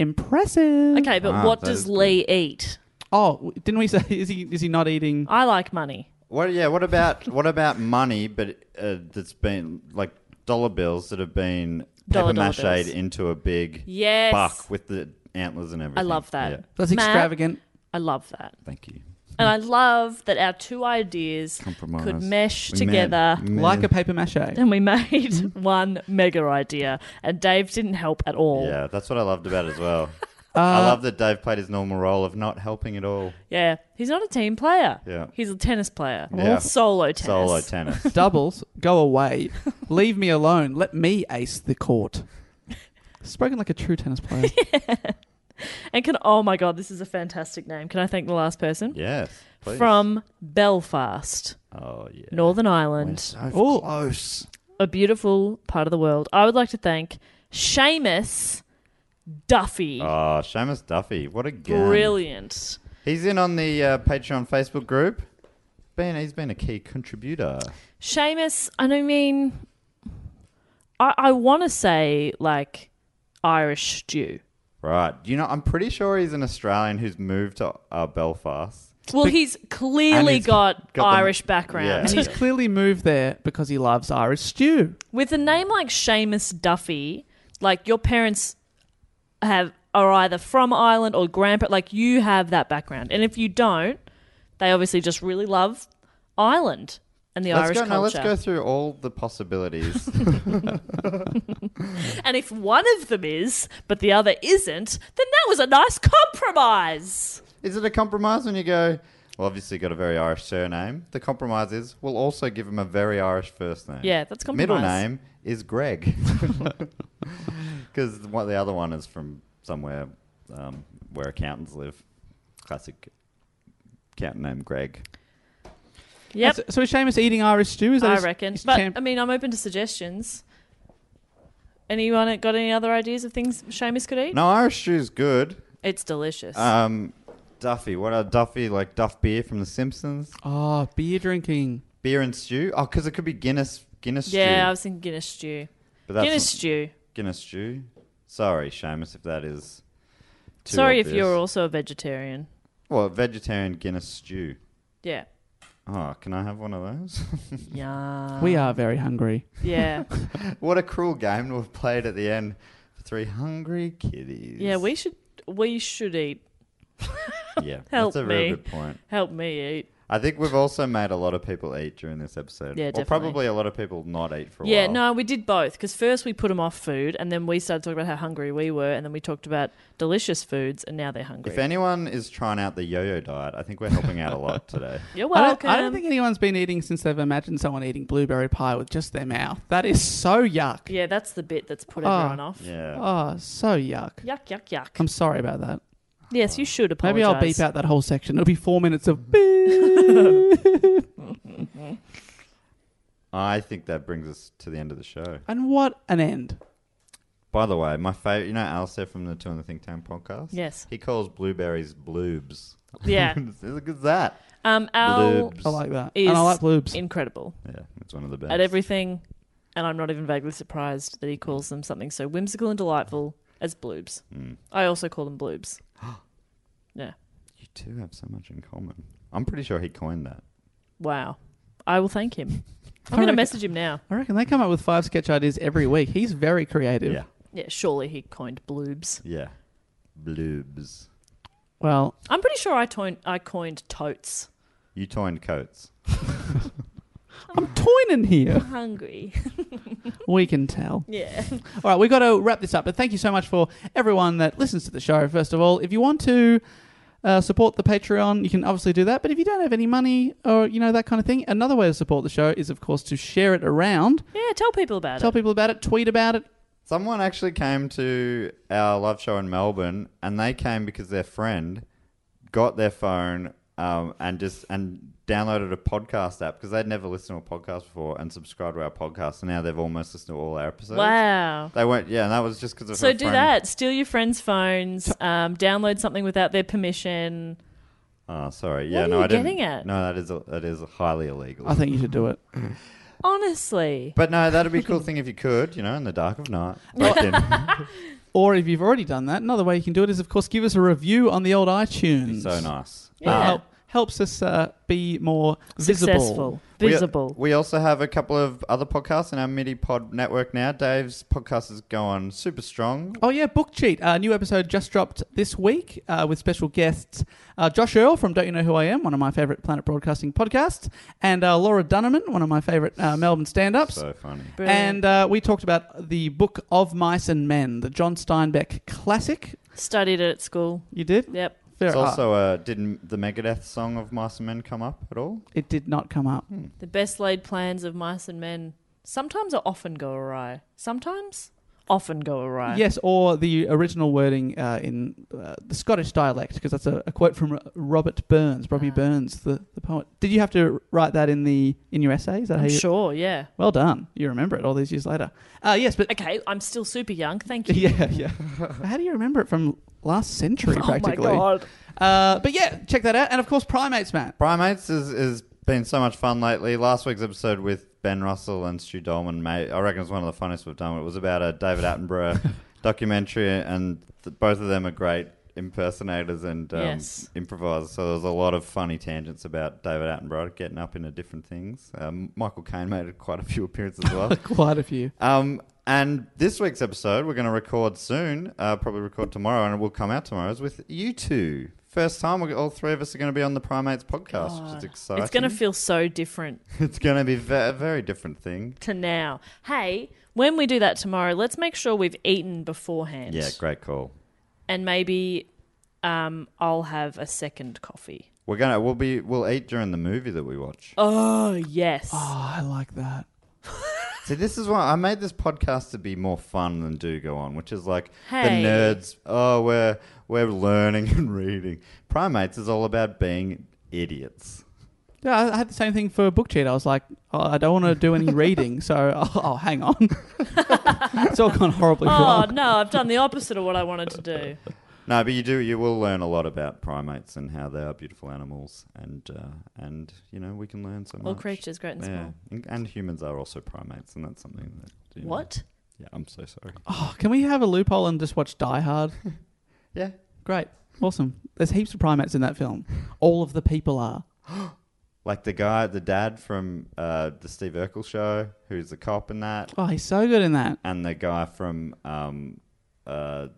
[SPEAKER 3] Impressive.
[SPEAKER 4] Okay, but
[SPEAKER 5] Wow,
[SPEAKER 4] what
[SPEAKER 5] that is
[SPEAKER 4] does Lee eat?
[SPEAKER 3] Oh, w- didn't we say is he is he not eating?
[SPEAKER 4] I like money.
[SPEAKER 5] What? Yeah. What about what about money? But uh, that's been like dollar bills that have been
[SPEAKER 4] Dollar,
[SPEAKER 5] paper
[SPEAKER 4] dollar
[SPEAKER 5] mache'd
[SPEAKER 4] bills.
[SPEAKER 5] into a big
[SPEAKER 4] Yes.
[SPEAKER 5] buck with the antlers and everything.
[SPEAKER 4] I love that.
[SPEAKER 5] Yeah.
[SPEAKER 3] That's
[SPEAKER 4] Matt,
[SPEAKER 3] extravagant.
[SPEAKER 4] I love that.
[SPEAKER 5] Thank you.
[SPEAKER 4] And I love that our two ideas
[SPEAKER 5] Compromise.
[SPEAKER 4] could mesh
[SPEAKER 5] We
[SPEAKER 4] together.
[SPEAKER 5] met- Mm. met-
[SPEAKER 3] Like a paper mache.
[SPEAKER 4] And we made one mega idea, and Dave didn't help at all.
[SPEAKER 5] Yeah, that's what I loved about it as well.
[SPEAKER 3] Uh,
[SPEAKER 5] I love that Dave played his normal role of not helping at all.
[SPEAKER 4] Yeah. he's not a team player.
[SPEAKER 5] Yeah.
[SPEAKER 4] he's a tennis player.
[SPEAKER 5] Yeah.
[SPEAKER 4] solo tennis.
[SPEAKER 5] Solo tennis.
[SPEAKER 3] Doubles, go away. Leave me alone. Let me ace the court. Spoken like a true tennis player.
[SPEAKER 4] And can oh my god, this is a fantastic name. Can I thank the last person?
[SPEAKER 5] yes. please.
[SPEAKER 4] From Belfast,
[SPEAKER 5] Oh yeah.
[SPEAKER 4] Northern Ireland,
[SPEAKER 3] Oh.
[SPEAKER 5] close.
[SPEAKER 4] a beautiful part of the world. I would like to thank Seamus Duffy.
[SPEAKER 5] Oh, Seamus Duffy. What a game.
[SPEAKER 4] Brilliant.
[SPEAKER 5] He's in on the uh, Patreon Facebook group. Been he's been a key contributor.
[SPEAKER 4] Seamus, and I mean, I, I want to say like Irish Jew.
[SPEAKER 5] Right. You know, I'm pretty sure he's an Australian who's moved to uh, Belfast.
[SPEAKER 4] Well, he's clearly
[SPEAKER 5] he's
[SPEAKER 4] got,
[SPEAKER 5] got the-
[SPEAKER 4] Irish background.
[SPEAKER 3] And he's clearly moved there because he loves Irish stew.
[SPEAKER 4] With a name like Seamus Duffy, like your parents have are either from Ireland or grandpa, like you have that background. And if you don't, they obviously just really love Ireland and the
[SPEAKER 5] let's
[SPEAKER 4] Irish
[SPEAKER 5] go,
[SPEAKER 4] culture.
[SPEAKER 5] no, let's go through all the possibilities.
[SPEAKER 4] and if one of them is, but the other isn't, then that was a nice compromise.
[SPEAKER 5] Is it a compromise when you go? Well, obviously, got a very Irish surname. The compromise is we'll also give him a very Irish first name.
[SPEAKER 4] Yeah, that's
[SPEAKER 5] Middle
[SPEAKER 4] compromise.
[SPEAKER 5] name is Greg, because what the other one is from somewhere um, where accountants live. Classic accountant name Greg.
[SPEAKER 4] Yep,
[SPEAKER 3] So, so is Seamus eating Irish stew? Is that
[SPEAKER 4] I
[SPEAKER 3] his-
[SPEAKER 4] reckon.
[SPEAKER 3] his
[SPEAKER 4] But
[SPEAKER 3] champ-
[SPEAKER 4] I mean, I'm open to suggestions. Anyone got any other ideas of things Seamus could eat?
[SPEAKER 5] No, Irish stew's good.
[SPEAKER 4] It's delicious.
[SPEAKER 5] Um, Duffy, what are Duffy like? Duff beer from The Simpsons.
[SPEAKER 3] oh, beer drinking.
[SPEAKER 5] Beer and stew. Oh, because it could be Guinness. Guinness
[SPEAKER 4] yeah,
[SPEAKER 5] stew.
[SPEAKER 4] I was thinking Guinness stew.
[SPEAKER 5] but that's
[SPEAKER 4] Guinness
[SPEAKER 5] not-
[SPEAKER 4] stew.
[SPEAKER 5] Guinness stew. Sorry, Seamus, if that is. too
[SPEAKER 4] Sorry if
[SPEAKER 5] obvious.
[SPEAKER 4] you're also a vegetarian.
[SPEAKER 5] Well, vegetarian Guinness stew.
[SPEAKER 4] Yeah.
[SPEAKER 5] Oh, can I have one of those?
[SPEAKER 4] Yeah.
[SPEAKER 3] we are very hungry.
[SPEAKER 4] Yeah.
[SPEAKER 5] what a cruel game to have played at the end for three hungry kitties.
[SPEAKER 4] yeah, we should we should eat.
[SPEAKER 5] Yeah,
[SPEAKER 4] Help
[SPEAKER 5] that's a very
[SPEAKER 4] me.
[SPEAKER 5] good point.
[SPEAKER 4] Help me eat.
[SPEAKER 5] I think we've also made a lot of people eat during this episode.
[SPEAKER 4] Yeah,
[SPEAKER 5] or
[SPEAKER 4] definitely.
[SPEAKER 5] probably a lot of people not eat for a
[SPEAKER 4] Yeah,
[SPEAKER 5] while.
[SPEAKER 4] no, we did both because first we put them off food, and then we started talking about how hungry we were, and then we talked about delicious foods, and now they're hungry.
[SPEAKER 5] If anyone is trying out the yo-yo diet, I think we're helping out a lot today.
[SPEAKER 4] You're
[SPEAKER 3] I
[SPEAKER 4] welcome.
[SPEAKER 3] don't, I don't think anyone's been eating since they've imagined someone eating blueberry pie with just their mouth. That is so yuck.
[SPEAKER 4] Yeah, that's the bit that's put
[SPEAKER 3] Oh.
[SPEAKER 4] everyone off.
[SPEAKER 5] Yeah.
[SPEAKER 3] Oh, so yuck.
[SPEAKER 4] Yuck, yuck, yuck.
[SPEAKER 3] I'm sorry about that.
[SPEAKER 4] Yes, you should apologize.
[SPEAKER 3] Maybe I'll beep out that whole section. It'll be four minutes of beep.
[SPEAKER 5] I think that brings us to the end of the show.
[SPEAKER 3] and what an end.
[SPEAKER 5] By the way, my favorite, you know, Alistair from the Two on the Think Tank podcast.
[SPEAKER 4] Yes.
[SPEAKER 5] he calls blueberries bloobs.
[SPEAKER 4] Yeah.
[SPEAKER 5] It's as good as that.
[SPEAKER 4] Um, Al
[SPEAKER 5] Bloobs.
[SPEAKER 3] I like that.
[SPEAKER 4] is
[SPEAKER 3] and I like bloobs.
[SPEAKER 4] incredible
[SPEAKER 5] Yeah, it's one of the best.
[SPEAKER 4] at everything, and I'm not even vaguely surprised that he calls them something so whimsical and delightful as bloobs.
[SPEAKER 3] Hmm.
[SPEAKER 4] I also call them bloobs. yeah.
[SPEAKER 5] you two have so much in common. I'm pretty sure he coined that.
[SPEAKER 4] Wow. I will thank him. I'm going
[SPEAKER 3] I
[SPEAKER 4] to
[SPEAKER 3] reckon-
[SPEAKER 4] message him now.
[SPEAKER 3] I reckon they come up with five sketch ideas every week. He's very creative.
[SPEAKER 5] Yeah,
[SPEAKER 4] Yeah, surely he coined bloobs.
[SPEAKER 5] yeah, bloobs.
[SPEAKER 3] Well,
[SPEAKER 4] I'm pretty sure I, toin I coined totes.
[SPEAKER 5] You toined coats.
[SPEAKER 4] Oh.
[SPEAKER 3] I'm toining here.
[SPEAKER 4] Hungry.
[SPEAKER 3] we can tell.
[SPEAKER 4] yeah.
[SPEAKER 3] All right, we've got to wrap this up. But thank you so much for everyone that listens to the show. First of all, if you want to Uh, support the Patreon. You can obviously do that, but if you don't have any money or you know that kind of thing, another way to support the show is, of course, to share it around.
[SPEAKER 4] Yeah, tell people about
[SPEAKER 3] Tell
[SPEAKER 4] it.
[SPEAKER 3] people about it. Tweet about it.
[SPEAKER 5] Someone actually came to our live show in Melbourne, and they came because their friend got their phone um, and just and downloaded a podcast app because they'd never listened to a podcast before and subscribed to our podcast, and now they've almost listened to all our episodes.
[SPEAKER 4] Wow.
[SPEAKER 5] They went, yeah, and that was just because of
[SPEAKER 4] So
[SPEAKER 5] her
[SPEAKER 4] do
[SPEAKER 5] friend.
[SPEAKER 4] that. Steal your friends' phones. Um, download something without their permission.
[SPEAKER 5] Oh, sorry. Yeah,
[SPEAKER 4] are
[SPEAKER 5] no,
[SPEAKER 4] you
[SPEAKER 5] I didn't.
[SPEAKER 4] getting at?
[SPEAKER 5] No, that is that is highly illegal.
[SPEAKER 3] I think you should do it.
[SPEAKER 4] Honestly.
[SPEAKER 5] But no, that'd be a cool thing if you could, you know, in the dark of night.
[SPEAKER 3] Well-
[SPEAKER 5] Break in.
[SPEAKER 3] Or if you've already done that, another way you can do it is, of course, give us a review on the old iTunes.
[SPEAKER 5] so nice. Uh,
[SPEAKER 3] That help- helps us uh, be more visible.
[SPEAKER 5] We- We, also have a couple of other podcasts in our MIDI pod network now. Dave's podcast is going super strong.
[SPEAKER 3] Oh yeah, Book Cheat. A new episode just dropped this week uh, with special guests uh, Josh Earl from Don't You Know Who I Am, one of my favorite Planet Broadcasting podcasts, and uh, Laura Dunneman, one of my favorite uh, Melbourne stand-ups.
[SPEAKER 5] So funny.
[SPEAKER 4] Brilliant.
[SPEAKER 3] And uh, we talked about the book of Mice and Men, the John Steinbeck classic.
[SPEAKER 4] Studied it at school.
[SPEAKER 3] You did?
[SPEAKER 4] Yep.
[SPEAKER 3] Fair
[SPEAKER 5] it's
[SPEAKER 3] enough.
[SPEAKER 5] also uh, didn't the Megadeth song of Mice and Men come up at all? Hmm.
[SPEAKER 3] It did not come up.
[SPEAKER 4] The best laid plans of mice and men sometimes or often go awry. Sometimes often go awry.
[SPEAKER 3] Yes, or the original wording uh, in uh, the Scottish dialect, because that's a, a quote from R- Robert Burns, Robbie Burns, the, the poet. Did you have to write that in the in your essay? Is that how
[SPEAKER 4] I'm
[SPEAKER 3] you?
[SPEAKER 4] sure, yeah.
[SPEAKER 3] Well done. You remember it all these years later. Uh, yes, but
[SPEAKER 4] Okay, I'm still super young. Thank you.
[SPEAKER 3] yeah, yeah. how do you remember it from last century?
[SPEAKER 4] Oh my
[SPEAKER 3] Practically.
[SPEAKER 4] God.
[SPEAKER 3] Uh, but yeah, check that out. And of course, primates, Matt.
[SPEAKER 5] Primates has is, is been so much fun lately. Last week's episode with Ben Russell and Stu Dolman, mate, I reckon it's one of the funniest we've done. It was about a David Attenborough documentary, and th- both of them are great impersonators and um,
[SPEAKER 4] Yes.
[SPEAKER 5] improvisers. So there was a lot of funny tangents about David Attenborough getting up into different things. Um, Michael Caine made quite a few appearances as well.
[SPEAKER 3] Quite a few.
[SPEAKER 5] Um, and this week's episode, we're going to record soon, uh, probably record tomorrow, and it will come out tomorrow, is with you two. First time, we're, all three of us are going to be on the Primates podcast, which is exciting.
[SPEAKER 4] Oh, It's going to feel so different
[SPEAKER 5] It's going to be ve- a very different thing.
[SPEAKER 4] to now. Hey, when we do that tomorrow, let's make sure we've eaten beforehand.
[SPEAKER 5] Yeah, great call.
[SPEAKER 4] And maybe um, I'll have a second coffee.
[SPEAKER 5] We're gonna we'll be we'll eat during the movie that we watch.
[SPEAKER 4] Oh, yes.
[SPEAKER 3] Oh, I like that.
[SPEAKER 5] See, this is why I made this podcast to be more fun than do go on, which is like
[SPEAKER 4] Hey.
[SPEAKER 5] the nerds. Oh, we're we're learning and reading. Primates is all about being idiots.
[SPEAKER 3] Yeah, I- I had the same thing for book cheat. I was like, oh, I don't want to do any reading, so I'll, I'll hang on. it's all gone horribly
[SPEAKER 4] Oh,
[SPEAKER 3] wrong.
[SPEAKER 4] no, I've done the opposite of what I wanted to do.
[SPEAKER 5] No, but you do. You will learn a lot about primates and how they are beautiful animals, and uh, and you know we can learn so much.
[SPEAKER 4] All creatures, great and
[SPEAKER 5] yeah.
[SPEAKER 4] small.
[SPEAKER 5] And, and humans are also primates, and that's something that. you know-
[SPEAKER 4] What?
[SPEAKER 5] Yeah, I'm so sorry.
[SPEAKER 3] Oh, can we have a loophole and just watch Die Hard?
[SPEAKER 5] Yeah.
[SPEAKER 3] Great, awesome. There's heaps of primates in that film. All of the people are.
[SPEAKER 5] Like the guy, the dad from uh, the Steve Urkel show, who's the cop in that,
[SPEAKER 3] Oh, he's so good in that.
[SPEAKER 5] and the guy from um, uh,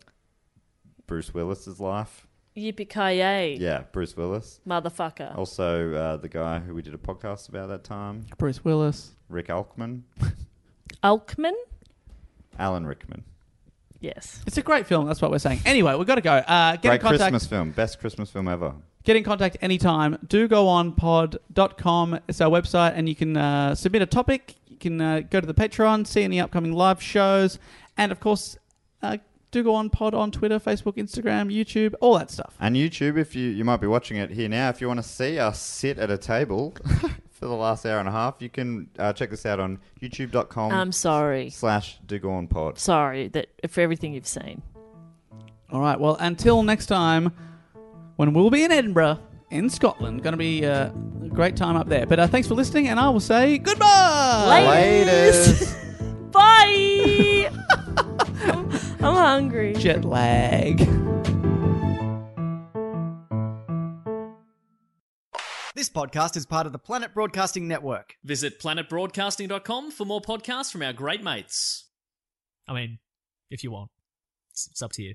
[SPEAKER 5] Bruce Willis's life.
[SPEAKER 4] Yippee ki yay,
[SPEAKER 5] Yeah, Bruce Willis.
[SPEAKER 4] motherfucker.
[SPEAKER 5] Also, uh, the guy who we did a podcast about that time,
[SPEAKER 3] Bruce Willis.
[SPEAKER 5] Rick Alkman,
[SPEAKER 4] Alkman?
[SPEAKER 5] Alan Rickman.
[SPEAKER 4] Yes.
[SPEAKER 3] It's a great film. That's what we're saying. Anyway, we've got to go. Uh, get in
[SPEAKER 5] Great
[SPEAKER 3] contact.
[SPEAKER 5] Christmas film, best Christmas film ever.
[SPEAKER 3] Get in contact anytime. Do go on pod.com. It's our website, and you can uh, submit a topic. You can uh, go to the Patreon, see any upcoming live shows, and of course, uh, do go on pod on Twitter, Facebook, Instagram, YouTube, all that stuff.
[SPEAKER 5] And YouTube, if you, you might be watching it here now, if you want to see us sit at a table for the last hour and a half, you can uh, check this out on youtube.com
[SPEAKER 3] Um,
[SPEAKER 4] I'm sorry.
[SPEAKER 5] slash do go on pod.
[SPEAKER 4] Sorry that for everything you've seen.
[SPEAKER 3] All right. Well, until next time, when we'll be in Edinburgh, in Scotland, going to be uh, a great time up there. But uh, thanks for listening, and I will say goodbye.
[SPEAKER 5] Laters.
[SPEAKER 4] Bye. I'm hungry.
[SPEAKER 3] Jet lag.
[SPEAKER 1] This podcast is part of the Planet Broadcasting Network.
[SPEAKER 10] Visit planetbroadcasting.com for more podcasts from our great mates. I mean, if you want, it's, it's up to you.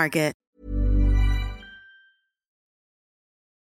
[SPEAKER 11] Market.